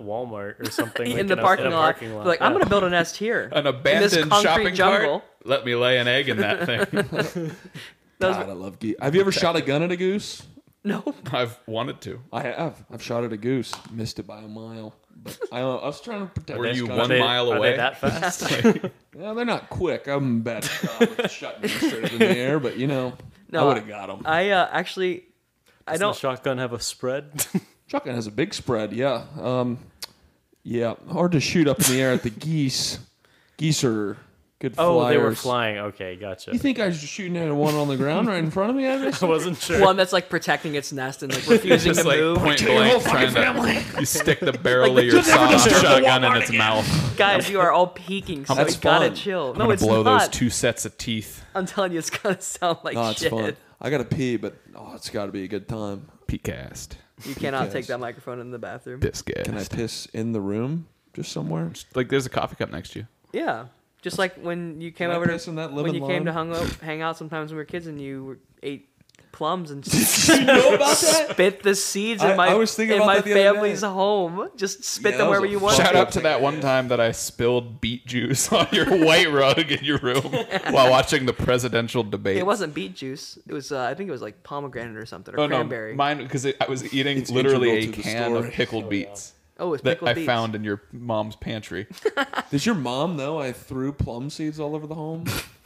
Walmart or something. like
in the
a-
parking,
in a
lot.
parking
They're Like, I'm
Yeah.
gonna build a nest here.
An
in
abandoned
this
shopping
concrete jungle.
cart. Let me lay an egg in that thing.
Those-
God, I love geese. Have you ever shot a gun at a goose?
no,
I've wanted to.
I have. I've shot at a goose. Missed it by a mile. But I, uh, I was trying to protect.
Were
this
you
guy.
one
Ah. They-
mile
are
away.
They that fast?
Yeah, they're not quick. I'm bad at shot with a shotgun straight up in the air, but you know,
No,
I would have got them.
I uh, actually, I
Does the
don't.
shotgun have a spread?
Shotgun has a big spread, yeah. Um, yeah, hard to shoot up in the air at the geese. Geese are good
oh,
flyers.
they were flying. Okay, gotcha.
You think I was just shooting at one on the ground right in front of me? I missed
I wasn't sure.
One that's like protecting its nest and like refusing
Just
to
like
move.
point
your whole fucking
blank, trying to you stick the barrel of your
you'll never
soft
deserve the
shotgun in
Walmart
its
again.
mouth.
Guys, you are all peeking, so
That's
we gotta
fun.
chill.
I'm
No,
gonna
it's
blow those
not.
two sets of teeth.
I'm telling you, it's gonna sound like
No, it's
shit.
fun. I gotta pee, but oh, it's gotta be a good time.
Pecast,
You cannot
Yes.
take that microphone in the bathroom.
Can I
biscuit.
piss in the room, just somewhere?
Like there's a coffee cup next to you.
Yeah, just like when you came
Can I
over
piss
to
in that
when
lemon
you came to
lime?
hung out, hang out sometimes when we were kids and you were, ate plums and just
you know about that?
spit the seeds
I-
in my
I was thinking
in
about
my
that the other
family's
day.
home. Just spit
Yeah, that
them
was
wherever
a
you
fuck
want.
Shout
you.
out to that one time that I spilled beet juice on your white rug in your room while watching the presidential debate.
It wasn't beet juice. It was uh, I think it was like pomegranate or something or
Oh,
cranberry.
No, mine because I was eating literally a
integral to the
can
story.
of pickled beets
oh, it's
that
pickled
I
beets.
found in your mom's pantry.
Does your mom know I threw plum seeds all over the home?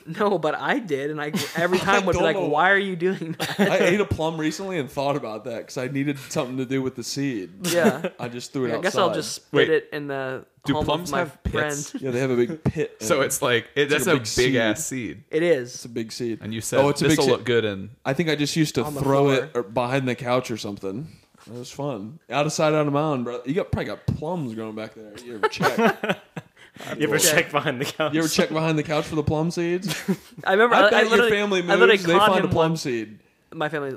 No, but I did, and I every time would be
don't
like,
know.
"Why are you doing that?"
I ate a plum recently and thought about that because I needed something to do with the seed.
Yeah.
I just threw it
I
outside.
guess I'll just spit
Wait,
it in the
do
home
plums
of my
have pits?
friend.
Yeah, they have a big pit. in
so
it.
it's like it,
It's
that's
like a
a
big
big ass seed,
It
It's
is.
a big seed.
and you said
"Oh, it's a
this
big
will
seed."
look good and
I think I just used to
On the
throw
floor.
it or behind the couch or something. It was fun. Out of sight, out of mind, bro. You got probably got plums growing back there. You ever check?
you ever
Okay.
check behind the couch?
you ever check behind the couch for the plum seeds?
I remember.
I,
I, I
bet your
literally,
family
I literally
moves. They
caught
find a
him
plum
once.
seed.
My family,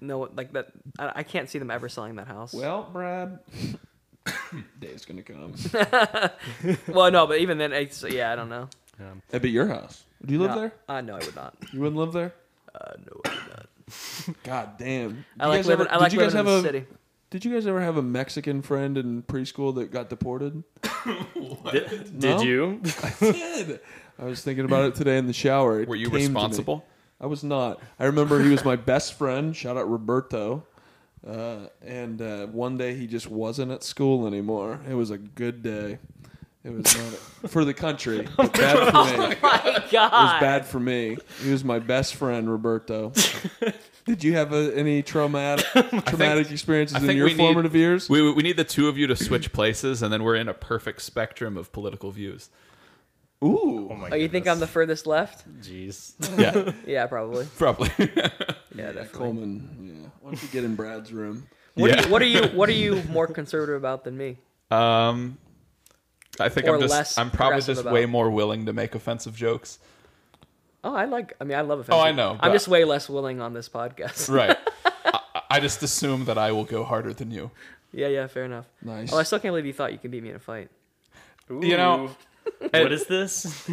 no, like that. I, I can't see them ever selling that house. Well,
Well, Brad, day's gonna come.
no, but even then, it's, yeah, I don't know.
That'd be your house. Do you live
no,
there?
Uh, no, I would not.
You wouldn't live there?
Uh, no, I would not.
God damn.
I like living. I like living in the city.
Did you guys ever have a Mexican friend in preschool that got deported?
Did, did
No?
you?
did. I was thinking about it today in the shower. It
were
came
you
to me.
responsible?
I was not. I remember he was my best friend. Shout out Roberto. Uh, and uh, one day he just wasn't at school anymore. It was a good day. It was not for the country.
Oh
But bad for me. It
My
was
God,
bad for me. He was my best friend, Roberto. Did you have a, any traumatic traumatic experiences
I
in
think
your
we
formative
need,
years?
We, we need the two of you to switch places, and then we're in a perfect spectrum of political views.
Ooh.
Oh my
Oh, you think I'm the furthest left?
Jeez.
Yeah,
Yeah, probably.
probably.
Yeah,
Yeah,
definitely.
Coleman. Yeah. Why don't you get in Brad's room?
What, are
Yeah.
you, what are you? What are you more conservative about than me?
Um, I think
Or
I'm
less
just I'm probably
progressive
just
about.
way more willing to make offensive jokes.
Oh, I like. I mean, I love offensive.
Oh, I know,
I'm
but-
just way less willing on this podcast.
Right. I, I just assume that I will go harder than you.
Yeah, yeah, fair enough.
Nice.
Oh, I still can't believe you thought you could beat me in a fight.
You know,
Ooh. what is this?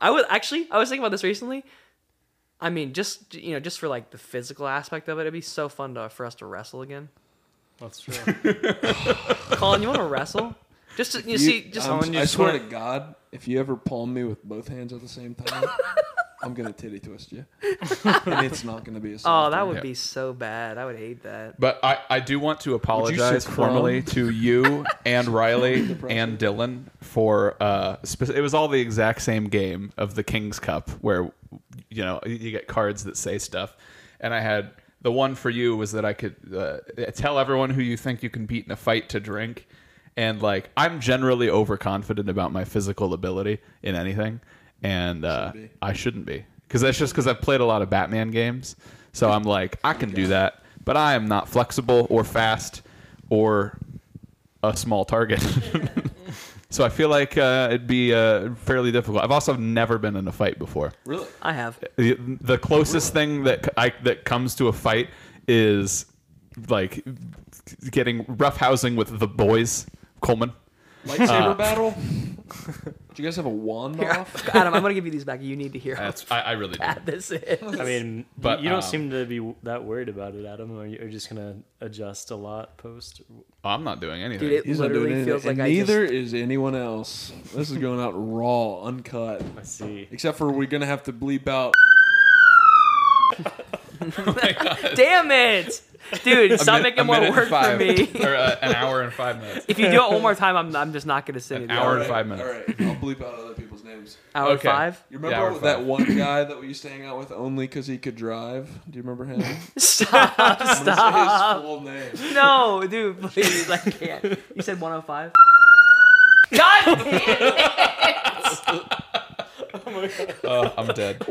I was actually I was thinking about this recently. I mean, just you know, just for like the physical aspect of it, it'd be so fun to, for us to wrestle again.
That's true.
Colin, you want to wrestle? Just to, you, see, just
I'm-
Colin, you
Um, I swear
swear-
to God, if you ever palm me with both hands at the same time, I'm gonna titty twist you, and it's not gonna be a.
oh,
soft
that
one.
would
Yeah.
be so bad. I would hate that.
But I, I do want to apologize
say
formally to you and Riley and Dylan for uh spe- it was all the exact same game of the King's Cup where you know you get cards that say stuff and I had the one for you was that I could uh, tell everyone who you think you can beat in a fight to drink and like I'm generally overconfident about my physical ability in anything and uh,
Should be.
I shouldn't be because that's just because I've played a lot of Batman games. So I'm like, I can do that, but I am not flexible or fast or a small target. so I feel like uh, it'd be uh, fairly difficult. I've also never been in a fight before.
really?
I have.
The, the closest thing that c- I, that comes to a fight is like getting roughhousing with the boys, Coleman.
Uh.
Lightsaber battle? Do you guys have a wand off?
Adam, I'm gonna give you these back. You need to hear how
That's I, I really do.
bad this is.
I mean,
But,
but you
um,
don't seem to be that worried about it, Adam. Are you are you just gonna adjust a lot post?
Oh, I'm not doing anything.
Dude, it
He's not doing
literally
anything.
feels like
and
I
neither
just.
is anyone else. This is going out raw, uncut.
I see.
Except for we're gonna have to bleep out.
Damn it, dude! Stop making more work for me.
or uh, an hour and five minutes.
if you do it one more time, I'm, I'm just not gonna send it.
An hour
Hour,
and five minutes.
All right, I'll bleep out other people's names.
hour
Okay.
five.
You
Yeah,
remember
we're
that
fine.
one guy that we used to hang out with only because he could drive? Do you remember him?
Stop!
Stop. his full name.
no, dude, please, I can't. You said 105. God damn it!
Uh, I'm dead.
105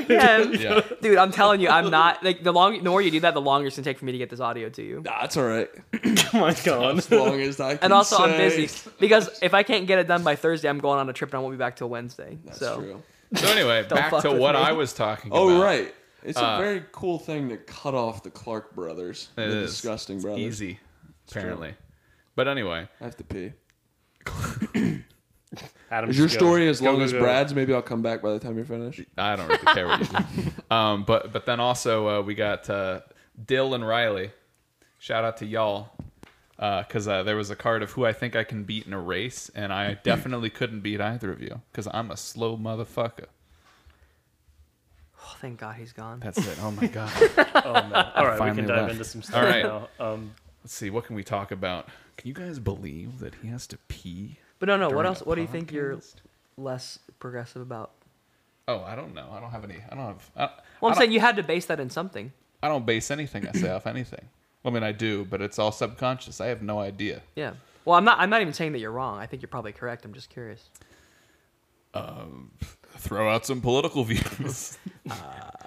again.
Yeah.
Dude, I'm telling you, I'm not like the long. The more you do that, the longer it's gonna take for me to get this audio to you.
Nah, it's all right.
Oh my god.
As long as I can
And also, I'm
say.
busy because if I can't get it done by Thursday, I'm going on a trip and I won't be back till Wednesday.
That's
so
true.
So anyway, back
fuck
to
with
what
me.
I was talking
Oh
about.
right, it's
Uh,
a very cool thing to cut off the Clark brothers,
It
the
is.
disgusting
It's
brothers.
Easy, apparently. But anyway,
I have to pee.
Adam,
Is your
just go.
story as
Go,
long
go,
as
go.
Brad's? Maybe I'll come back by the time you're finished.
I don't really care what you do. Um, but but then also uh, we got uh, Dill and Riley. Shout out to y'all because uh, there was a card of who I think I can beat in a race, and I definitely couldn't beat either of you because I'm a slow motherfucker.
Oh, thank God he's gone.
That's it. Oh my god.
Oh, no. All right, we
finally
can dive
left.
into some stuff
All right.
now. Um,
Let's see. What can we talk about? Can you guys believe that he has to pee?
But no, no. Oh, What
during
else?
a
What do you think you're
podcast?
less progressive about?
Oh, I don't know. I don't have any. I don't have. I,
Well,
I
I'm
don't-
saying you had to base that in something.
I don't base anything I say off anything. I mean, I do, but it's all subconscious. I have no idea.
Yeah. Well, I'm not. I'm not even saying that you're wrong. I think you're probably correct. I'm just curious.
Throw out some political views. Uh,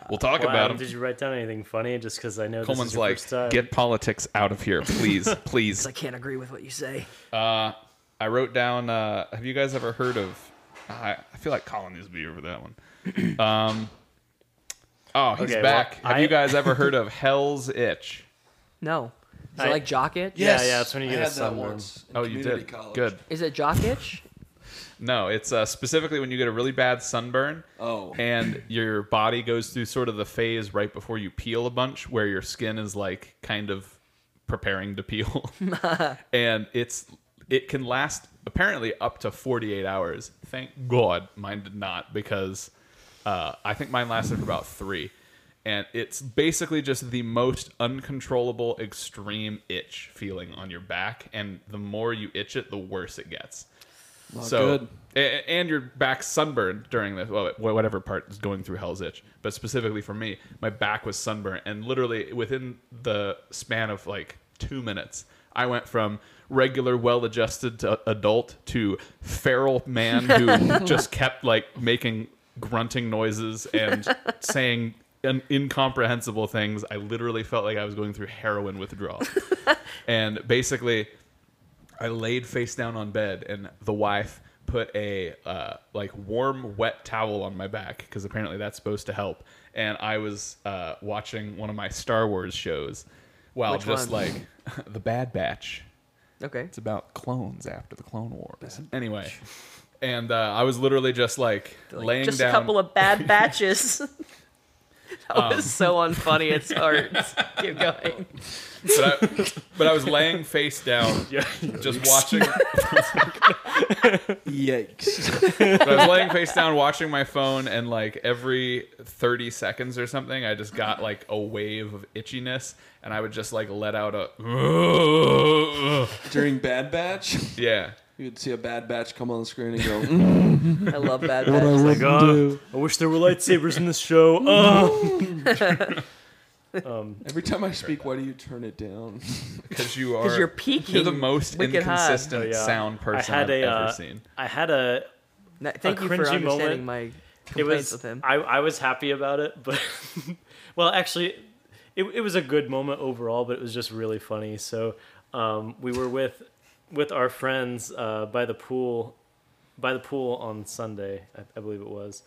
we'll talk
well,
about
Adam,
them.
did you write down anything funny? Just because I know this
Coleman's
is your
like,
first time.
get politics out of here, please, please.
'Cause I can't agree with what you say.
Uh, I wrote down. Uh, have you guys ever heard of? I, I feel like Colin needs to be here for that one. Um, oh, he's
Okay, well,
back. have
I-
you guys ever heard of Hell's Itch?
No. Is it
I-
like jock itch?
Yeah, yeah, it's when you
I
get a
had that
sunburn.
once. in
Oh, you
community
did.
college.
Good.
Is it jock itch?
No, it's uh, specifically when you get a really bad sunburn.
Oh.
And your body goes through sort of the phase right before you peel a bunch where your skin is like kind of preparing to peel. and it's it can last apparently up to 48 hours. Thank God mine did not because uh, I think mine lasted for about 3. And it's basically just the most uncontrollable extreme itch feeling on your back and the more you itch it the worse it gets
Not
so
good.
a- and your back sunburned during this well wh- whatever part is going through hell's itch but specifically for me my back was sunburned and literally within the span of like two minutes i went from regular well-adjusted to adult to feral man who just kept like making grunting noises and saying un- incomprehensible things i literally felt like i was going through heroin withdrawal and basically I laid face down on bed, and the wife put a uh, like warm, wet towel on my back because apparently that's supposed to help. And I was uh, watching one of my Star Wars shows while
Which
just
one?
like the Bad Batch.
Okay.
It's about clones after the Clone Wars. Anyway, and uh, I was literally just like, laying
just
down.
a couple of bad batches. That
Um.
was so unfunny. It's hard. Keep going.
But I, but I was laying face down,
Yeah.
just watching.
Yikes.
But I was laying face down, watching my phone, and like every 30 seconds or something, I just got like a wave of itchiness, and I would just like let out a.
During Bad Batch,
Yeah.
you'd see a Bad Batch come on the screen and go, "Mm,
I love Bad Batch.
Like, uh, I wish there were lightsabers in this show. Uh.
Every time I speak, why do you turn it down?
Because you are.
Because you're peaking.
you're the most
wicked high.
inconsistent
Oh, yeah.
sound person
I had
I've
a,
ever
uh,
seen.
I had a.
No, thank you for
cringy moment.
understanding my
It
complaints
was.
with him.
I, I was happy about it, but well, actually, it, it was a good moment overall. But it was just really funny. So um, we were with with our friends uh, by the pool, by the pool on Sunday, I, I believe it was,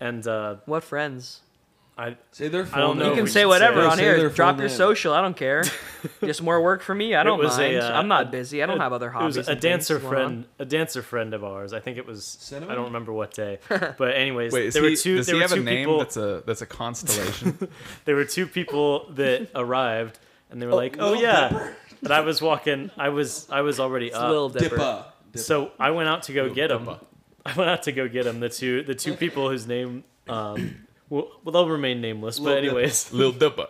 and uh,
What friends?
I
Say their
I don't
phone
know
You
if
name.
can
we
say
should
whatever
say-
on
Say
here.
their
Drop
full
your
name.
social. I don't care. Just more work for me. I don't
was a,
mind.
uh,
I'm not
a-
busy. I don't
a-
have other
it was
hobbies.
a
and things
dancer
going on.
friend, a dancer friend of ours. I think it was.
Cinnamon?
I don't remember what day, but anyways,
Wait, is
there
he,
were two.
does
there
he
were
have
two
a name
people.
that's a that's a constellation?
There were two people that arrived, and they were like, "Oh
Lil
yeah,"
Dipper?
and I was walking. I was I was already
Uh,
up.
Lil Dipper.
Dippa. Dippa.
So I went out to go get him.
Dipper.
I went out to go get him. The two the two people whose name um, well, well they'll remain nameless.
Lil
But
Dipper.
anyways,
Lil Dippa.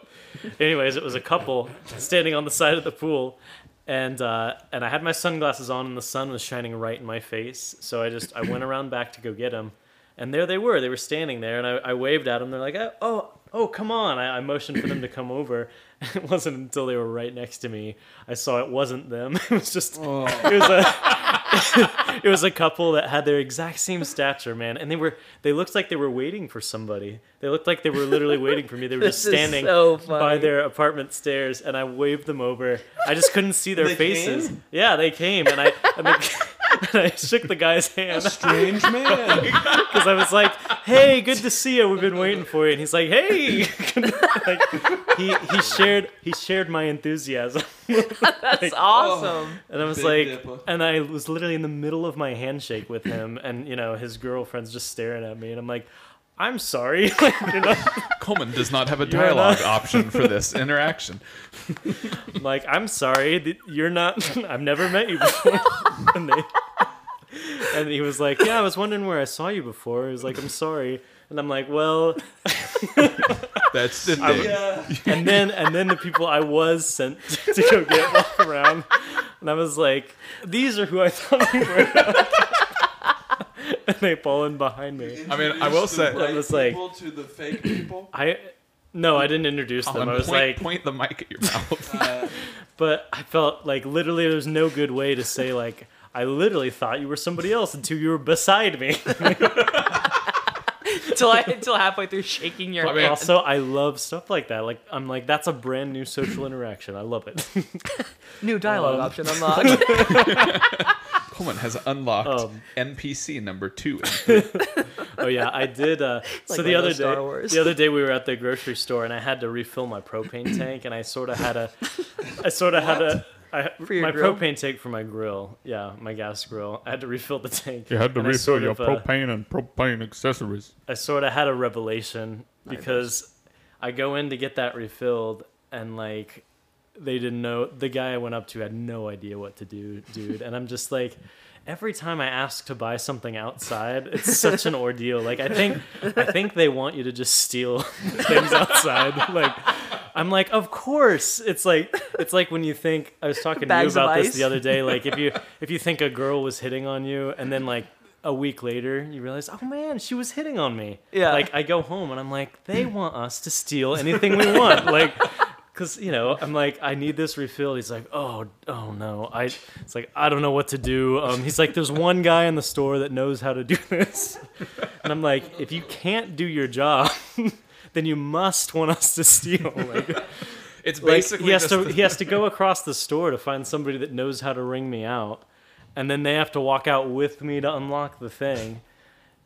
anyways, it was a couple standing on the side of the pool, and uh, and I had my sunglasses on, and the sun was shining right in my face. So I just I went around back to go get them, and there they were. They were standing there, and I, I waved at them. They're like, "Oh, oh, oh, come on! I, I motioned for them to come over. It wasn't until they were right next to me I saw it wasn't them. It was just
Oh.
it was a it was a couple that had their exact same stature, man, and they were they looked like they were waiting for somebody. They looked like they were literally waiting for me. They were just
This is
standing
so
by
funny.
their apartment stairs, and I waved them over. I just couldn't see their
They
faces.
came?
Yeah, they came, and I and, the, and I shook the guy's hand
Strange man.
because I was like, "Hey, good to see you. We've been waiting for you." And he's like, "Hey." like, he he shared he shared my enthusiasm.
Oh.
That's awesome.
And I was
Big
like,
dipper.
and I was literally in the middle of my handshake with him, and you know his girlfriend's just staring at me, and I'm like, I'm sorry. Like, you know,
Coleman does not have a
are not-
dialogue option for this interaction.
I'm like I'm sorry that you're not. I've never met you before. and, they, and he was like, Yeah, I was wondering where I saw you before. He was like, I'm sorry. And I'm like, well,
That's the thing.
yeah.
and then and then the people I was sent to go get walk around, and I was like, these are who I thought you were, and they fall in behind me.
I mean, I will say-
Introduce the
It was
right
like-
people to the fake people.
I no, I didn't introduce them. I
Colin,
was
Oh, point,
like,
point the mic at your mouth.
Uh,
but I felt like literally there's no good way to say like I literally thought you were somebody else until you were beside me.
Until I until halfway through shaking your
I mean,
hand.
also, I love stuff like that. Like I'm like that's a brand new social interaction. I love it.
new dialogue
um,
option unlocked.
Coleman has unlocked
Um,
NPC number two.
oh yeah, I did. Uh, so
Like
the
Lego
other
Star
day,
Wars.
the other day we were at the grocery store and I had to refill my propane tank and I sort of had a, I sort of had a. I,
For your
my
grill?
propane tank for my grill, yeah, my gas grill. I had to refill the tank.
You had to
and I
refill
sort
your
of, uh,
propane and propane accessories.
I sort of had a revelation because I go in to get that refilled and like they didn't know the guy I went up to had no idea what to do, dude. and I'm just like every time I ask to buy something outside, it's such an ordeal. Like I think I think they want you to just steal things outside. Like I'm like, of course. It's like it's like when you think I was talking to you
Bags of
about this
ice.
the other day. Like if you if you think a girl was hitting on you, and then like a week later you realize, oh man, she was hitting on me.
Yeah.
Like I go home and I'm like, they want us to steal anything we want. like. Cause you know, I'm like, I need this refilled. He's like, oh, oh no, I. It's like I don't know what to do. Um, he's like, there's one guy in the store that knows how to do this, and I'm like, if you can't do your job, then you must want us to steal. Like,
It's
like,
basically
he has
just
to
the-
he has to go across the store to find somebody that knows how to ring me out, and then they have to walk out with me to unlock the thing,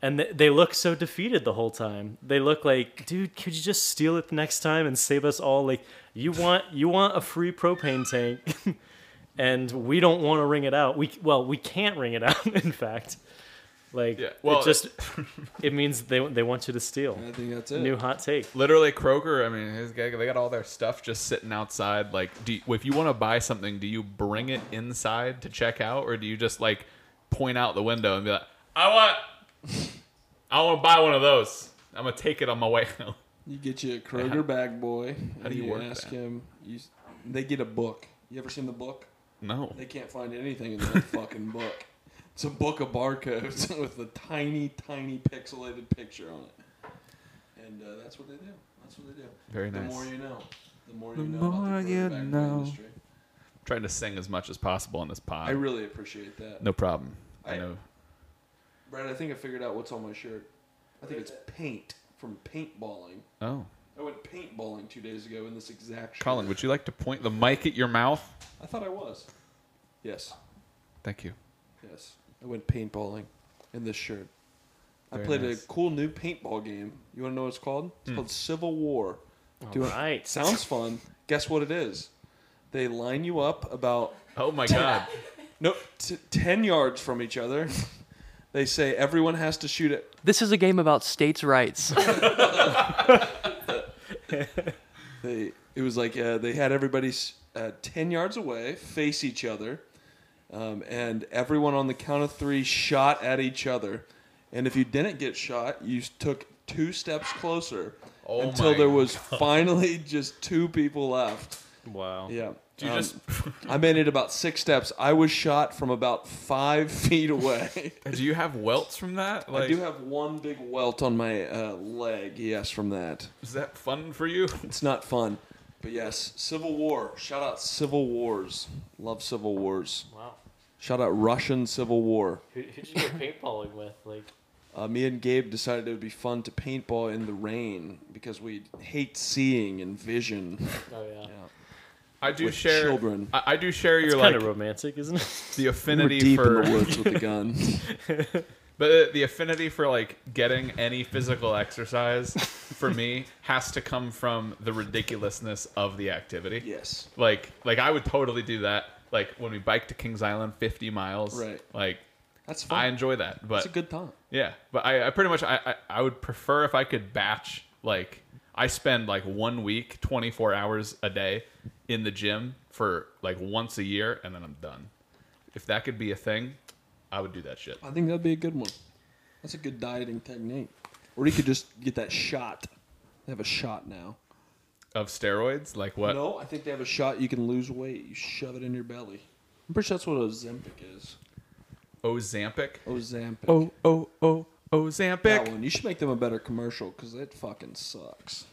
and th- they look so defeated the whole time. They look like, dude, could you just steal it the next time and save us all? Like, you want you want a free propane tank, and we don't want to ring it out. We well we can't ring it out. In fact, Like,
Yeah, well,
it just it means they they want you to steal.
I think that's it.
New hot take.
Literally, Kroger. I mean, his guy, they got all their stuff just sitting outside. Like, do you, if you want to buy something, do you bring it inside to check out, or do you just like point out the window and be like, "I want, I want to buy one of those. I'm gonna take it on my way home."
You get you a Kroger bag boy. How
do you work
ask
that?
him? You, s- they get a book. You ever seen the book?
No,
They can't find anything in that fucking book. It's a book of barcodes with a tiny, tiny pixelated picture on it. And uh, that's what they do. That's what they do.
very
the
nice.
more you know. The more you
The
know
more
about the
you
Kroger bag boy
know.
industry.
trying to sing as much as possible on this pod.
I really appreciate that.
no problem. I
I-
know.
Brad, I think I figured out what's on my shirt. I think it's paint from paintballing.
Oh,
I went paintballing two days ago in this exact shirt.
Colin, would you like to point the mic at your mouth?
I thought I was. Yes.
Thank you.
Yes. I went paintballing in this shirt.
Very
I played
nice. Hmm.
a cool new paintball game. You want to know what it's called? It's called Civil War.
All
Do it.
right.
Sounds fun. Guess what it is? They line you up about
Oh my God.
no t- 10 yards from each other. They say everyone has to shoot it.
This is a game about states' rights.
They it was like uh, they had everybody s- uh, 10 yards away face each other. Um, and everyone on the count of three shot at each other. And if you didn't get shot, you s- took two steps closer
Oh
until
my
there was finally just two people left.
Wow.
Yeah.
You
Um,
just
I made it about six steps. I was shot from about five feet away.
do you have welts from that? Like,
I do have one big welt on my uh, leg. Yes, from that.
is that fun for you?
It's not fun. But yes, Civil War. Shout out Civil Wars. Love Civil Wars.
Wow.
Shout out Russian Civil War.
Who who'd you go paintballing with? Like,
Uh, me and Gabe decided it would be fun to paintball in the rain because we hate seeing and vision.
oh yeah.
I do
With
share
children.
I, I do share
It's
your
kind
like
of romantic, isn't it?
the
We're
affinity
deep
for
in the woods with the gun.
but uh, the affinity for like getting any physical exercise for me has to come from the ridiculousness of the activity.
yes.
Like like I would totally do that. Like when we bike to Kings Island 50 miles.
Right.
Like
That's fun.
I enjoy that. But
That's a good time.
Yeah, but I, I pretty much I, I I would prefer if I could batch like I spend like one week, twenty four hours a day in the gym for like once a year, and then I'm done. If that could be a thing, I would do that shit.
I think that'd be a good one. That's a good dieting technique. Or you could just get that shot. They have a shot now.
Of steroids, like what?
No, I think they have a shot you can lose weight. You shove it in your belly. I'm pretty sure that's what Ozempic is.
Ozampic.
Ozampic.
Oh oh oh
that
Ozampic.
one. You should make them a better commercial because that fucking sucks.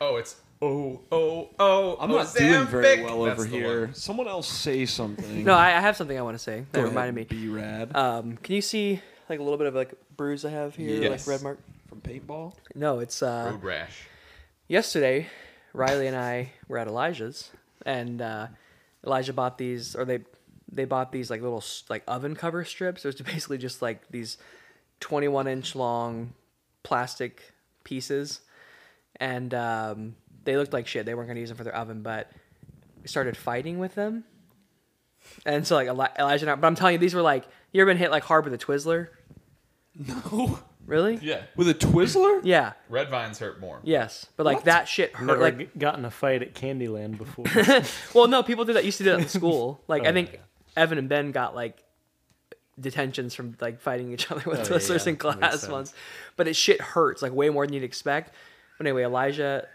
Oh, it's oh oh oh.
I'm not doing very
Ozempic.
well
That's
over
the
here.
one.
Someone else say something.
no, I, I have something I want to say that reminded me.
Be rad
Um, can you see like a little bit of like bruise I have here,
Yes.
like red mark?
from paintball.
No, it's uh,
Road rash.
yesterday, Riley and I were at Elijah's, and uh, Elijah bought these, or they they bought these like little s- like oven cover strips. It was basically just like these twenty one inch long plastic pieces, and um, they looked like shit. They weren't gonna use them for their oven, but we started fighting with them, and so like Eli- Elijah and I. But I'm telling you, these were like you ever been hit like hard with a Twizzler?
No,
Really?
Yeah,
with a Twizzler.
Yeah.
red vines hurt more.
Yes, but like that shit
I've
hurt.
never
Like
g- gotten a fight at Candyland before.
Well, no, people did that. Used to do that in school. Like I think
Oh, yeah.
Evan and Ben got like detentions from like fighting each other with
Oh, yeah,
Twizzlers in
makes
class
sense.
once. But it shit hurts like way more than you'd expect. But anyway, Elijah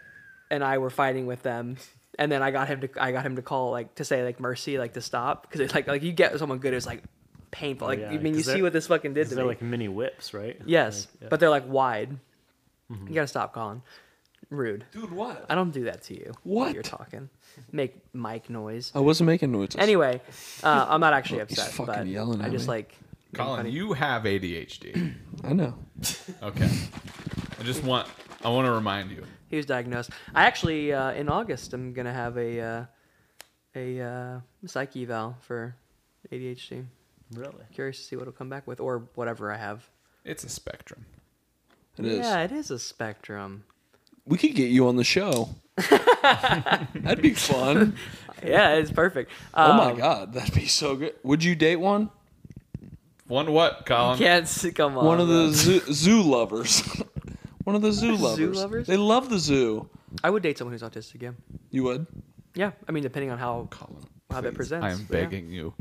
and I were fighting with them, and then I got him to I got him to call like to say like mercy like to stop because it's like like you get someone good it's like painful like
Oh, yeah,
I mean you
'cause
see
they're-
what this fucking did to
They're
me.
like mini whips, right?
yes,
Like, yeah. Mm-hmm.
but they're like wide. You gotta stop calling. Rude.
Dude, what?
I don't do that to you. While
What?
you're talking, make mic noise.
I wasn't making noises.
Anyway, uh, I'm not actually
He's
upset,
fucking
but
yelling
I
at
just
me.
like made
Colin,
funny-
you have ADHD.
I know.
Okay. I just want I want to remind you.
He was diagnosed. I actually uh, in August I'm gonna have a uh, a uh, psych eval for ADHD.
Really?
Curious to see what it'll come back with or whatever I have.
It's a spectrum.
It is.
Yeah, it is a spectrum.
We could get you on the show. that'd be fun.
Yeah, it's perfect.
Oh my
Um,
god, that'd be so good. Would you date one?
One what, Colin?
Um, Can't s- come on.
One of
bro.
the zoo, zoo lovers. One of the zoo lovers.
lovers?
They love the zoo.
I would date someone who's autistic. Yeah.
You would?
Yeah. I mean, depending on how
Colin,
How that
please,
presents,
I am
but yeah.
begging you.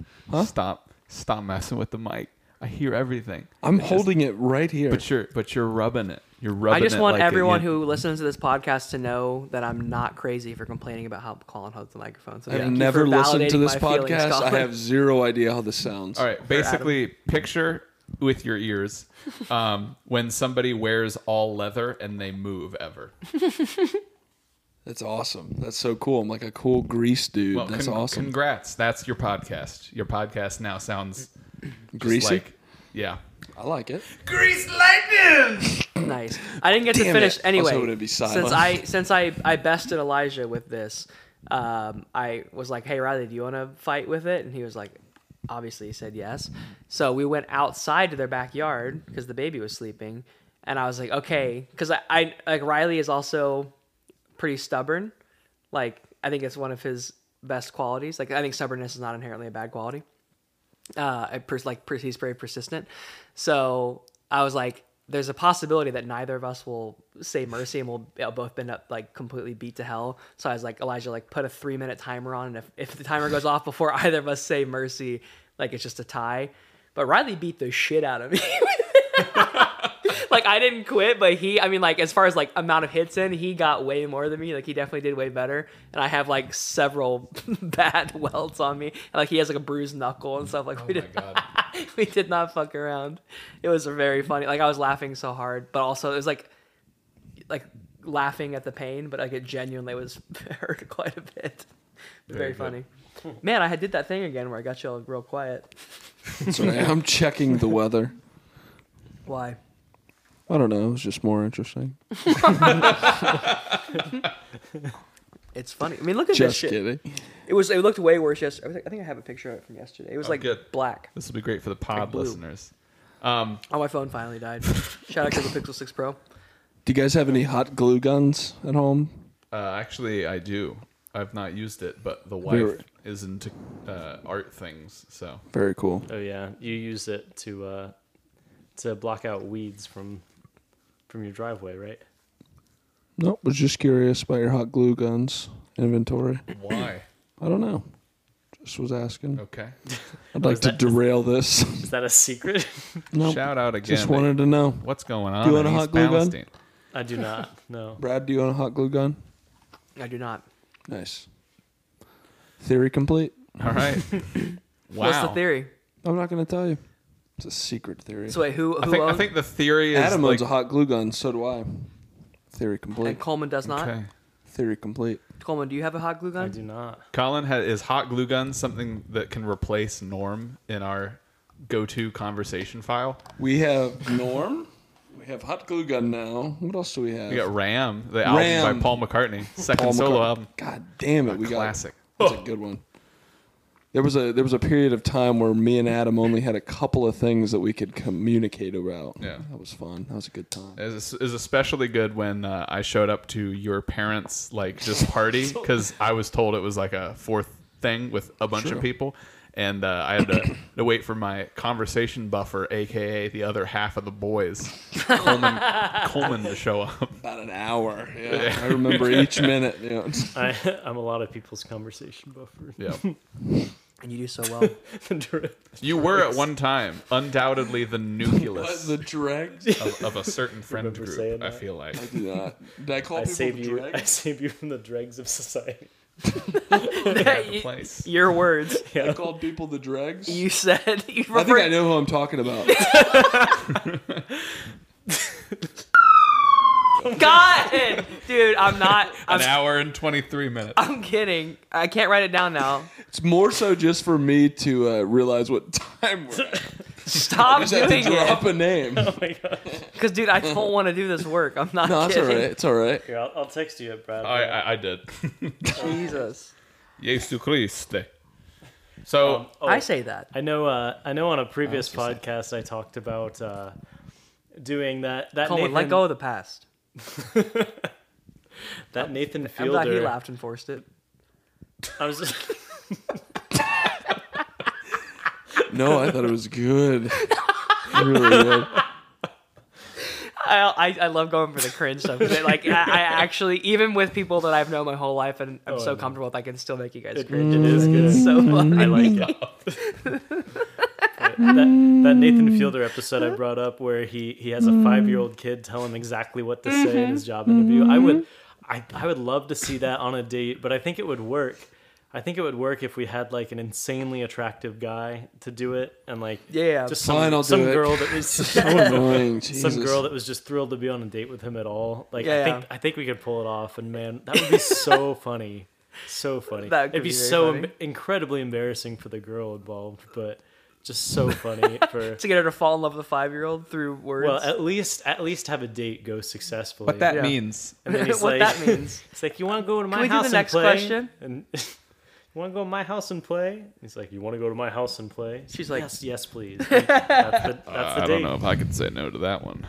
Stop. Stop messing with the mic. I hear everything.
I'm
It's just-
holding it right here.
but you're but you're rubbing it. You're
I
rubbing
just
it
want
like a
everyone
yin-
who listens to this podcast to know that I'm not crazy for complaining about how Colin holds the microphone. So
I've
thank you
never
for
listened to
validating
this
my feelings,
podcast. I
Colin.
have zero idea how this sounds.
All right, basically picture with your ears um, when somebody wears all leather and they move ever.
That's awesome. That's so cool. I'm like a cool grease dude.
Well,
That's
con-
awesome.
Congrats. That's your podcast. Your podcast now sounds just
Greasy?
like yeah.
I like it.
Grease lightning.
Nice. I didn't get to
Damn
finish
it. I was
anyway.
hoping it'd be silent.
Since I since I I bested Elijah with this, um, I was like, "Hey Riley, do you want to fight with it?" And he was like, "Obviously," he said yes. So we went outside to their backyard because the baby was sleeping, and I was like, "Okay," because I, I like Riley is also pretty stubborn. Like I think it's one of his best qualities. Like I think stubbornness is not inherently a bad quality uh, I pers- like pers- he's very persistent. So I was like, there's a possibility that neither of us will say mercy and we'll uh, both end up like completely beat to hell. So I was like, Elijah, like put a three minute timer on, and if, if the timer goes off before either of us say mercy, like it's just a tie. But Riley beat the shit out of me. like I didn't quit, but he, I mean, like as far as like amount of hits in, he got way more than me. Like he definitely did way better, and I have like several bad welts on me. And, like he has like a bruised knuckle and stuff. Like
Oh
we did, we did not fuck around. It was very funny. Like I was laughing so hard, but also it was like, like laughing at the pain, but like it genuinely was hurt quite a bit. Very, funny. Man, I had did that thing again where I got you all real quiet.
So now I'm checking the weather.
Why?
I don't know. It was just more interesting.
It's funny. I mean, look at this
Just
shit.
kidding.
It was. It looked way worse yesterday. I, was like- I think I have a picture of it from yesterday. It was
Oh,
like
good.
black.
This will be great for the pod
blue.
listeners. Um,
Oh, my phone finally died. Shout out to the Pixel Six Pro.
Do you guys have any hot glue guns at home?
uh, actually, I do. I've not used it, but the wife
We
is into uh, art things, so
Very cool.
Oh yeah, you use it to uh, to block out weeds from from your driveway, right?
Nope. Was just curious about your hot glue guns inventory.
why?
I don't know. Just was asking.
Okay.
I'd like
is
to
that-
derail this.
Is that a secret?
nope.
Shout out again.
Just wanted to know.
What's going on?
you want
in
a
East
hot glue gun?
Palestine?
I do not. No.
Brad, do you own a hot glue gun?
I do not.
Nice. Theory complete.
All right. wow.
What's the theory?
I'm not going to tell you. It's a secret theory.
So wait, who? Who
I think, I
owns?
think the theory is
Adam
like,
owns a hot glue gun. So do I. Theory complete.
and Coleman does not.
Okay.
Theory complete.
Coleman, do you have a hot glue
I
gun?
do not.
Colin ha is hot glue gun something that can replace Norm in our go-to conversation file.
We have Norm. we have hot glue gun now. What else do we have?
We got Ram, the album
Ram.
by Paul McCartney, second
Paul
solo
McCartney.
album.
God damn it, we got
classic.
That's a good one. There was a there was a period of time where me and Adam only had a couple of things that we could communicate about.
Yeah.
that was fun. That was a good time.
Is, is especially good when uh, I showed up to your parents' like just party because I was told it was like a fourth thing with a bunch
Sure.
of people, and uh, I had to, to wait for my conversation buffer, aka the other half of the boys, Coleman, Coleman to show up.
About an hour. Yeah, I remember each minute. Yeah.
I, I'm a lot of people's conversation buffer.
Yeah,
And you do so well.
you were at one time undoubtedly the nucleus
the dregs.
of, of a certain friend
Remember saying
group. I
that?
feel like
Did I, did I call
I
people
save
the
you. I
dregs?
save you from the dregs of society.
place.
Your words.
I called people the dregs.
You said you
I think I
referred-
know who I'm talking about.
God, dude, I'm not.
an
I'm,
hour and twenty three minutes.
I'm kidding. I can't write it down now.
It's more so just for me to uh, realize what time we're at.
Stop
Just have to
doing it,
drop a name. No,
Oh my god.
because dude, I don't want to do this work. I'm not
that's all
kidding.
right. It's all right.
Here, I'll, I'll text you it, Brad.
I, I, I did.
Jesus,
Jesus Christ. So
Oh,
I say that.
I know. Uh, I know. On a previous
was
podcast, I talked about uh, doing that. That
Coleman,
Nathan,
let go of the past.
That Nathan
I'm glad he
Fielder.
laughed and forced it.
I was.
No, I thought it was good. really good.
I, I I love going for the cringe stuff. 'cause it, Like I, I actually, even with people that I've known my whole life and I'm so comfortable with, I can still make you guys cringe.
Oh, It is good.
It's so funny.
I like it. that, that Nathan Fielder episode I brought up where he he has a five year old kid tell him exactly what to say in
Mm-hmm.
his job interview. I would I, I would love to see that on a date, but I think it would work. I think it would work if we had like an insanely attractive guy to do it and like
Yeah.
just some,
Fine, I'll do
some
it.
girl that was
So annoying. Jesus.
some girl that was just thrilled to be on a date with him at all. Like I
Yeah,
think
yeah.
I think we could pull it off, and man, that would be so funny, so funny.
That could
It'd be,
be very
so
funny.
em- incredibly embarrassing for the girl involved, but just so funny for.
to get her to fall in love with a five year old through words.
Well, at least at least have a date go successfully.
What that
Yeah.
means.
and then he's
what
like,
that means.
it's like you want to go to my
we do the
house and
next
play.
question?
And you want to go to my house and play? He's like, you want to go to my house and play?
She's like-
yes, yes, please. And that's the, that's the
Uh, I
date.
don't know if I could say no to that one.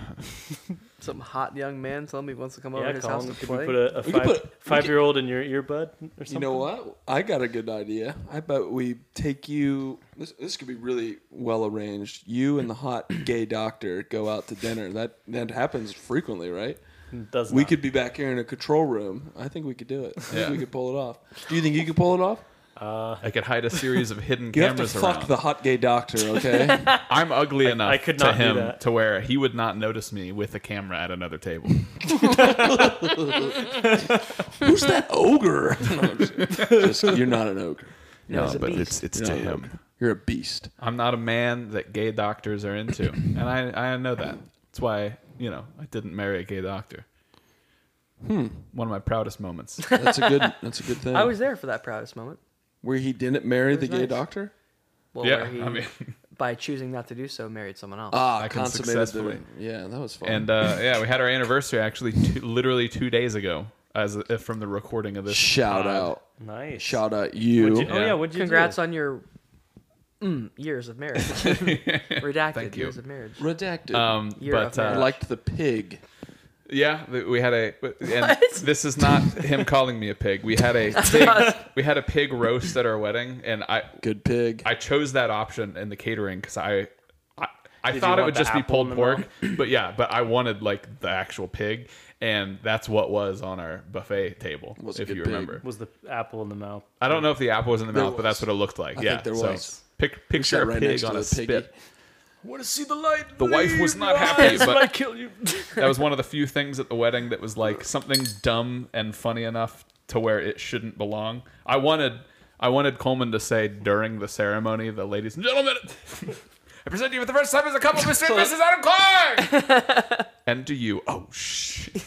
Some hot young man telling me he wants to come over
Yeah,
to his
Colin,
house to
could
play.
we put a, a
We could
five,
put- we
five-year-old in your earbud or something?
You know what? I got a good idea. I bet we take you. This, this could be really well arranged. You and the hot gay doctor go out to dinner. That that happens frequently, right?
Does
We
not.
could be back here in a control room. I think we could do it. I think
Yeah.
we could pull it off. Do you think you could pull it off?
I could hide a series of hidden
You have to
cameras
fuck
around.
the hot gay doctor, okay?
I'm ugly enough
I could
to
not do
him
that.
to where he would not notice me with a camera at another table.
Who's that ogre? No, I'm just- just- you're not an ogre.
No, it's a beast.
it's
You're not an ogre. You're a beast.
I'm not a man that gay doctors are into, and I I know that. That's why you know I didn't marry a gay doctor. Hmm. One of my proudest moments.
That's a good. That's a good thing.
I was there for that proudest moment.
Where he didn't marry the
was
gay
nice.
doctor.
Well,
yeah,
where he,
I mean,
by choosing not to do so, married someone else.
Ah,
I can
consummated the.
successfully-
Yeah, that was fun.
and uh, yeah, we had our anniversary actually two, literally two days ago, as uh, from the recording of this.
Shout
pod.
out.
Nice.
Shout out
Would
you.
you- Oh
Yeah.
yeah. Would you?
Congrats
do?
on your mm, years of marriage. Redacted
Thank you.
years of marriage.
Redacted.
Um,
Year of
but uh,
I liked the pig.
Yeah, th- we had a. And this is not him calling me a pig. We had a pig, we had a pig roast at our wedding, and I
Good pig.
I chose that option in the catering because I I, I
you
thought it
want
would
the
just be
apple in
pulled
the
pork, but yeah, but I wanted like the actual pig, and that's what was on our buffet table.
Was a
if
good
you
pig.
remember,
Was the apple in the mouth?
I don't know if the apple was in the mouth, but that's
was.
what it looked like. yeah,
think there
so
was.
Pic-
Sat
picture a
right next
pig
to
on a
the piggy.
spit.
Want to see the light?
The wife was not happy, but
I kill you.
that was one of the few things at the wedding that was like something dumb and funny enough to where it shouldn't belong. I wanted I wanted Coleman to say during the ceremony, the ladies and gentlemen, I present you for the first time as a couple, Mr. and Mrs. Adam Clark, and to you, oh shh,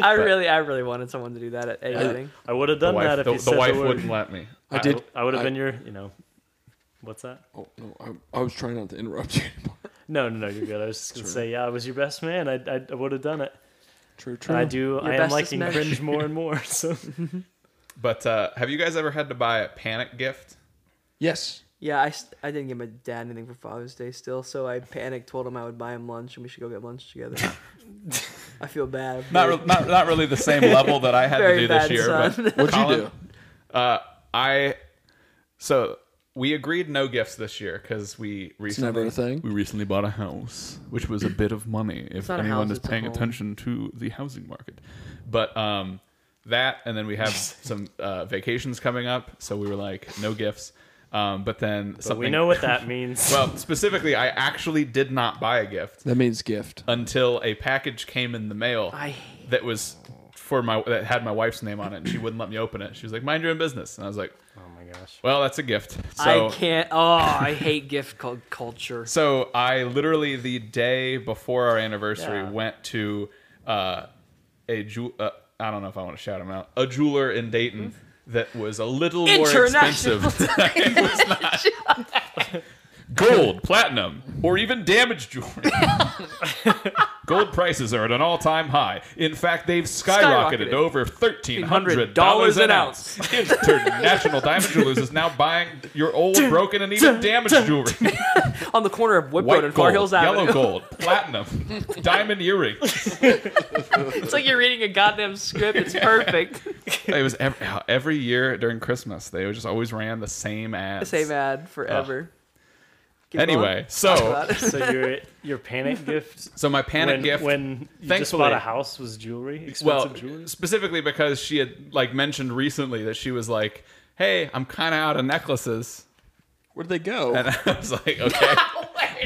I really, I really wanted someone to do that at a wedding.
I would have
the
done that
wife,
if
the,
you
the
said the
wife
word.
wouldn't let me. Uh,
I did.
I would have
I-
been your. You know. What's that?
Oh, no, I, I was trying not to interrupt you. anymore.
No, no, no. You're good. I was just gonna say, yeah, I was your best man. I, I, I would have done it.
True, true.
And I do. I am
bestest
liking
man.
cringe more and more. So
But uh, have you guys ever had to buy a panic gift?
Yes.
Yeah, I, s- I didn't give my dad anything for Father's Day still, so I panicked, told him I would buy him lunch and we should go get lunch together. I feel bad.
Not, re- not not really the same level that I had to
Very
do this
bad
year.
son.
But
What'd you
Colin,
do?
Uh, I so we agreed no gifts this year because we recently
never a thing.
we recently bought a house, which was a bit of money if
not a
anyone
house,
is
it's a
paying
home.
attention to the housing market. But um, that and then we have some uh, vacations coming up, so we were like no gifts. Um, but then something
we know what that means.
well specifically, I actually did not buy a gift
That means gift.
Uh, until a package came in the mail
I-
that was for my that had my wife's name on it and she wouldn't let me open it. She was like, "Mind your own business." And I was like,
oh my gosh.
"Well, that's a gift." So
I can't. Oh, I hate gift cul- culture.
so I literally the day before our anniversary
Yeah.
went to uh, a jewel uh, I don't know if I want to shout him out. A jeweler in Dayton that was a little more
International.
expensive. It was not. Gold, platinum, or even damaged jewelry. Gold prices are at an all-time high. In fact, they've skyrocketed,
Skyrocketed.
to over thirteen hundred
$1,300
dollars
an
an ounce. International Diamond Jewelers is now buying your old, broken, and even damaged jewelry
On the corner of Whip Road and Far
gold,
Hills
yellow
Avenue.
gold, platinum, diamond earring.
It's like you're reading a goddamn script. It's perfect.
It was every, every year during Christmas. They just always ran the same ads.
Same ad forever. Keep
anyway,
going.
so
About it.
So your your panic gift.
so my panic
when,
gift
when you just bought
Thankfully-
a house was jewelry, expensive
well
jewelry.
specifically because she had like mentioned recently that she was like hey i'm kind of out of necklaces
Where'd they go?
and i was like okay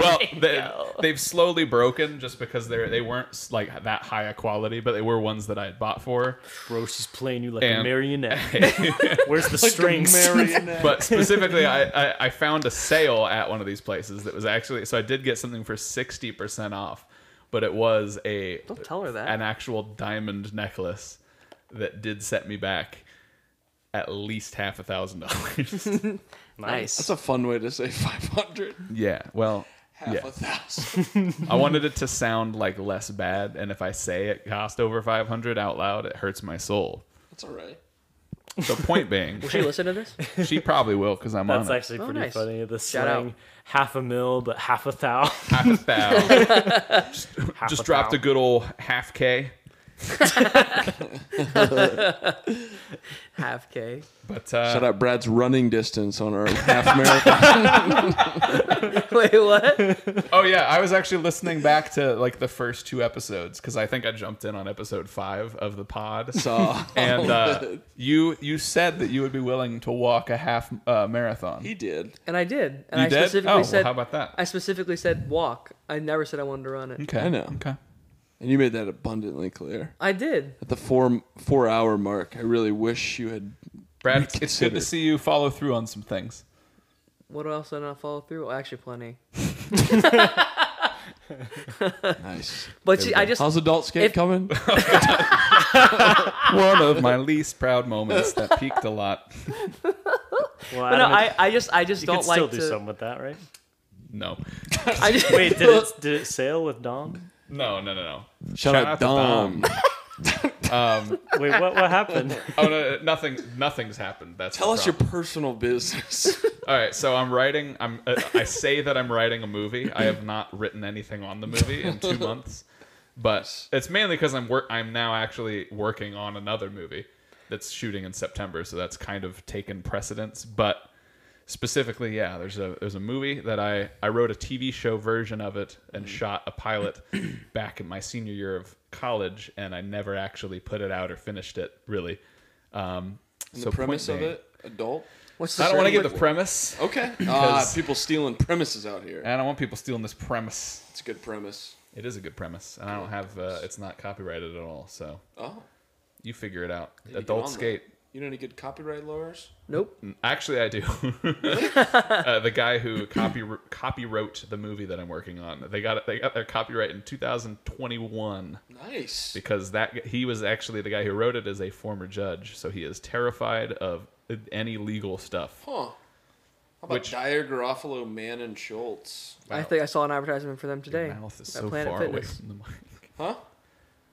well they, they've slowly broken just because they're they weren't like that high a quality but they were ones that i had bought for her
Bro, she's playing you like a
And-
marionette. Where's the strings?
but specifically I, I i found a sale at one of these places that was actually so i did get something for 60% off but it was a
Don't tell her that.
an actual diamond necklace that did set me back at least half a thousand dollars
nice.
That's a fun way to say 500.
yeah well
Half
Yeah.
a thousand.
i wanted it to sound like less bad and if i say it cost over 500 out loud it hurts my soul
That's all right.
so point being
Should you listen to this?
she probably will because i'm
That's
on it.
actually
Oh,
pretty
nice.
funny. The
Shout out.
slang, half a mil, but half a thou.
half a thousand
Half
just dropped
thou.
a good old half k
Half K.
but uh,
Shout out Brad's running distance on our half marathon.
Wait, what?
Oh yeah, I was actually listening back to like the first two episodes because I think I jumped in on episode five of the pod.
Saw.
and uh, you you said that you would be willing to walk a half uh, marathon.
he
You
did.
And I did. And I
did?
specifically
oh, well,
said
how about that?
I specifically said walk. I never said I wanted to run it.
okay,
I know.
Okay,
And you made that abundantly clear.
I did.
At the four four hour mark, I really wish you had.
Brad, it's- it's good
Reconsider.
to see you follow through on some things.
What else did I not follow through? Well, actually, plenty.
Nice.
But see, I just
How's adult skate
If-
coming?
One of my least proud moments that peaked a lot.
Well,
no,
Adam,
I, I just I just
you
don't
could
like
still
to.
do something with that, right?
No,
I just
Wait, did it did it sail with Dom?
no, no, no, no.
Shout, out,
to
Dom.
Wait, what what happened?
Oh no, no, nothing, nothing's happened. That's
Tell
the
us
problem.
your personal business.
All right, so I'm writing. I'm. Uh, I say that I'm writing a movie. I have not written anything on the movie in two months, but it's mainly because I'm work. I'm now actually working on another movie that's shooting in September, so that's kind of taken precedence. But specifically, yeah, there's a there's a movie that I I wrote a TV show version of it and
Mm.
shot a pilot back in my senior year of college, and I never actually put it out or finished it really. Um,
And
so
the
point
premise of
being-
it, adult.
what's the
I don't want to
story?
get the premise.
Okay. Ah,
Because-
people stealing premises out here.
And I don't want people stealing this premise.
It's a good premise.
It is a good premise, and I don't have uh, it's not copyrighted at all. So
Oh,
you figure it out.
you get
Adult
on
Skate.
you know any good copyright lawyers?
Nope.
Actually, I do. uh, the guy who copy copywrote the movie that I'm working on, they got it. They got their copyright in 2021
Nice.
because that he was actually the guy who wrote it is a former judge, so he is terrified of any legal stuff.
Huh. How about
Which-
Dyer Garofalo, Mann, and Schultz?
I think I saw an advertisement for them today.
My mouth is
at
so
Planet
far away
Fitness.
from the mic.
Huh?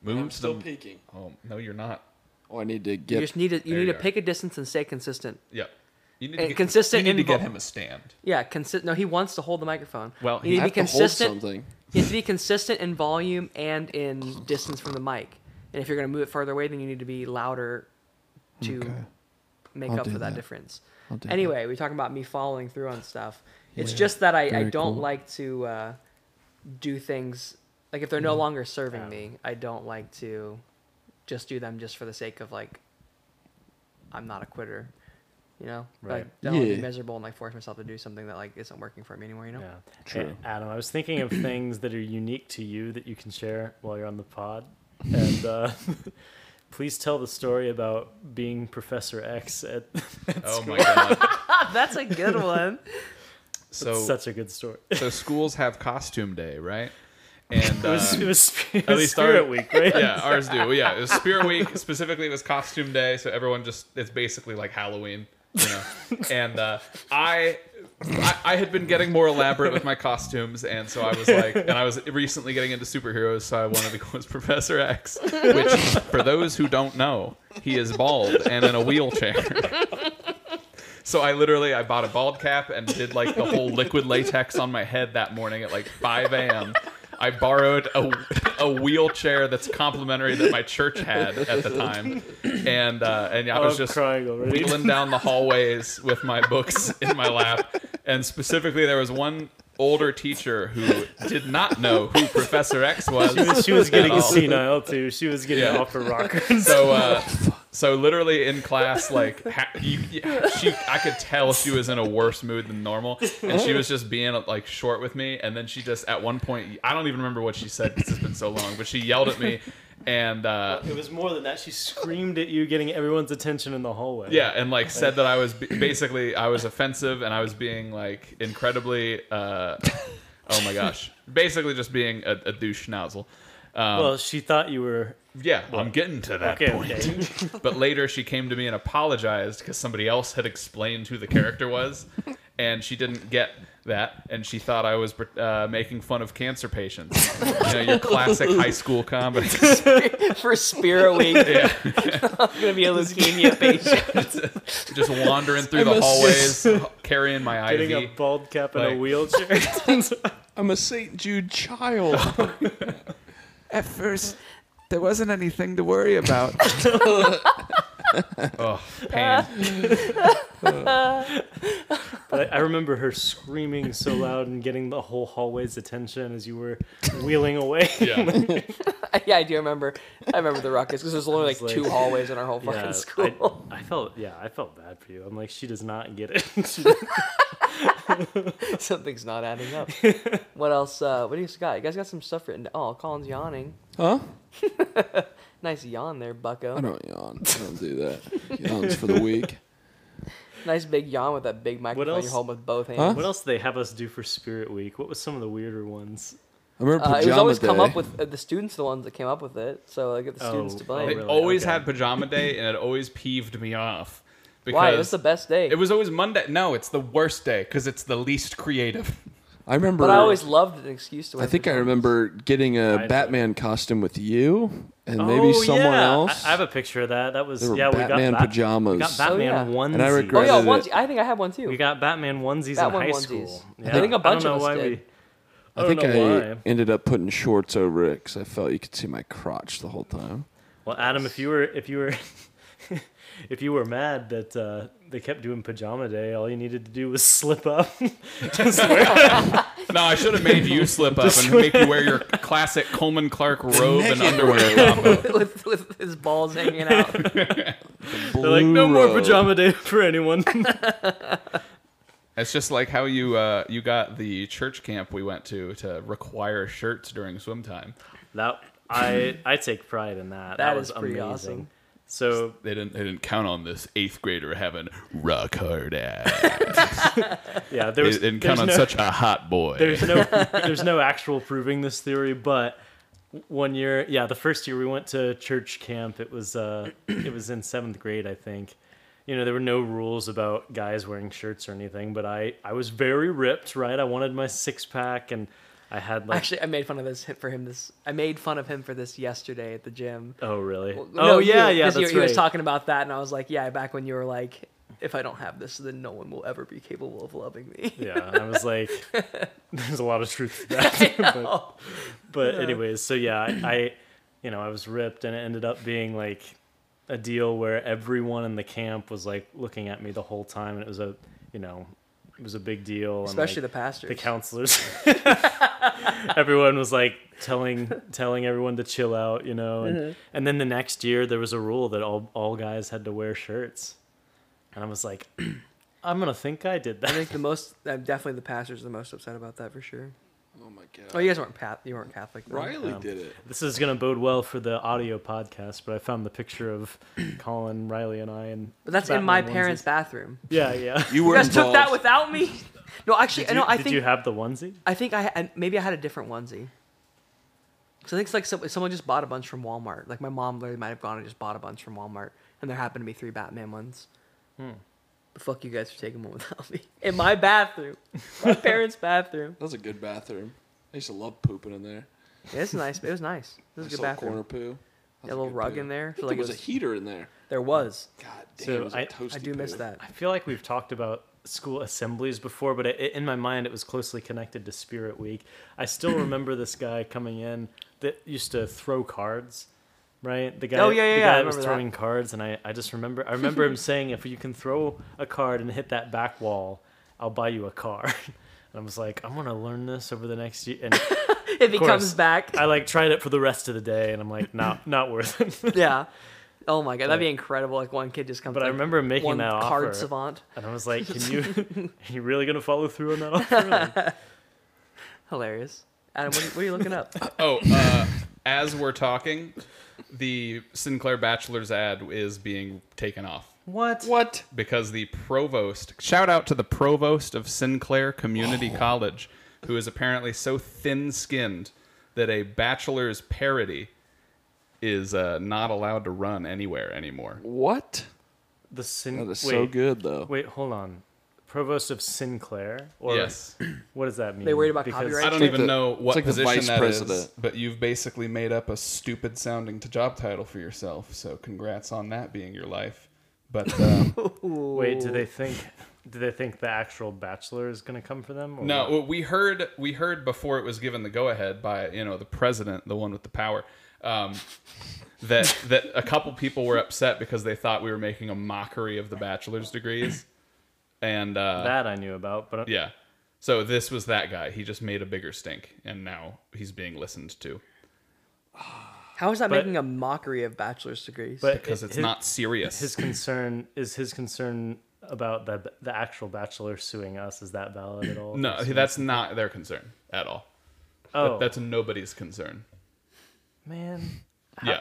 Move
I'm still
the-
peeking.
Oh no, you're not.
Oh, I need to
You
get.
just need to you
There
need
you
to
are.
pick a distance and stay consistent.
Yep. You need
And
to get,
consistent
You need to get
invul-
him a stand.
Yeah, consi- No, he wants to hold the microphone.
Well,
you
he-
need
I
to be
have to hold
consistent.
something.
You have to be consistent in volume and in distance from the mic. And if you're going to move it farther away, then you need to be louder to make
I'll
up
do
for that,
that.
difference.
I'll do
Anyway, we're talking about me following through on stuff. It's just that I, I
Very
don't
cool.
like to uh, do things like if they're no longer serving me, I don't like to just do them just for the sake of like I'm not a quitter. You know,
Right.
like don't wanna be
Yeah.
miserable and like force myself to do something that like isn't working for me anymore. You know,
Yeah.
True.
A- Adam, I was thinking of things that are unique to you that you can share while you're on the pod. And uh, please tell the story about being Professor X. At,
Oh my god!
that's a good one.
So
such a good story. It
so schools have costume day, right? And uh,
was, it was, it
at
was
least our-
Spirit Week, right?
yeah, ours do. Yeah, it was Spirit Week specifically. It was costume day, so everyone just it's basically like Halloween, you know. and uh, I, I, I had been getting more elaborate with my costumes, and so I was like, and I was recently getting into superheroes, so I wanted to go as Professor X, which for those who don't know, he is bald and in a wheelchair. So I literally I bought a bald cap and did like the whole liquid latex on my head that morning at like 5 a.m. I borrowed a, a wheelchair that's complimentary that my church had at the time, and uh, and I
I
was
was
just
crying already.
wheeling down the hallways with my books in my lap. And specifically, there was one older teacher who did not know who Professor X was.
She was, she was
at
getting
all.
senile too. She was getting
Yeah.
off her rocker. and stuff.
So, uh, so literally in class, like ha- you, you- she, I could tell she was in a worse mood than normal, and she was just being like short with me. And then she just at one point, I don't even remember what she said because it's been so long, but she yelled at me, and uh,
It was more than that. She screamed at you, getting everyone's attention in the hallway.
yeah, and like said that I was b- basically I was offensive and I was being like incredibly, uh, oh my gosh, basically just being a, a douche schnauzle. Um,
Well, she thought you were
yeah, I'm getting to that
okay.
point.
okay.
But later she came to me and apologized because somebody else had explained who the character was, and she didn't get that, and she thought I was uh, making fun of cancer patients. You know, your classic high school comedy.
for Spiro Week.
Yeah.
I'm gonna be a leukemia patient.
Just wandering through
I
the
must-
hallways, carrying my
Getting a
IV.
bald cap and a
Like-
wheelchair.
I'm a St. Jude child.
At first, there wasn't anything to worry about.
Ugh, pain.
But I remember her screaming so loud and getting the whole hallway's attention as you were wheeling away.
Yeah.
yeah, I do remember. I remember the ruckus because there's only like,
like-
two hallways in our whole fucking
Yeah,
school.
I, I felt yeah, I felt bad for you. I'm like, she does not get it. She-
Something's not adding up. what else? Uh, what do you guys got? You guys got some stuff written? Oh, Colin's yawning.
Huh?
Nice yawn there,
I
Bucko.
don't yawn. I don't do that. Yawns for the week.
Nice big yawn with that big microphone
else?
you're holding with both hands.
Huh?
what else did they have us do for Spirit Week? What was some of the weirder ones?
I remember
Uh,
pajama
it was always
day.
come up with uh, the students, are the ones that came up with it. So I get the students
Oh,
to
oh,
blame.
They
really?
always
Okay.
had pajama day, and it always peeved me off. Because
Why? It was the best day.
It was always Monday. No, it's the worst day because it's the least creative.
I remember.
but I always loved an excuse to. Oh, Wear
I think I
pajamas.
remember getting a
I-
Batman costume with you and maybe
Oh,
someone
Oh, yeah.
else.
I, I have a picture of that. That was
There were
yeah.
Batman
we got Bat-
pajamas.
We got Batman
Oh, yeah.
onesies.
And I
Oh
regret-
yeah,
regretted
ones.
it.
I think I had one too.
We got Batman onesies
Batman
in high
onesies.
school.
I think a bunch
I don't know
of us
why
did.
we. I,
I
don't
think I
know why.
ended up putting shorts over it because I felt you could see my crotch the whole time.
Well, Adam, if you were if you were if you were mad that uh, they kept doing pajama day, all you needed to do was slip up. Just wear-
No, I should have made you slip up and make you wear your classic Coleman Clark robe and underwear.
with, with his balls hanging out.
They're like, no more
Blue
pajama day for anyone.
It's just like how you uh, you got the church camp we went to to require shirts during swim time.
that I I take pride in that. That,
That
was
is pretty
amazing.
awesome.
So
They didn't they didn't count on this eighth grader having rock hard ass.
yeah, there
They
was
didn't
there's
count on
no,
such a hot boy.
there's no there's no actual proving this theory, but one year, yeah, the first year we went to church camp. It was uh, it was in seventh grade, I think. You know, there were no rules about guys wearing shirts or anything, but I I was very ripped, right? I wanted my six pack, and I had like,
Actually, I made fun of this for him. This I made fun of him for this yesterday at the gym.
oh really?
Well,
oh
no,
yeah,
you,
yeah,
'cause
that's
you, He
right.
was talking about that, and I was like, yeah, back when you were like, if I don't have this, then no one will ever be capable of loving me.
yeah, I was like, there's a lot of truth to that. but but anyways, so yeah, I, I, you know, I was ripped, and it ended up being like a deal where everyone in the camp was like looking at me the whole time, and it was a, you know, it was a big deal, and,
Especially
like,
the pastors.
the counselors. everyone was like telling telling everyone to chill out, you know. And,
Mm-hmm.
and then the next year there was a rule that all all guys had to wear shirts. And I was like, I'm gonna think I did that.
I think the most, uh, definitely the pastors, are the most upset about that for sure.
Oh my god!
Oh, you guys weren't Pat, you weren't Catholic. though.
Riley did it.
This is going to bode well for the audio podcast, but I found the picture of Colin, Riley, and I. And
But that's in
Batman
my
onesies.
parents' bathroom.
Yeah, yeah.
You
You
were
guys took that
involved.
without me? No, actually,
Did you,
no, I
did
think
you have the onesie?
I think I I- maybe I had a different onesie. So I think it's like some, someone just bought a bunch from Walmart. Like my mom literally might have gone and just bought a bunch from Walmart, and there happened to be three Batman ones.
Hmm.
But fuck you guys for taking one without me in my bathroom, my parents' bathroom.
That was a good bathroom. I used to love pooping in there.
It was nice. It was nice. It was a
Nice
good
little
bathroom.
Corner poo. That was
a little
good
rug
poo.
in there. So,
I think
like,
there was
it
a
was-
heater in there.
There was.
God damn,
So
it was a
I- I
toasty
I do miss
poo.
that.
I feel like we've talked about school assemblies before, but it, in my mind, it was closely connected to Spirit Week. I still remember this guy coming in that used to throw cards, right? The guy,
Oh, yeah, yeah,
the
yeah, I
guy that was
remember that.
throwing cards, and I, I just remember, I remember him saying, "If you can throw a card and hit that back wall, I'll buy you a car." And I was like, I'm gonna learn this over the next year. And
If he
course.
comes back,
I like tried it for the rest of the day, and I'm like, not not worth it.
yeah. Oh my god, that'd be incredible. Like one kid just comes.
But I
like,
remember making
one
that
card
offer.
savant.
And I was like, can you are you really gonna follow through on that offer? Like,
Hilarious. Adam, what are, you- what are you looking up?
Oh, uh, as we're talking, the Sinclair Bachelor's ad is being taken off
what?
What?
because the provost, Oh. shout out to the provost of Sinclair Community College, who is apparently so thin skinned that a bachelor's parody is uh, not allowed to run anywhere anymore.
What?
The Sin-
That is
wait,
Oh, so good though.
Wait, hold on. Provost of Sinclair, or
yes.
what does that mean?
They worried about copyright?
I don't
like
even
the-
know
it's
what
like the
position
vice
that is,
president.
but you've basically made up a stupid sounding t- job title for yourself. So congrats on that being your life. But um,
Wait, do they think do they think the actual bachelor is gonna come for them? Or
No,
what?
well, we heard we heard before it was given the go ahead by you know the president, the one with the power, um, that that a couple people were upset because they thought we were making a mockery of the bachelor's degrees, and uh,
that I knew about, but
yeah, so this was that guy. He just made a bigger stink, and now he's being listened to
How is that
But-
making a mockery of bachelor's degrees?
but
because it's
his,
not serious.
his concern is his concern about the the actual bachelor suing us. Is that valid at all?
no, that's not their concern at all.
oh
That's nobody's concern.
man.
Yeah.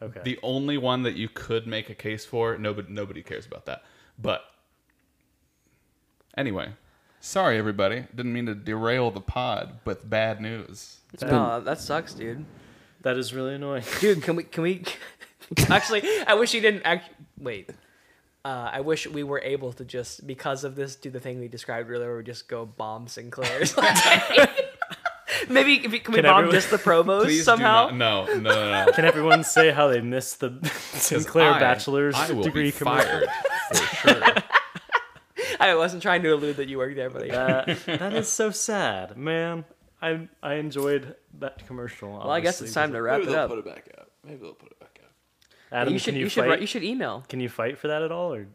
Okay.
The only one that you could make a case for, nobody nobody cares about that. But anyway, sorry everybody, didn't mean to derail the pod with bad news.
no, that sucks, dude.
that is really annoying.
Dude, can we can we actually? I wish you didn't. Act, wait, uh, I wish we were able to just because of this do the thing we described earlier. Where we just go bomb Sinclair's. Maybe if we, can we
Can
bomb
everyone-
just the provost
Please
somehow?
do not. No, no, no, no.
Can everyone say how they missed the Sinclair
I-
bachelor's
I will
degree
be
commercial?
fired for sure.
I wasn't trying to allude that you worked there, but I-
Uh, that is so sad, man. I I enjoyed that commercial.
well, I guess it's time to wrap
Maybe
it
they'll
up.
put it back up. Maybe they'll put it back up.
Adam,
you should
can
you,
you,
should
fight?
write- you should email.
Can you fight for that at all, or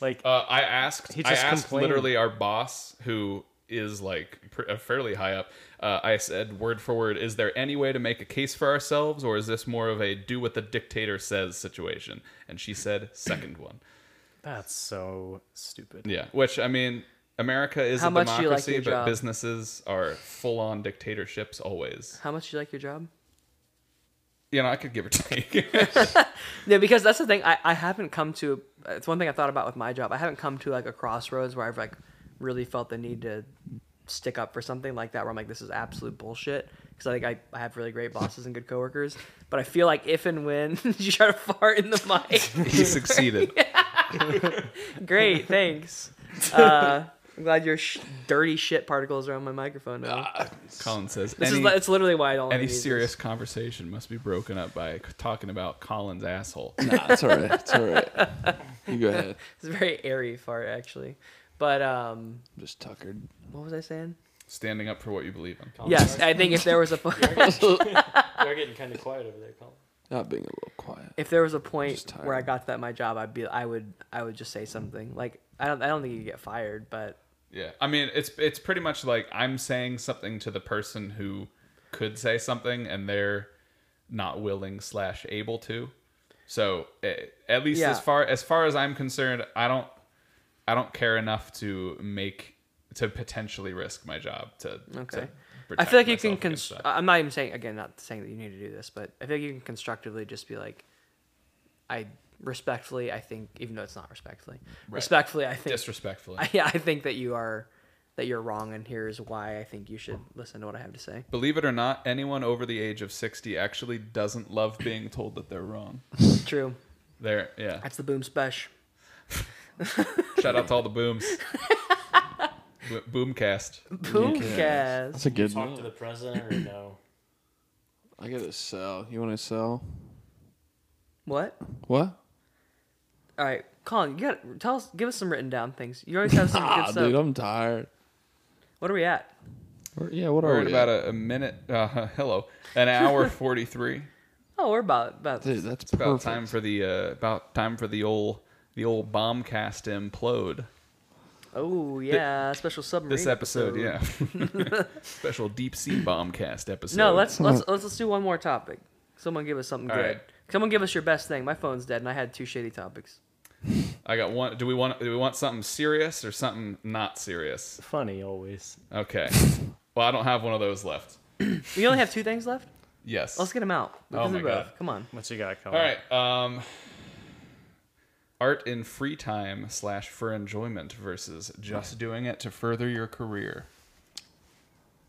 like
Uh, I asked.
He just
I asked
complained.
literally our boss, who is like pr- uh, fairly high up. Uh, I said word for word, "Is there any way to make a case for ourselves, or is this more of a do what the dictator says situation?" And she said, second one."
that's so stupid.
Yeah, which I mean, America is
How
a
much do you like
democracy,
your
but
job?
businesses are full-on dictatorships always.
How much do you like your job?
You know, I could give or take.
Yeah, because that's the thing. I, I haven't come to. It's one thing I thought about with my job. I haven't come to like a crossroads where I've like really felt the need to stick up for something like that. Where I'm like, this is absolute bullshit. Because I think I, I have really great bosses and good coworkers. But I feel like if and when you try to fart in the mic,
he succeeded.
great, thanks. Uh, I'm glad your sh- dirty shit particles are on my microphone now.
Ah,
Colin says,
this
"Any-
is li- it's literally why I don't.
any
use this.
serious conversation must be broken up by c- talking about Colin's asshole."
Nah, it's all right. It's all right. You go ahead.
It's a very airy fart actually. But um,
I'm just tuckered.
what was I saying?
Standing up for what you believe in.
Yes, I think if there was a
They're getting kind of quiet over there, Colin.
Not being a little quiet.
if there was a point
just tired.
where I got that my job, I'd be I would I would just say something like I don't I don't think you get fired, but
Yeah. I mean, it's it's pretty much like I'm saying something to the person who could say something and they're not willing slash able to. So eh, at least
Yeah.
as far as far as I'm concerned, I don't I don't care enough to make to potentially risk my job to.
okay.
to
I feel like
protect
you can.
myself against
Const-
that.
I'm not even saying again, not saying that you need to do this, but I feel like you can constructively just be like, I respectfully, I think, even though it's not respectfully, respectfully, I think,
disrespectfully.
yeah, I think that you are that you're wrong, and here's why I think you should listen to what I have to say.
Believe it or not, anyone over the age of 60 actually doesn't love being told that they're wrong.
True.
They're yeah.
That's the boom special.
Shout out to all the booms. Bo- Boomcast.
Boomcast.
That's a good
Talk
one.
to the president or no?
I gotta sell. You want to sell?
What?
What?
All right, Colin, you got tell us, give us some written down things. You always have some good
Ah,
stuff.
dude, I'm tired.
What are we at?
Or- yeah, what
We're
are
at
we
about
at?
a, a minute. Uh, hello, an hour forty-three.
Oh, we're about about.
Dude, that's
It's about
perfect.
time for the uh, about time for the old the old bombcast implode.
Oh yeah, special submarine.
This episode, yeah. Special deep sea bomb cast episode.
No, let's let's let's let's do one more topic. Someone give us something
All
good.
right.
Someone give us your best thing. My phone's dead, and I had two shady topics.
I got one. Do we want? Do we want something serious or something not serious?
Funny always.
Okay. well, I don't have one of those left.
We only have two things left.
Yes.
Let's get them out. We
Oh
can do
my
both.
God.
Come on.
What you got, Colin?
All right. Um, art in free time slash for enjoyment versus just doing it to further your career.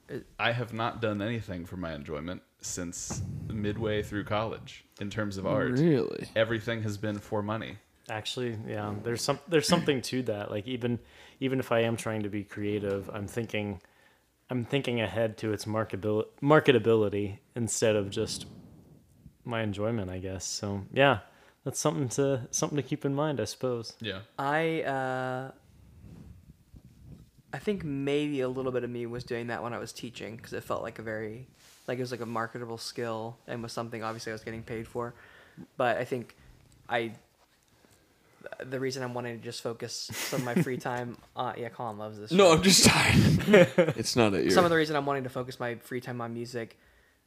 It-
I have not done anything for my enjoyment since midway through college in terms of art.
Really?
Everything has been for money.
Actually, yeah, there's some there's something to that. Like even even if I am trying to be creative, I'm thinking I'm thinking ahead to its marketabil marketability instead of just my enjoyment, I guess. So yeah, that's something to something to keep in mind, I suppose.
Yeah.
I uh, I think maybe a little bit of me was doing that when I was teaching because it felt like a very like it was like a marketable skill and was something obviously I was getting paid for. But I think I the reason I'm wanting to just focus some of my free time. Uh, yeah, Colin loves this.
No,
shit
I'm just tired. it's not at you.
some of the reason I'm wanting to focus my free time on music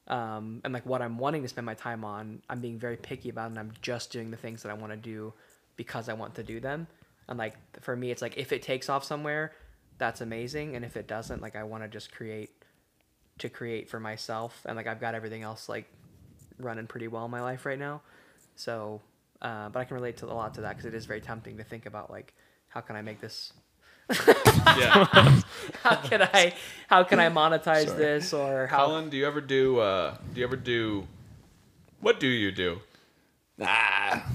um, and like what I'm wanting to spend my time on, I'm being very picky about, and I'm just doing the things that I want to do because I want to do them. And like for me, it's like if it takes off somewhere, that's amazing, and if it doesn't, like I want to just create to create for myself, and like I've got everything else like running pretty well in my life right now. So, uh, but I can relate to a lot to that because it is very tempting to think about like how can I make this
Yeah.
how can I how can I monetize this or how
Colin, do you ever do? Uh, do you ever do? What do you do?
ah.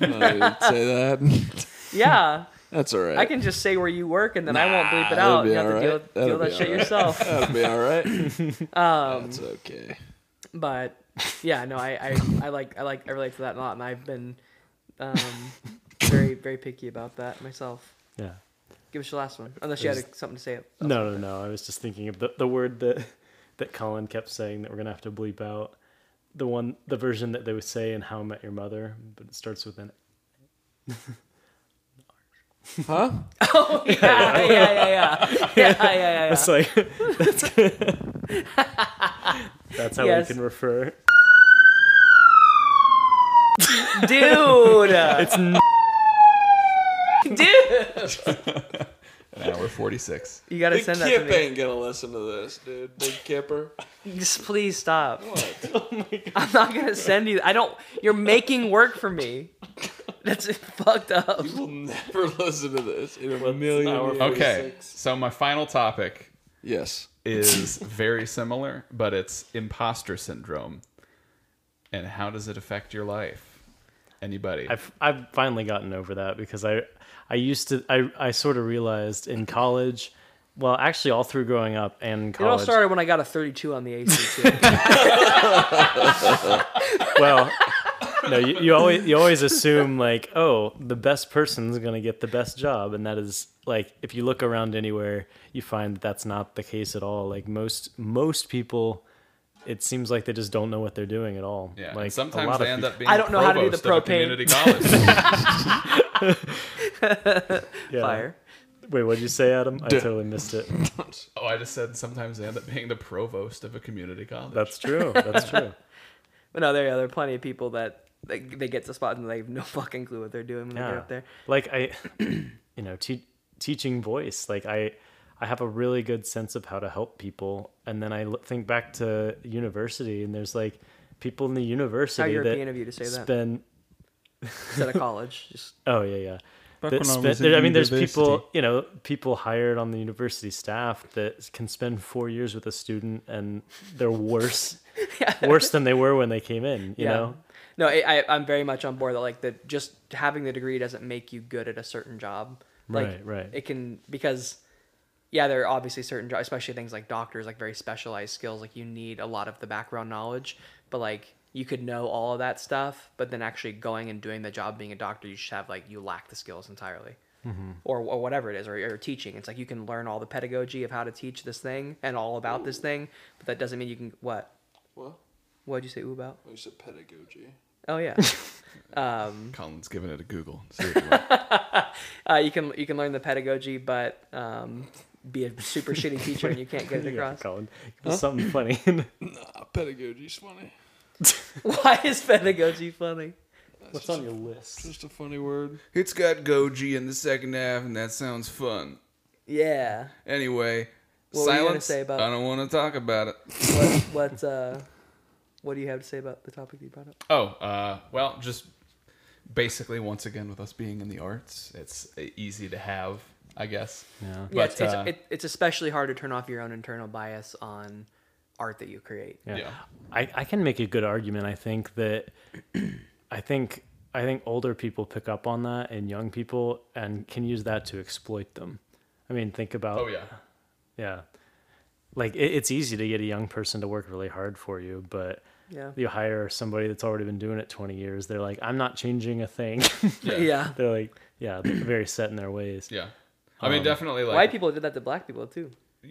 I didn't say that.
yeah
That's all right.
I can just say where you work and then I won't bleep it
That'll
out
be
you have
all
to
right.
deal, with-
That'll
deal
be
that
all
shit
right.
yourself
That'll be all right.
Um,
That's okay.
but yeah no I, I I like I like I relate to that a lot and I've been um very very picky about that myself
Yeah.
give us your last one unless you had a, something to say
No, no, no. I was just thinking of the, the word that that Colin kept saying that we're gonna have to bleep out. The one, the version that they would say in How I Met Your Mother, but it starts with an
Huh?
oh yeah yeah yeah yeah yeah yeah yeah, yeah.
It's like that's, that's how
Yes.
we can refer.
dude it's dude
An hour forty-six.
you gotta
Big
send that to
Kip
me
ain't gonna listen to this, dude. Big Kipper.
Just please stop. I'm not gonna send you. I don't. You're making work for me. That's fucked up.
He will never listen to this in a
an hour
million years.
Okay. So my final topic
Yes.
is very similar, but it's imposter syndrome. And how does it affect your life? Anybody?
I've I've finally gotten over that because I I used to I I sort of realized in college, well actually all through growing up and
It all
college.
started when I got a 32 on the ACT.
well, no, you, you always you always assume like oh the best person's gonna get the best job and that is like if you look around anywhere you find that that's not the case at all. Like most most people. It seems like they just don't know what they're doing at all.
yeah.
like
and
a
sometimes
lot
they
of
end
people-
up being
I don't know how to do the
provost of a
propane.
community college.
yeah.
Fire.
Wait, what'd you say, Adam? I totally missed it.
oh, I just said sometimes they end up being the provost of a community college.
That's true. That's true.
But no, there, yeah, there are plenty of people that they, they get to spot and they have no fucking clue what they're doing when they get
Yeah.
up there.
Like I, you know, te- teaching voice. Like I, I have a really good sense of how to help people, and then I l- think back to university, and there's like people in the university that
European of you to say that.
spend.
Instead of college, just
Oh yeah, yeah.
Back
That
when I
spend-
was in
there- I mean, there's
university.
people, you know, people hired on the university staff that can spend four years with a student and they're worse, worse than they were when they came in. You
yeah.
know,
No, I, I, I'm very much on board that like that. Just having the degree doesn't make you good at a certain job. Like,
Right, right.
It can because yeah, there are obviously certain jobs, especially things like doctors, like very specialized skills. Like you need a lot of the background knowledge, but like you could know all of that stuff, but then actually going and doing the job, being a doctor, you should have like you lack the skills entirely.
Mm-hmm.
Or, or whatever it is, or, or teaching. It's like you can learn all the pedagogy of how to teach this thing and all about this thing, but that doesn't mean you can what?
Well,
What did you say ooh, about?
I said Oh, pedagogy.
Oh yeah.
Colin's giving it a Google. See what you want.
Uh, you can you can learn the pedagogy, but um, be a super shitty teacher and you can't get it
Yeah,
across.
Colin, give us something funny.
Ah, pedagogy's funny.
Why is pedagogy funny?
What's on your list?
Just a funny word.
It's got Goji in the second half, and that sounds fun.
Yeah.
Anyway,
What were you
silence.
gonna say about-
I don't want to talk about it.
What what uh, what do you have to say about the topic you brought up?
Oh, uh, well, just basically, once again, with us being in the arts, it's uh, easy to have, I guess. Yeah. But,
yeah, it's it's,
uh,
it, it's especially hard to turn off your own internal bias on art that you create.
Yeah.
Yeah.
I, I can make a good argument. I think that I think I think older people pick up on that and young people and can use that to exploit them. I mean, think about
oh, yeah.
yeah. Like it, it's easy to get a young person to work really hard for you, but
Yeah.
you hire somebody that's already been doing it 20 years, they're like, "I'm not changing a thing."
Yeah.
they're like, yeah, they're very set in their ways.
Yeah. I
Um,
mean, definitely, like,
White people did that to black people too.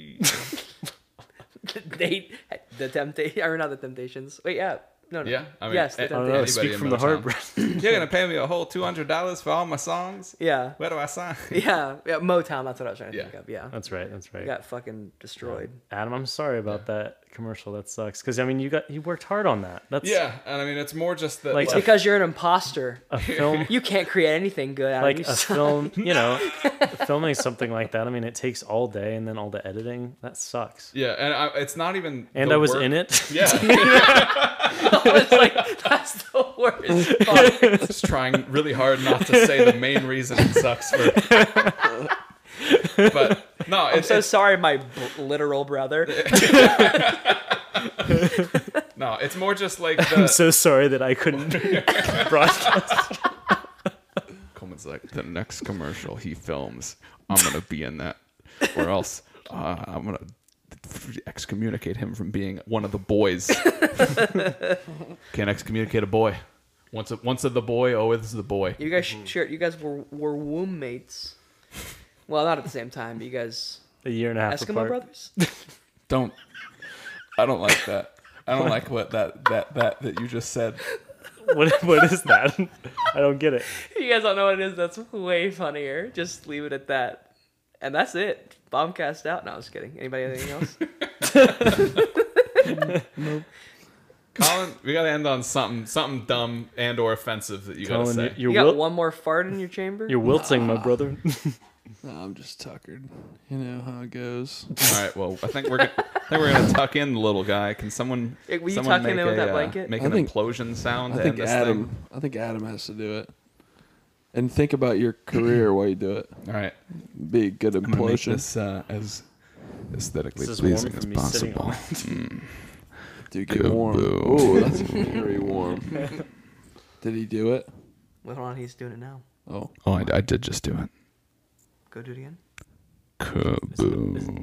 they the temptation or not the temptations. Wait, yeah. No, no.
Yeah, I mean,
yes, the
eh,
I don't
temptations.
Anybody
know, speak
in
from the
Middletown.
heart, Brett.
You're gonna pay me a whole two hundred dollars for all my songs?
Yeah.
Where do I sign?
Yeah. Yeah. Motown, that's what I was trying to
Yeah.
think of. Yeah.
That's right. That's right.
We got fucking destroyed.
Adam, I'm sorry about that commercial. That sucks. Because I mean, you got you worked hard on that. That's
yeah. And I mean, it's more just that,
Like,
like,
It's because you're an imposter.
a film,
You can't create anything good out
like
of
a
yourself.
film. You know, filming something like that. I mean, it takes all day and then all the editing. That sucks.
yeah. And I, it's not even.
And
the
I was
work-
in it.
Yeah.
it's like that's the worst. part.
just trying really hard not to say the main reason it sucks for. but no,
I'm
it's,
so
it's
sorry, my b- literal brother.
no, it's more just like
I'm
the,
so sorry that I couldn't broadcast.
Coleman's like, the next commercial he films, I'm gonna be in that, or else uh, I'm gonna excommunicate him from being one of the boys.
can't excommunicate a boy. Once, a, once of the boy, always the boy.
You guys shared. You guys were were womb mates. Well, not at the same time. But you guys
A year and a half
Eskimo
apart.
brothers.
don't. I don't like that. I don't like what that that that that you just said.
What, what is that? I don't get it.
you guys don't know what it is. That's way funnier. Just leave it at that. And that's it. Bombcast out. No, I was kidding. Anybody have anything else?
Colin, we gotta end on something, something dumb and or offensive that you gotta
Colin,
say.
you- you're
You got
wil-
one more fart in your chamber?
you're wilting, my brother.
No, I'm just tuckered. You know how it goes.
All right, well, I think we're gonna, I think we're gonna tuck in the little guy. Can someone?
Yeah, will you
someone
tuck in
make
there with
a,
that
uh,
blanket?
make
I
an
think-
implosion sound.
I
to
think
end this
Adam. I think Adam has to do it. And think about your career while you do it.
Thing? All right,
Be a good
I'm gonna make
implosion.
this uh, as aesthetically
This is warm
pleasing
from
as
me sitting
possible.
on
Dude, get
Good
warm.
boo.
Oh, that's very warm. Did he do it?
Hold on, he's doing it now.
Oh,
Oh, I, I did just do it.
Go do it again.
Kaboom.